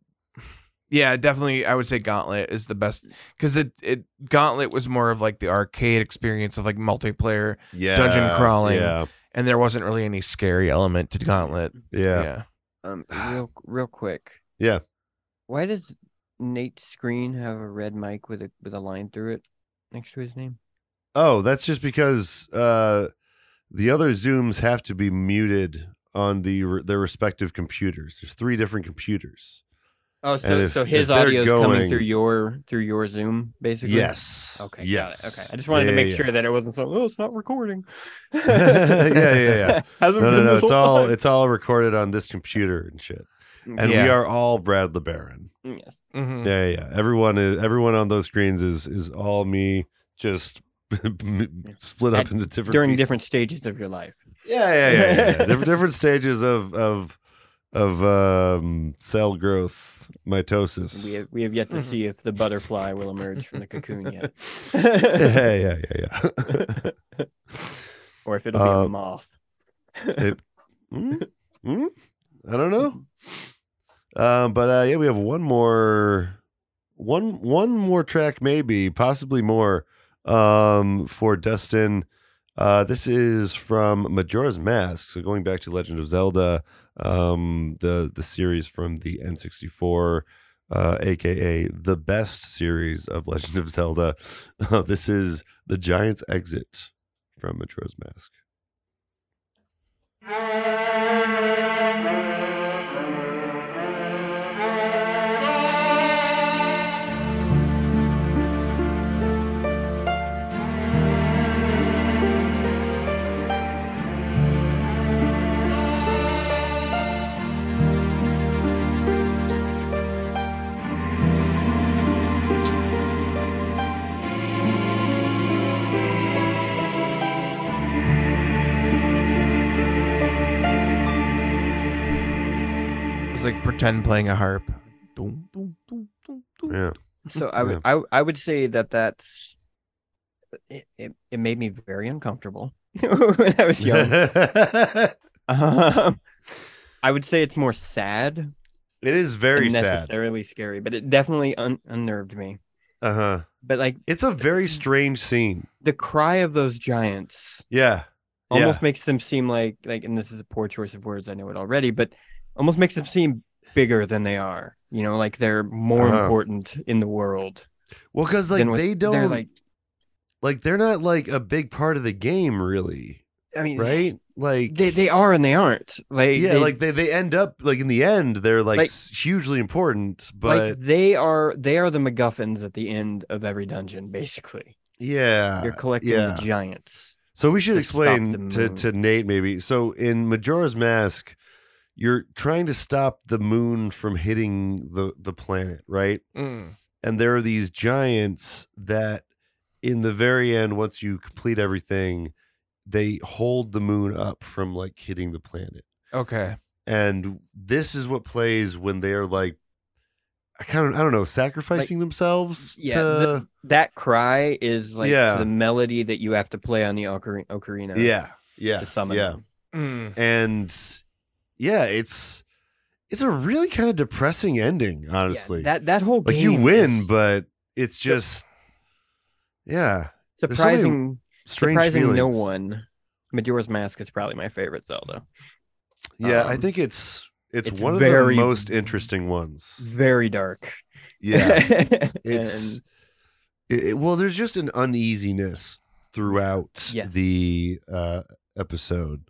yeah, definitely I would say Gauntlet is the best cuz it it Gauntlet was more of like the arcade experience of like multiplayer Yeah. crawling. Yeah. and there wasn't really any scary element to Gauntlet. Yeah. <sighs> Um, real real quick. Yeah. Why does Nate's screen have a red mic with a with a line through it next to his name? Oh, that's just because uh, the other Zooms have to be muted on the their respective computers. There's three different computers. Oh, so if- so if his they're audio is coming through going- your through your Zoom, basically. Yes. Okay. Yes. Got it. Okay. I just wanted to Yeah, make yeah, sure that it wasn't so. Oh, it's not recording. <laughs> <laughs> Yeah, yeah, yeah. Hasn't No, no, been no. <laughs> this It's whole all time. it's all recorded on this computer and shit. And we Yeah. are all Brad LeBaron. Mm, Yes. Mhm. Yeah, yeah, yeah. Everyone is everyone on those screens is is all me, just <laughs> split up At- into different During pieces. different stages of your life. Yeah, yeah, yeah, <laughs> yeah. yeah. Diff- different stages of of of um, cell growth, mitosis. We have, we have yet to see if the butterfly will emerge from the cocoon yet, <laughs> <laughs> yeah, yeah, yeah, yeah. <laughs> or if it'll be Uh, a moth. Hmm? Hmm? I don't know. Um, but uh, yeah, we have one more, one one more track, maybe possibly more, um, for Dustin. Uh, this is from Majora's Mask. So going back to Legend of Zelda, um, the the series from the N64, uh, aka the <laughs> best series of Legend of Zelda. this is the Giant's Exit from Majora's Mask. It's like pretend playing a harp. Dun, dun, dun, dun, dun. Yeah. So I would I, w- I would say that that's it, it, it made me very uncomfortable <laughs> when I was <laughs> young. it um, I would say it's more sad, is very than sad. necessarily scary, but it definitely un- unnerved me. Uh huh. But like It's a very Mm-hmm. strange scene. the cry of those giants Yeah. Yeah. almost makes them seem like like and this is a poor choice of words, I know it already, but almost makes them seem bigger than they are. You know, like they're more Uh-huh. important in the world. Well, because like than what- they don't they're like like they're not like a big part of the game really, I mean right? Like they they are and they aren't. Like yeah, they, like they they end up like in the end they're like, Like- s- hugely important, but like they are they are the MacGuffins at the end of every dungeon, basically. yeah, You're collecting Uh, yeah. the giants. So we should to stop explain the to, moon. to Nate maybe. So in Majora's Mask, you're trying to stop the moon from hitting the the planet, right? Mm. And there are these giants that in the very end once you complete everything, they hold the moon up from like hitting the planet. Okay. And this is what plays when they're like I kind of I don't know, sacrificing themselves Yeah, to the- that cry is like Yeah. the melody that you have to play on the ocar- ocarina. Yeah. Yeah. to summon. yeah. them. Mm. and yeah, it's it's a really kind of depressing ending, Yeah, honestly. that that whole like you game win, is but it's just yeah, there's so many surprising, strange surprising no feelings. one. Majora's Mask is probably my favorite Zelda. Yeah, I Um, think it's it's, it's one of very- the most interesting <laughs> ones. Very dark. <laughs> Yeah, and, it's it, it- well, there's just an uneasiness throughout Yes. the uh episode,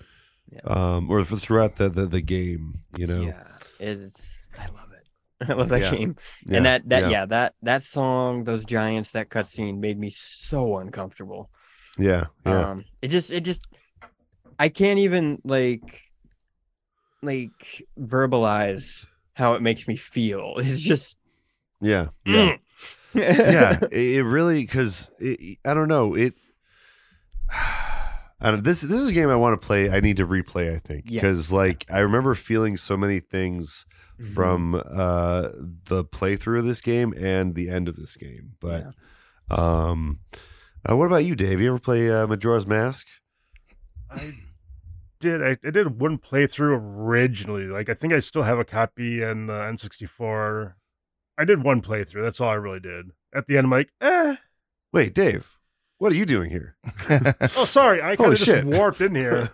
Yeah. um, or th- throughout the, the the game. You know, yeah, it's I love it. <laughs> I love that Yeah. game. Yeah, and that that yeah, yeah. that that song those giants that cutscene made me so uncomfortable yeah, yeah. um it just it just i can't even like like verbalize how it makes me feel <laughs> it's just <clears throat> yeah, yeah. yeah, it, it really because I don't know it. <sighs> I don't, this this is a game I want to play. I need to replay. I think Yeah. because like I remember feeling so many things Mm-hmm. from uh, the playthrough of this game and the end of this game. But um, uh, what about you, Dave? You ever play uh, Majora's Mask? I did. I, I did one playthrough originally. Like I think I still have a copy in the N64. I did one playthrough. That's all I really did. At the end, I'm like, eh. Wait, Dave, what are you doing here? Oh, sorry. I kind Holy of just shit. warped <laughs> in here.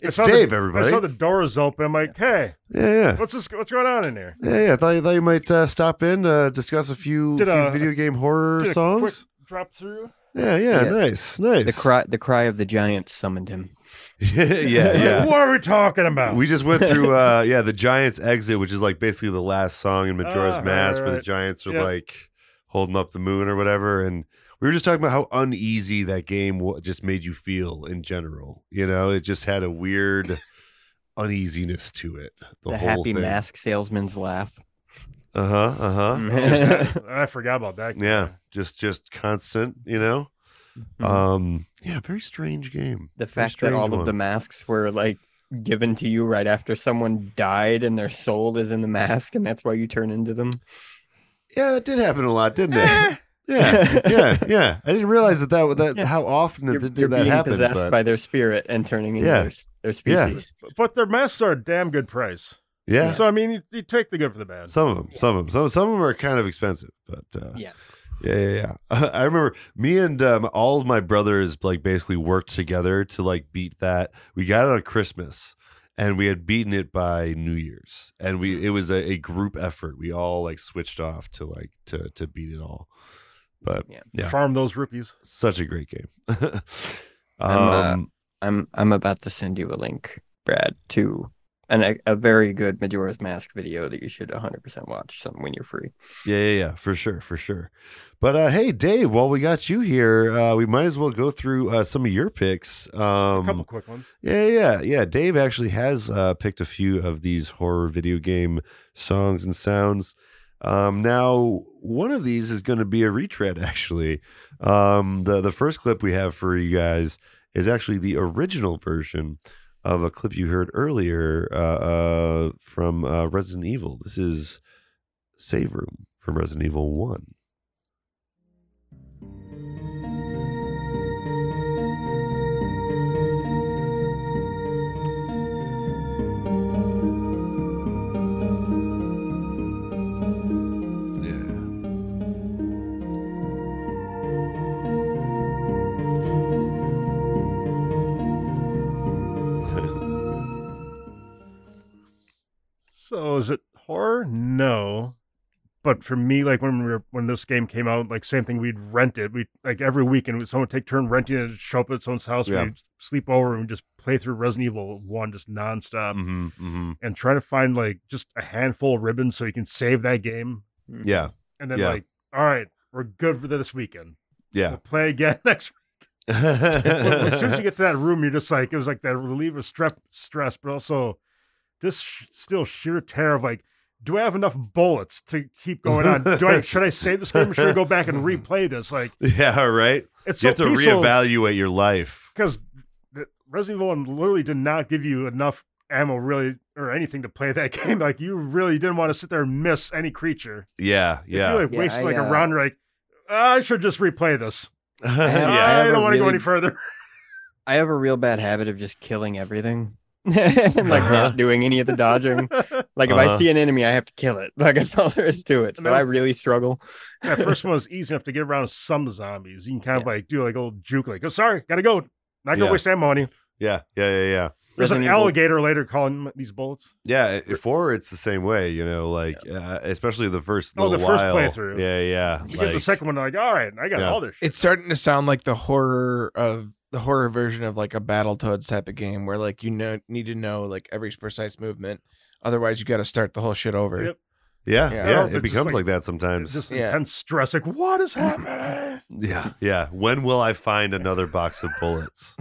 it's saw the- Dave, I everybody. saw the door was open. I'm like, hey, yeah, yeah. what's this? What's going on in here? Yeah, yeah, I thought, thought you might uh, stop in, uh, discuss a few, Did few a- video game horror Did a songs. quick drop through. Yeah, yeah, Yeah. nice, nice. <laughs> the cry the cry of the giant summoned him <laughs> yeah, yeah. What are we talking Oh. about? We just went <laughs> through, uh, yeah, the Giants exit, which is like basically the last song in Majora's Ah, right, Mask, where the right. Giants are Yeah. like holding up the moon or whatever. And we were just talking about how uneasy that game w- just made you feel in general. You know, it just had a weird uneasiness to it. The, the, whole happy thing. mask <laughs> salesman's laugh Uh huh. Uh huh. <laughs> Just- I forgot about that. Mm. game. Yeah, just just constant. You know. Mhm. Um. Yeah. Very strange game. the Very fact that strange all one. of the masks were like given to you right after someone died and their soul is in the mask and that's why you turn into them Yeah, that did happen a lot, didn't Eh. it? yeah, yeah, yeah. I didn't realize that that, that how often you're, that, you're that being happened. possessed but- by their spirit and turning into Yeah. their, s- their Yeah. species. But their masks are a damn good price. yeah, So I mean, you, you take the good for the bad. some of them, some of them, some some of them are kind of expensive, but uh, Yeah. yeah, yeah. yeah. <laughs> I remember me and um, all of my brothers like basically worked together to like beat that. We got it on Christmas. And we had beaten it by New Year's, and we it was a, a group effort. We all like switched off to like to to beat it all, but Yeah. yeah. Farm those rupees. <laughs> such a great game. uh, Um, I'm I'm about to send you a link, Brad, to an, a, a very good Majora's Mask video that you should 100% watch some when you're free. yeah, yeah, yeah, for sure, for sure. But uh, hey, Dave, while we got you here, uh, we might as well go through uh, some of your picks. Um, A couple quick ones. Yeah, yeah, yeah. Dave actually has uh, picked a few of these horror video game songs and sounds. Um, now, one of these is going to be a retread. <laughs> Actually, um, the the first clip we have for you guys is actually the original version of a clip you heard earlier uh, uh, from uh, Resident Evil. This is Save Room from Resident Evil One. Yeah. So is it horror? No. But for me, like when we were, when this game came out, like same thing, we'd rent it. We like every weekend, we'd- someone would take turn renting it and show up at someone's house. Yeah. We'd sleep over and we'd just play through Resident Evil One just nonstop, Mm-hmm, mm-hmm. and try to find like just a handful of ribbons so you can save that game. Yeah. And then Yeah. like, all right, we're good for this weekend. Yeah. <laughs> We'll play again next as soon <laughs> as you get to that room, you're just like it was like that relief of strep, stress, but also just sh- still sheer terror of like, do I have enough bullets to keep going on? Do I should I save this game or should I go back and replay this? Like <laughs> yeah. Right. it's you have so to peaceful reevaluate your life. because Resident Evil One literally did not give you enough ammo really or anything to play that <laughs> game. Like you really didn't want to sit there and miss any creature. Yeah, If you yeah, like Yeah, wasted I, like uh, a round, you're like I should just replay this. <laughs> yeah. I I, have a don't want to go really- any further. I have a real bad habit of just killing everything. <laughs> and like Uh-huh. not doing any of the dodging. Like if I Uh-huh. see an enemy, I have to kill it. <laughs> Like that's all there is to it. And So that I was- really struggle. that first one was easy enough to get around some zombies. You can kind of Yeah. like do like a little juke, like, oh, sorry, gotta go. Not gonna Yeah. waste ammo on you. yeah, yeah, yeah, yeah. There's Resident an Evil- alligator later calling these bullets. Yeah, i- i- four, it's the same way, you know, like uh, especially the first Oh, little the first while. playthrough. Yeah, yeah. You get the like- second one, like, all right, I got Yeah. all this shit. It's starting to sound like the horror of the horror version of like a Battletoads type of game where like you know need to know like every precise movement. Otherwise you gotta start the whole shit over. Yep. yeah, Yeah. yeah, No, It it's just becomes like, like- that It's sometimes. just Yeah. intense stress, like, what is happening? Yeah, yeah. When will I find another box of <laughs> bullets?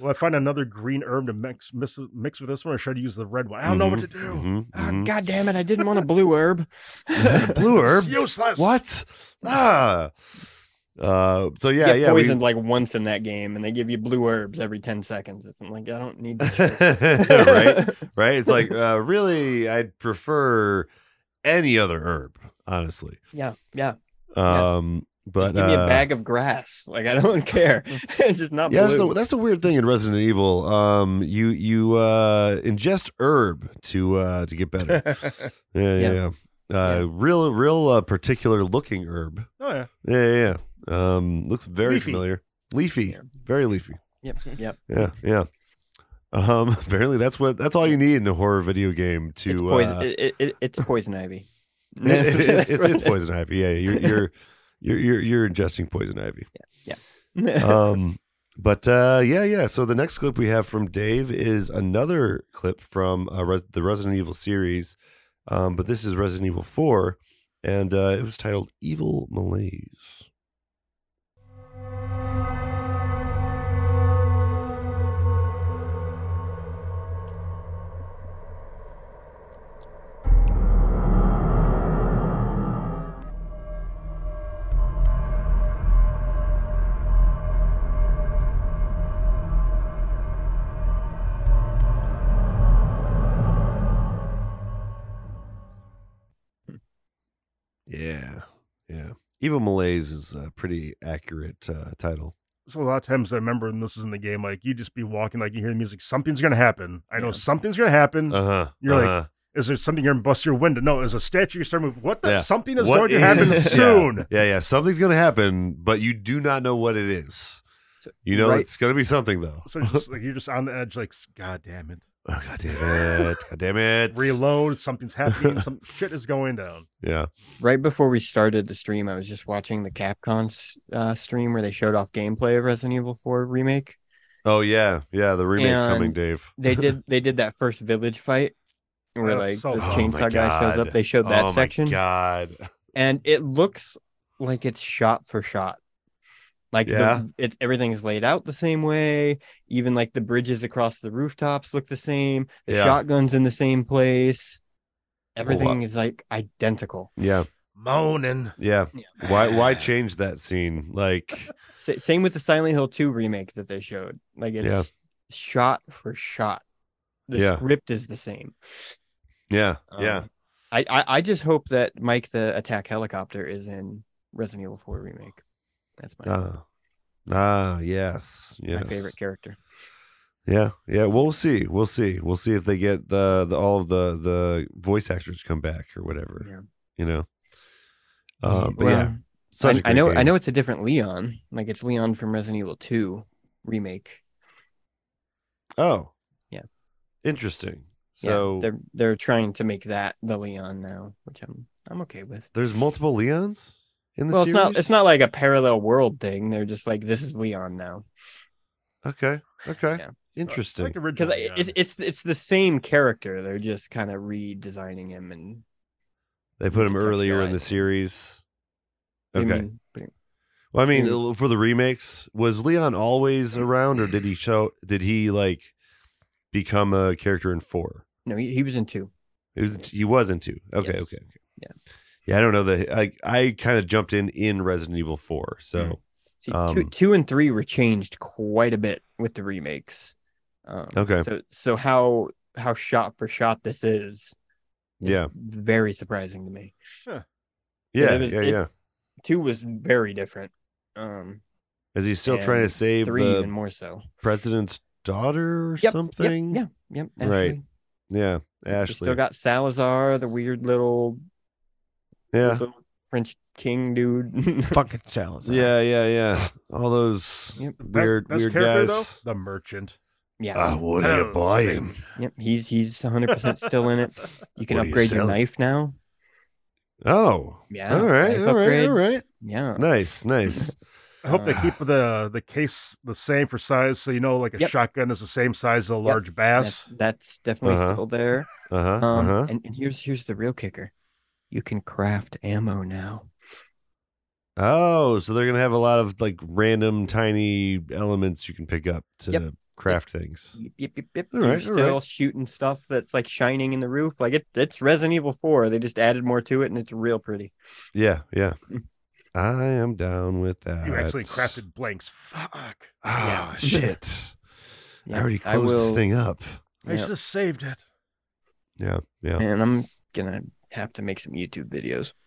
Will I find another green herb to mix mix, mix with this one, or should I use the red one? I don't know what to do. Mhm, Ah, mhm. God damn it, I didn't want a blue <laughs> herb. Blue herb. It's useless. What? Ah. Uh, so yeah, get yeah. we- <laughs> poisoned like once in that game, and they give you blue herbs every ten seconds. It's- I'm like, I don't <laughs> need this. shit. <laughs> right. right? It's like uh, really, I'd prefer any other herb, honestly. <laughs> yeah, yeah. Yeah. Um, Just but give me a uh, bag of grass. Like I don't <laughs> care. it's just not Mm. yeah, that's blue. the, that's the weird thing in Resident Evil. Um, you you uh, ingest herb to uh, to get <laughs> better. <laughs> Yeah, yeah, yeah. Uh, real real uh, particular looking herb. Oh yeah. Yeah, yeah. yeah. Um, looks very Leafy. familiar. Leafy, Yeah. very leafy. yep, yep. Yeah, yeah. Um, <laughs> apparently that's what that's all you need in a horror video game to it's poison. uh, it, it, it, it's poison ivy. <laughs> <laughs> It- That's- it- it- that's it's, what it's it <laughs> is. poison ivy. Yeah, you're you're you're you're, you're ingesting poison <laughs> ivy. Um, but uh, yeah, yeah. So the next clip we have from Dave is another clip from uh, Res- the Resident Evil series, um, but this is Resident Evil Four, and uh, it was titled "Evil Malaise." Yeah, yeah. Evil Malaise is a pretty accurate uh, title. So a lot of times I remember, and this is in the game, like you just be walking, like you hear the music, something's gonna happen. I know Yeah. something's gonna happen. Uh huh. Mm. You're like, is there something you're gonna bust your window? No, is a statue starting to move? What the? Yeah. Something is going to happen soon. <laughs> Yeah, yeah. Something's going to happen, but you do not know what it is. So- You know, right. it's going to be something though. So it's just like you're just on the edge, like God damn it, Oh god damn it! God damn it! reload. Something's <laughs> happening. Some shit is going down. Yeah. right before we started the stream, I was just watching the Capcom uh, stream where they showed off gameplay of Resident Evil 4 remake, Oh yeah, yeah. The remake's coming, And- Dave. <laughs> They did they did that first village fight where Oh, like so the good. Oh my chainsaw guy shows God. up. They showed that oh section. my <laughs> god. and it looks like it's shot for shot. Like Yeah. the, it's everything's laid out the same way. Even like the bridges across the rooftops look the same. The Yeah. shotguns in the same place. Everything is like identical. Yeah, Moaning. yeah. Why why change that scene? Like Sa- same with the Silent Hill 2 remake that they showed. Like it's Yeah. shot for shot. The Yeah. script is the same. yeah, yeah. Um, I, I I just hope that Mike the attack helicopter is in Resident Evil 4 remake. That's my, Ah. Ah, yes. Yes. my favorite character. Yeah, yeah. We'll see. We'll see. We'll see if they get the, the all of the the voice actors come back or whatever. Yeah. You know. Uh, but Well, yeah, such a I, I great know I game. know it's a different Leon. Like it's Leon from Resident Evil 2 remake. Oh, Yeah. Interesting. Yeah, So they're they're trying to make that the Leon now, which I'm I'm okay with. there's multiple Leons in the Well, it's series. not it's not like a parallel world thing. They're just like this is Leon now Okay. Okay. Yeah. Interesting. Like original. because it's yeah. it's it's the same character. They're just kind of redesigning him and They put him earlier in the contextualized. series. I Okay. mean, pretty- Well, I mean, Mm. uh, for the remakes, was Leon always around, or did he show? Did he like become a character in four? no, he, he was in two. It was, he was in two. Okay, Yes. okay, okay. Yeah. yeah. I don't know that. I I kind of jumped in in Resident Evil Four, so See, two, Um, two and three were changed quite a bit with the remakes. Um, Okay. So so how how shot for shot this is. is Yeah. Very surprising to me. yeah, it was- yeah, it- yeah. Two was very different. Um, Is he still trying to and save three the even more so. president's daughter or Yep, something? Yep. Yep. yep Right, Ashley. yeah, We Ashley. still got Salazar, the weird little, yeah, little French king dude. <laughs> Fucking Salazar. yeah, yeah, yeah. All those Yep. Be- weird, best weird character, guys. Though, the merchant. yeah. Ah, what are you Oh. buying? Yep. He's he's 100 percent still in it. <laughs> You can What are you upgrade your selling? knife now. Oh, Yeah. all right, knife all right, all upgrades. right. Yeah. <laughs> Nice, <laughs> nice. I hope they Uh, keep the the case the same for size, so you know, like a Yep. shotgun is the same size as a large That's, bass. that's definitely Uh-huh. still there. Uh huh. Um, uh huh. and, and here's here's the real kicker. You can craft ammo now. Oh, so they're gonna have a lot of like random tiny elements you can pick up to Yep. craft things. Yip, yip, yip, yip. All You're right, all right. still shooting stuff that's like shining in the roof. Like it, it's Resident Evil 4. They just added more to it and it's real pretty. Yeah, <laughs> yeah. I am down with that. You actually crafted blanks. Fuck! Oh Yeah. shit! I <laughs> Yeah, already closed this thing up. I yeah, just saved it. Yeah, yeah. And I'm gonna have to make some YouTube videos. <laughs>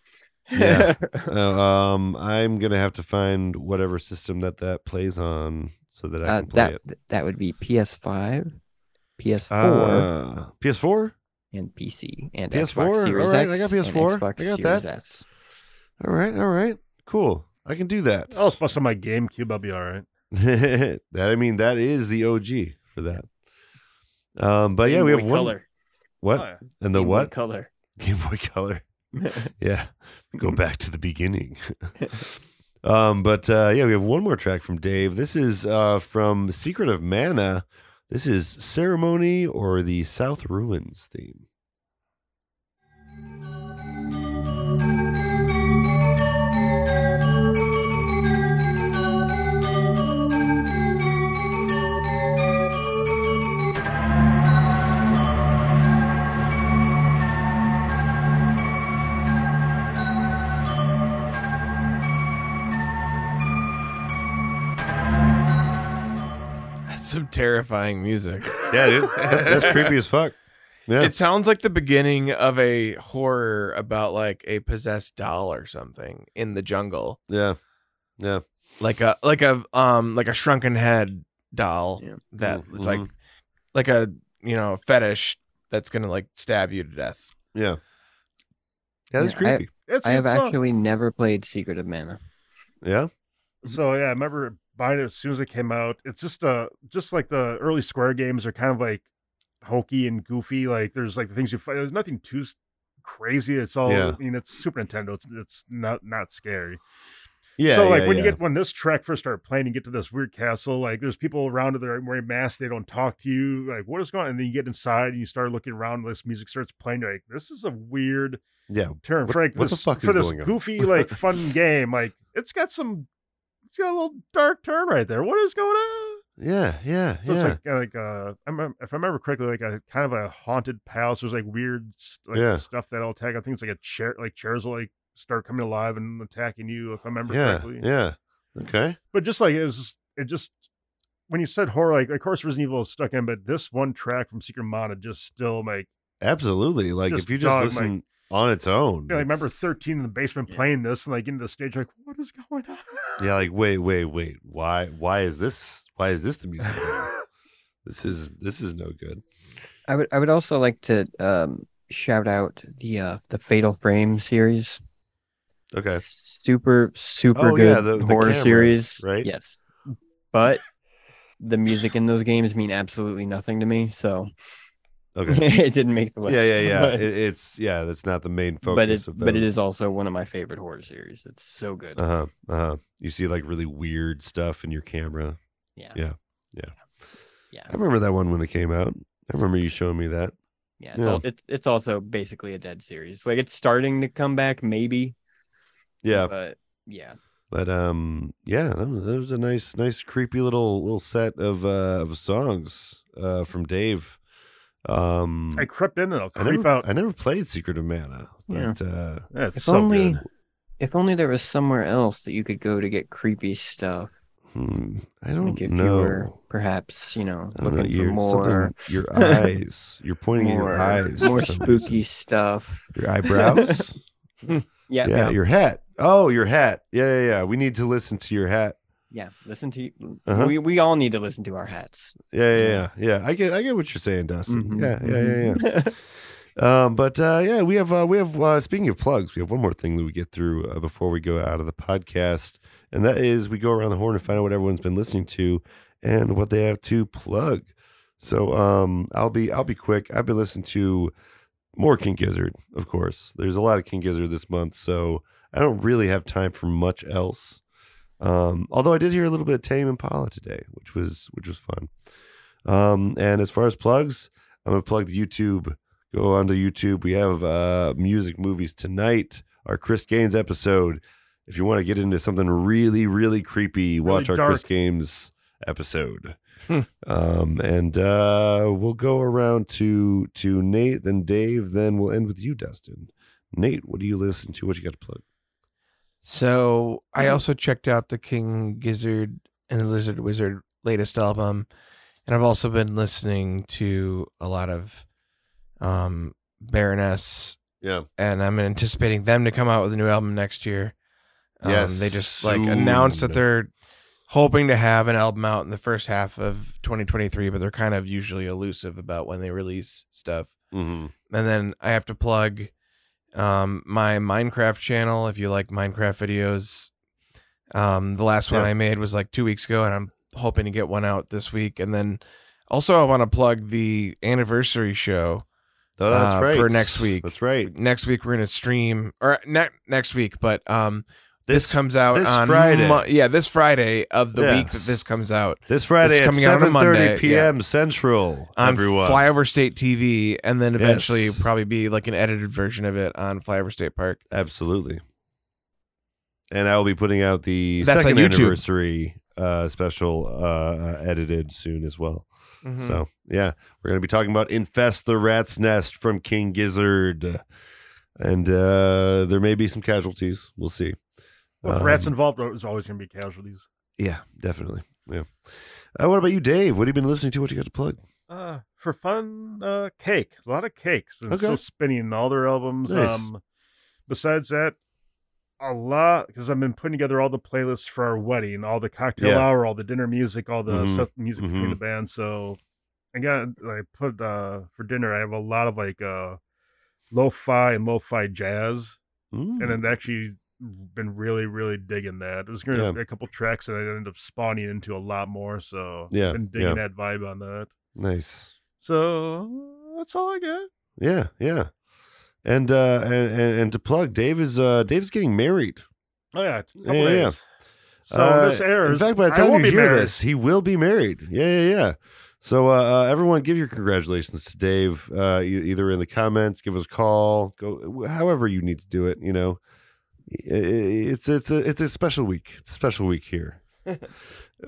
Yeah. Uh, um, I'm gonna have to find whatever system that that plays on so that I Uh, can play that it. that would be PS5, PS4, Uh, PS4. and PC and PS4? Xbox Series All right, I X got and PS4. Xbox I got Series that. S. All right, all right, cool. I can do that. I'll <laughs> bust on my GameCube. I'll be all right. that I mean, that is the OG for that. Um, but yeah, Game we Boy have one. color. What Oh, yeah. and the Game Boy what color? <laughs> Game Boy Color? <laughs> yeah, go back to the beginning. <laughs> um, but uh, yeah, we have one more track from Dave. This is uh, from Secret of Mana. This is Ceremony or the South Ruins theme. That's some terrifying music. Yeah, dude, <laughs> that's, that's creepy as fuck. Yeah, It sounds like the beginning of a horror about like a possessed doll or something in the jungle. yeah, yeah. Like a like a um like a shrunken head doll Yeah. that Mm, it's like like a you know fetish that's gonna like stab you to death. Yeah. Yeah, that's Yeah, I- creepy. It's a I have good song. actually never played Secret of Mana. yeah. So yeah, I remember buying it as soon as it came out. It's just uh just like the early Square games are kind of like hokey and goofy. Like there's like the things you find. There's nothing too s- crazy. It's all Yeah. I mean, it's Super Nintendo. It's it's not not scary. Yeah. so like yeah, when yeah. you get when this track first started playing, you get to this weird castle. Like there's people around that are wearing masks. They don't talk to you. Like what is going? on? And then you get inside and you start looking around. This music starts playing. You're like this is a weird yeah, turn What- for like what the this fuck for is this going on? <laughs> goofy like fun game. Like it's got some. It's got a little dark turn right there. What is going on? yeah, yeah, So yeah. it's like like uh, I remem- if I remember correctly, like a kind of a haunted palace. There's like weird s- like Yeah. stuff that'll attack. I think it's like a chair, like chairs will like start coming alive and attacking you. If I remember yeah, correctly, yeah. Okay. but just like it was, just- it just when you said horror, like of course Resident Evil is stuck in, but this one track from Secret Mana just still like Absolutely. Like Just if you just dog, like- listen on its own. you know, I remember it's- thirteen in the basement Yeah. playing this and like into the stage like what is going on? Yeah, like wait, wait, wait. Why why is this why is this the music? <laughs> now? this is this is no good. I would I would also like to um, shout out the uh, the Fatal Frame series. Okay. Super super Oh, good yeah, the- the horror cameras, series, right? Yes, but the music in those games mean absolutely nothing to me, so Okay. <laughs> it didn't make the list. Yeah, yeah, yeah. But, It- it's yeah, that's not the main focus but it of those. but it is also one of my favorite horror series. It's so good. uh-huh. Uh-huh. You see like really weird stuff in your camera. yeah, yeah. Yeah. yeah, I remember that one when it came out. I remember you showing me that. yeah. It's, yeah. All, it's it's also basically a dead series. Like it's starting to come back, maybe. Yeah. but yeah, But um yeah, that was that was a nice nice creepy little little set of uh of songs uh from Dave. Um I crept in and I'll I creep never, out. I never played Secret of Mana, but uh, Yeah, it's if so only good. if only there was somewhere else that you could go to get creepy stuff. hmm, I don't like if know. you were perhaps, you know, I don't know, looking for your, <laughs> more something- your eyes. You're pointing at <laughs> more, your eyes. more for some <laughs> spooky reason. stuff. Your eyebrows. Yeah, yeah, <laughs> yeah, your hat. Oh, your hat. Yeah, yeah, yeah. We need to listen to your hat. yeah. Listen to you. Uh-huh. We we all need to listen to our hats. Yeah, yeah, Mm-hmm. yeah, yeah. I get, I get what you're saying, Dustin. Mhm, Yeah, yeah, yeah, yeah. Mm-hmm. <laughs> Um, but uh, yeah, we have uh, we have uh, speaking of plugs, we have one more thing that we get through uh, before we go out of the podcast, and that is we go around the horn and find out what everyone's been listening to and what they have to plug. So um, I'll be I'll be quick. I've been listening to more King Gizzard, of course. There's a lot of King Gizzard this month, so I don't really have time for much else. Um, although I did hear a little bit of Tame Impala today, which was which was fun. Um, and as far as plugs, I'm gonna plug the YouTube go onto YouTube. We have uh, music movies tonight. Our Chris Gaines episode. If you want to get into something really, really creepy, watch our dark. Chris Gaines episode. Hmm. um, and uh, we'll go around to to Nate, then Dave, then we'll end with you, Dustin. Nate, what do you listen to? What you got to plug? So I also checked out the King Gizzard and the Lizard Wizard latest album, and I've also been listening to a lot of um, Baroness, Yeah, and I'm anticipating them to come out with a new album next year. Um, Yes, they just like announced soon. that they're hoping to have an album out in the first half of 2023, but they're kind of usually elusive about when they release stuff mm-hmm. and then I have to plug um my Minecraft channel if you like Minecraft videos. Um the last one Yeah. I made was like 2 weeks ago and I'm hoping to get one out this week and then also I want to plug the anniversary show. oh, that's Uh, right for next week. That's right. Next week we're going to stream or ne- next week, but um this, comes out this on Friday. Mo- yeah, this Friday of the week that Yes. this comes out. This Friday at coming out on a seven Monday, thirty p.m. Central. on everyone, Flyover State TV and then eventually Yes. probably be like an edited version of it on Flyover State Park. Absolutely. And I will be putting out the That's second on YouTube. anniversary uh, special uh, uh, edited soon as well. Mhm. So yeah, we're gonna be talking about infest the rat's nest from King Gizzard, and uh, there may be some casualties. We'll see. With rats Um, involved, there's always going to be casualties. Yeah, definitely. Yeah. Uh, what about you, Dave? What have you been listening to? What you got to plug? Uh, for fun, uh, cake. A lot of cakes. Been Okay. Still spinning all their albums. Nice. Um, besides that, a lot because I've been putting together all the playlists for our wedding, all the cocktail Yeah. hour, all the dinner music, all the Mhm. stuff, music between Mhm. the bands. So I got I put uh for dinner. I have a lot of like uh, lo-fi and lo-fi jazz, Mm, and Hmm. then actually been really really digging that. There's gonna Yeah. be a couple tracks that I ended up spawning into a lot more. So Yeah, been digging yeah. that vibe on that. nice. So that's all I got. Yeah, yeah. And uh and, and, and to plug, Dave is uh Dave's getting married Oh yeah, a couple Yeah, yeah, yeah. days. So Uh, this airs. In fact, by the I time will you be hear married. this, he will be married. Yeah, yeah, yeah. So uh, uh, everyone, give your congratulations to Dave. Uh, e- either in the comments, give us a call, go however you need to do it. You know, I- I- it's it's a it's a special week. It's a special week <laughs> here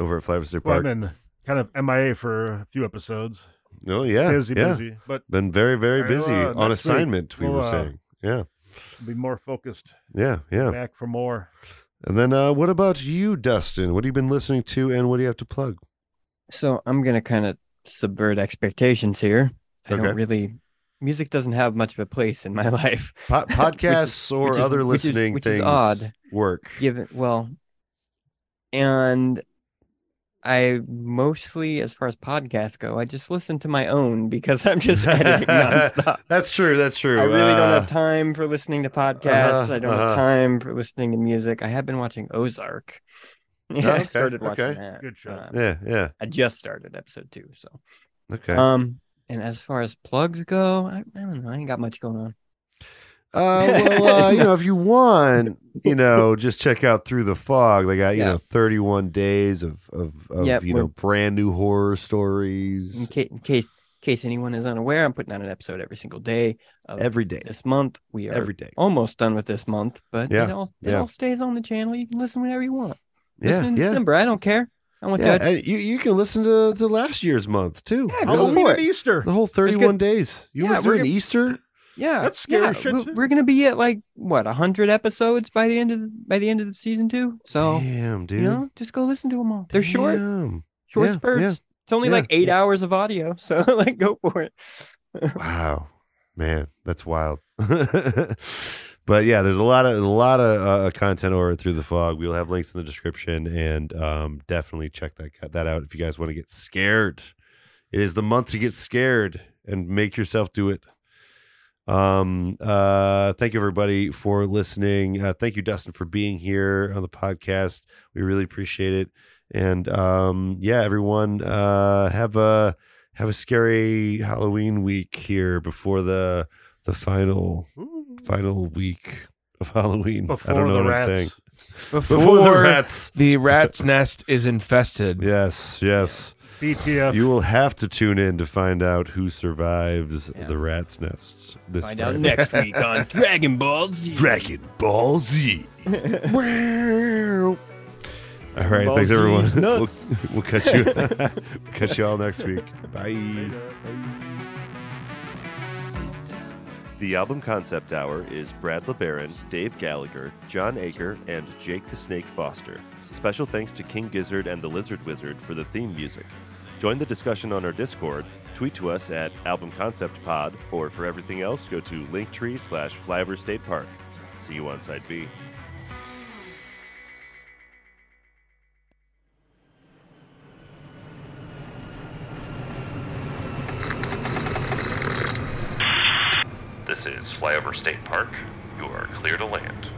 over at Flavister State well, I've Park. been kind of MIA for a few episodes. oh yeah, busy, yeah. busy, but Been very very Alright, busy well, uh, on next week, assignment. We we'll, were uh, saying, yeah, be more focused. yeah, yeah. Back for more. And then uh, what about you, Dustin? What have you been listening to, and what do you have to plug? So I'm gonna kind of subvert expectations here. I Okay. don't really music doesn't have much of a place in my <laughs> life. Po- Which is- podcasts or which is- other which is- listening which is things odd. work. Given well, and I mostly, as far as podcasts go, I just listen to my own because I'm just <laughs> editing nonstop. That's true. That's true. I really don't Uh, have time for listening to podcasts. uh-huh, I don't uh-huh. have time for listening to music. I have been watching Ozark. <laughs> Yeah, I okay, started watching okay. that. Good show. Um, uh, yeah, yeah. I just started episode two, so Okay. Um, and as far as plugs go, I, I don't know. I ain't got much going on. Uh, well, uh, you know, if you want, you know, <laughs> just check out Through the Fog. They got, you Yeah. know, 31 days of, of, of Yep, you we're- know, brand new horror In, stories ca- in case, in case anyone is unaware, I'm putting out an episode every single day of every day. Mm, this Oh, month. We are Every day. almost done with this month, but Yeah, it all it yeah. all stays on the channel. You can listen whenever you want. Yeah. listen in Yeah. December. I don't care. I want yeah. eh, that. And you, you can listen to, to last year's month, too. Yeah, go All Halloween for and it. Easter. the whole 31 days. You Yeah, listen we're to an gonna- Easter? Yeah, That's scary yeah, shit, we're- too. We're gonna be at like what hundred episodes by the end of the, by the end of the season two. So Damn, dude. you know, just go listen to them all. They're short, <laughs> Damn. short yeah, yeah. spurts. It's only Yeah, like eight yeah. hours of audio, <laughs> so like go for it. Wow, man, that's wild. <laughs> but yeah, there's a lot of a lot of uh, content over at through the fog. We'll have links in the description, and um, definitely check that that out if you guys want to get scared. It is the month to get scared and make yourself do it. Um. Uh. Thank you, everybody, for listening. Uh, thank you, Dustin, for being here on the podcast. We really appreciate it. And um. Yeah, everyone. Uh. Have a have a scary Halloween week here before the the final Ooh. final week of Halloween. Before I don't know the what rats. I'm saying. Before, Before the rats. the rat's nest is infested. Yes, yes. BTF. You will have to tune in to find out who survives Yeah. the rat's nests this Find out Friday. next week on <laughs> Dragon Ball Z. Dragon Ball <laughs> Z. Wow. All right, Ball thanks Z everyone. is We'll, <laughs> nuts. we'll catch you. we'll catch you all next week. Bye. The album concept hour is Brad LeBaron, Dave Gallagher, John Aker, and Jake the Snake Foster. Special thanks to King Gizzard and the Lizard Wizard for the theme music. Join the discussion on our Discord, tweet to us at Album Concept Pod, or for everything else, go to linktree slash Flyover State Park. See you on Side B. This is Flyover State Park. You are clear to land.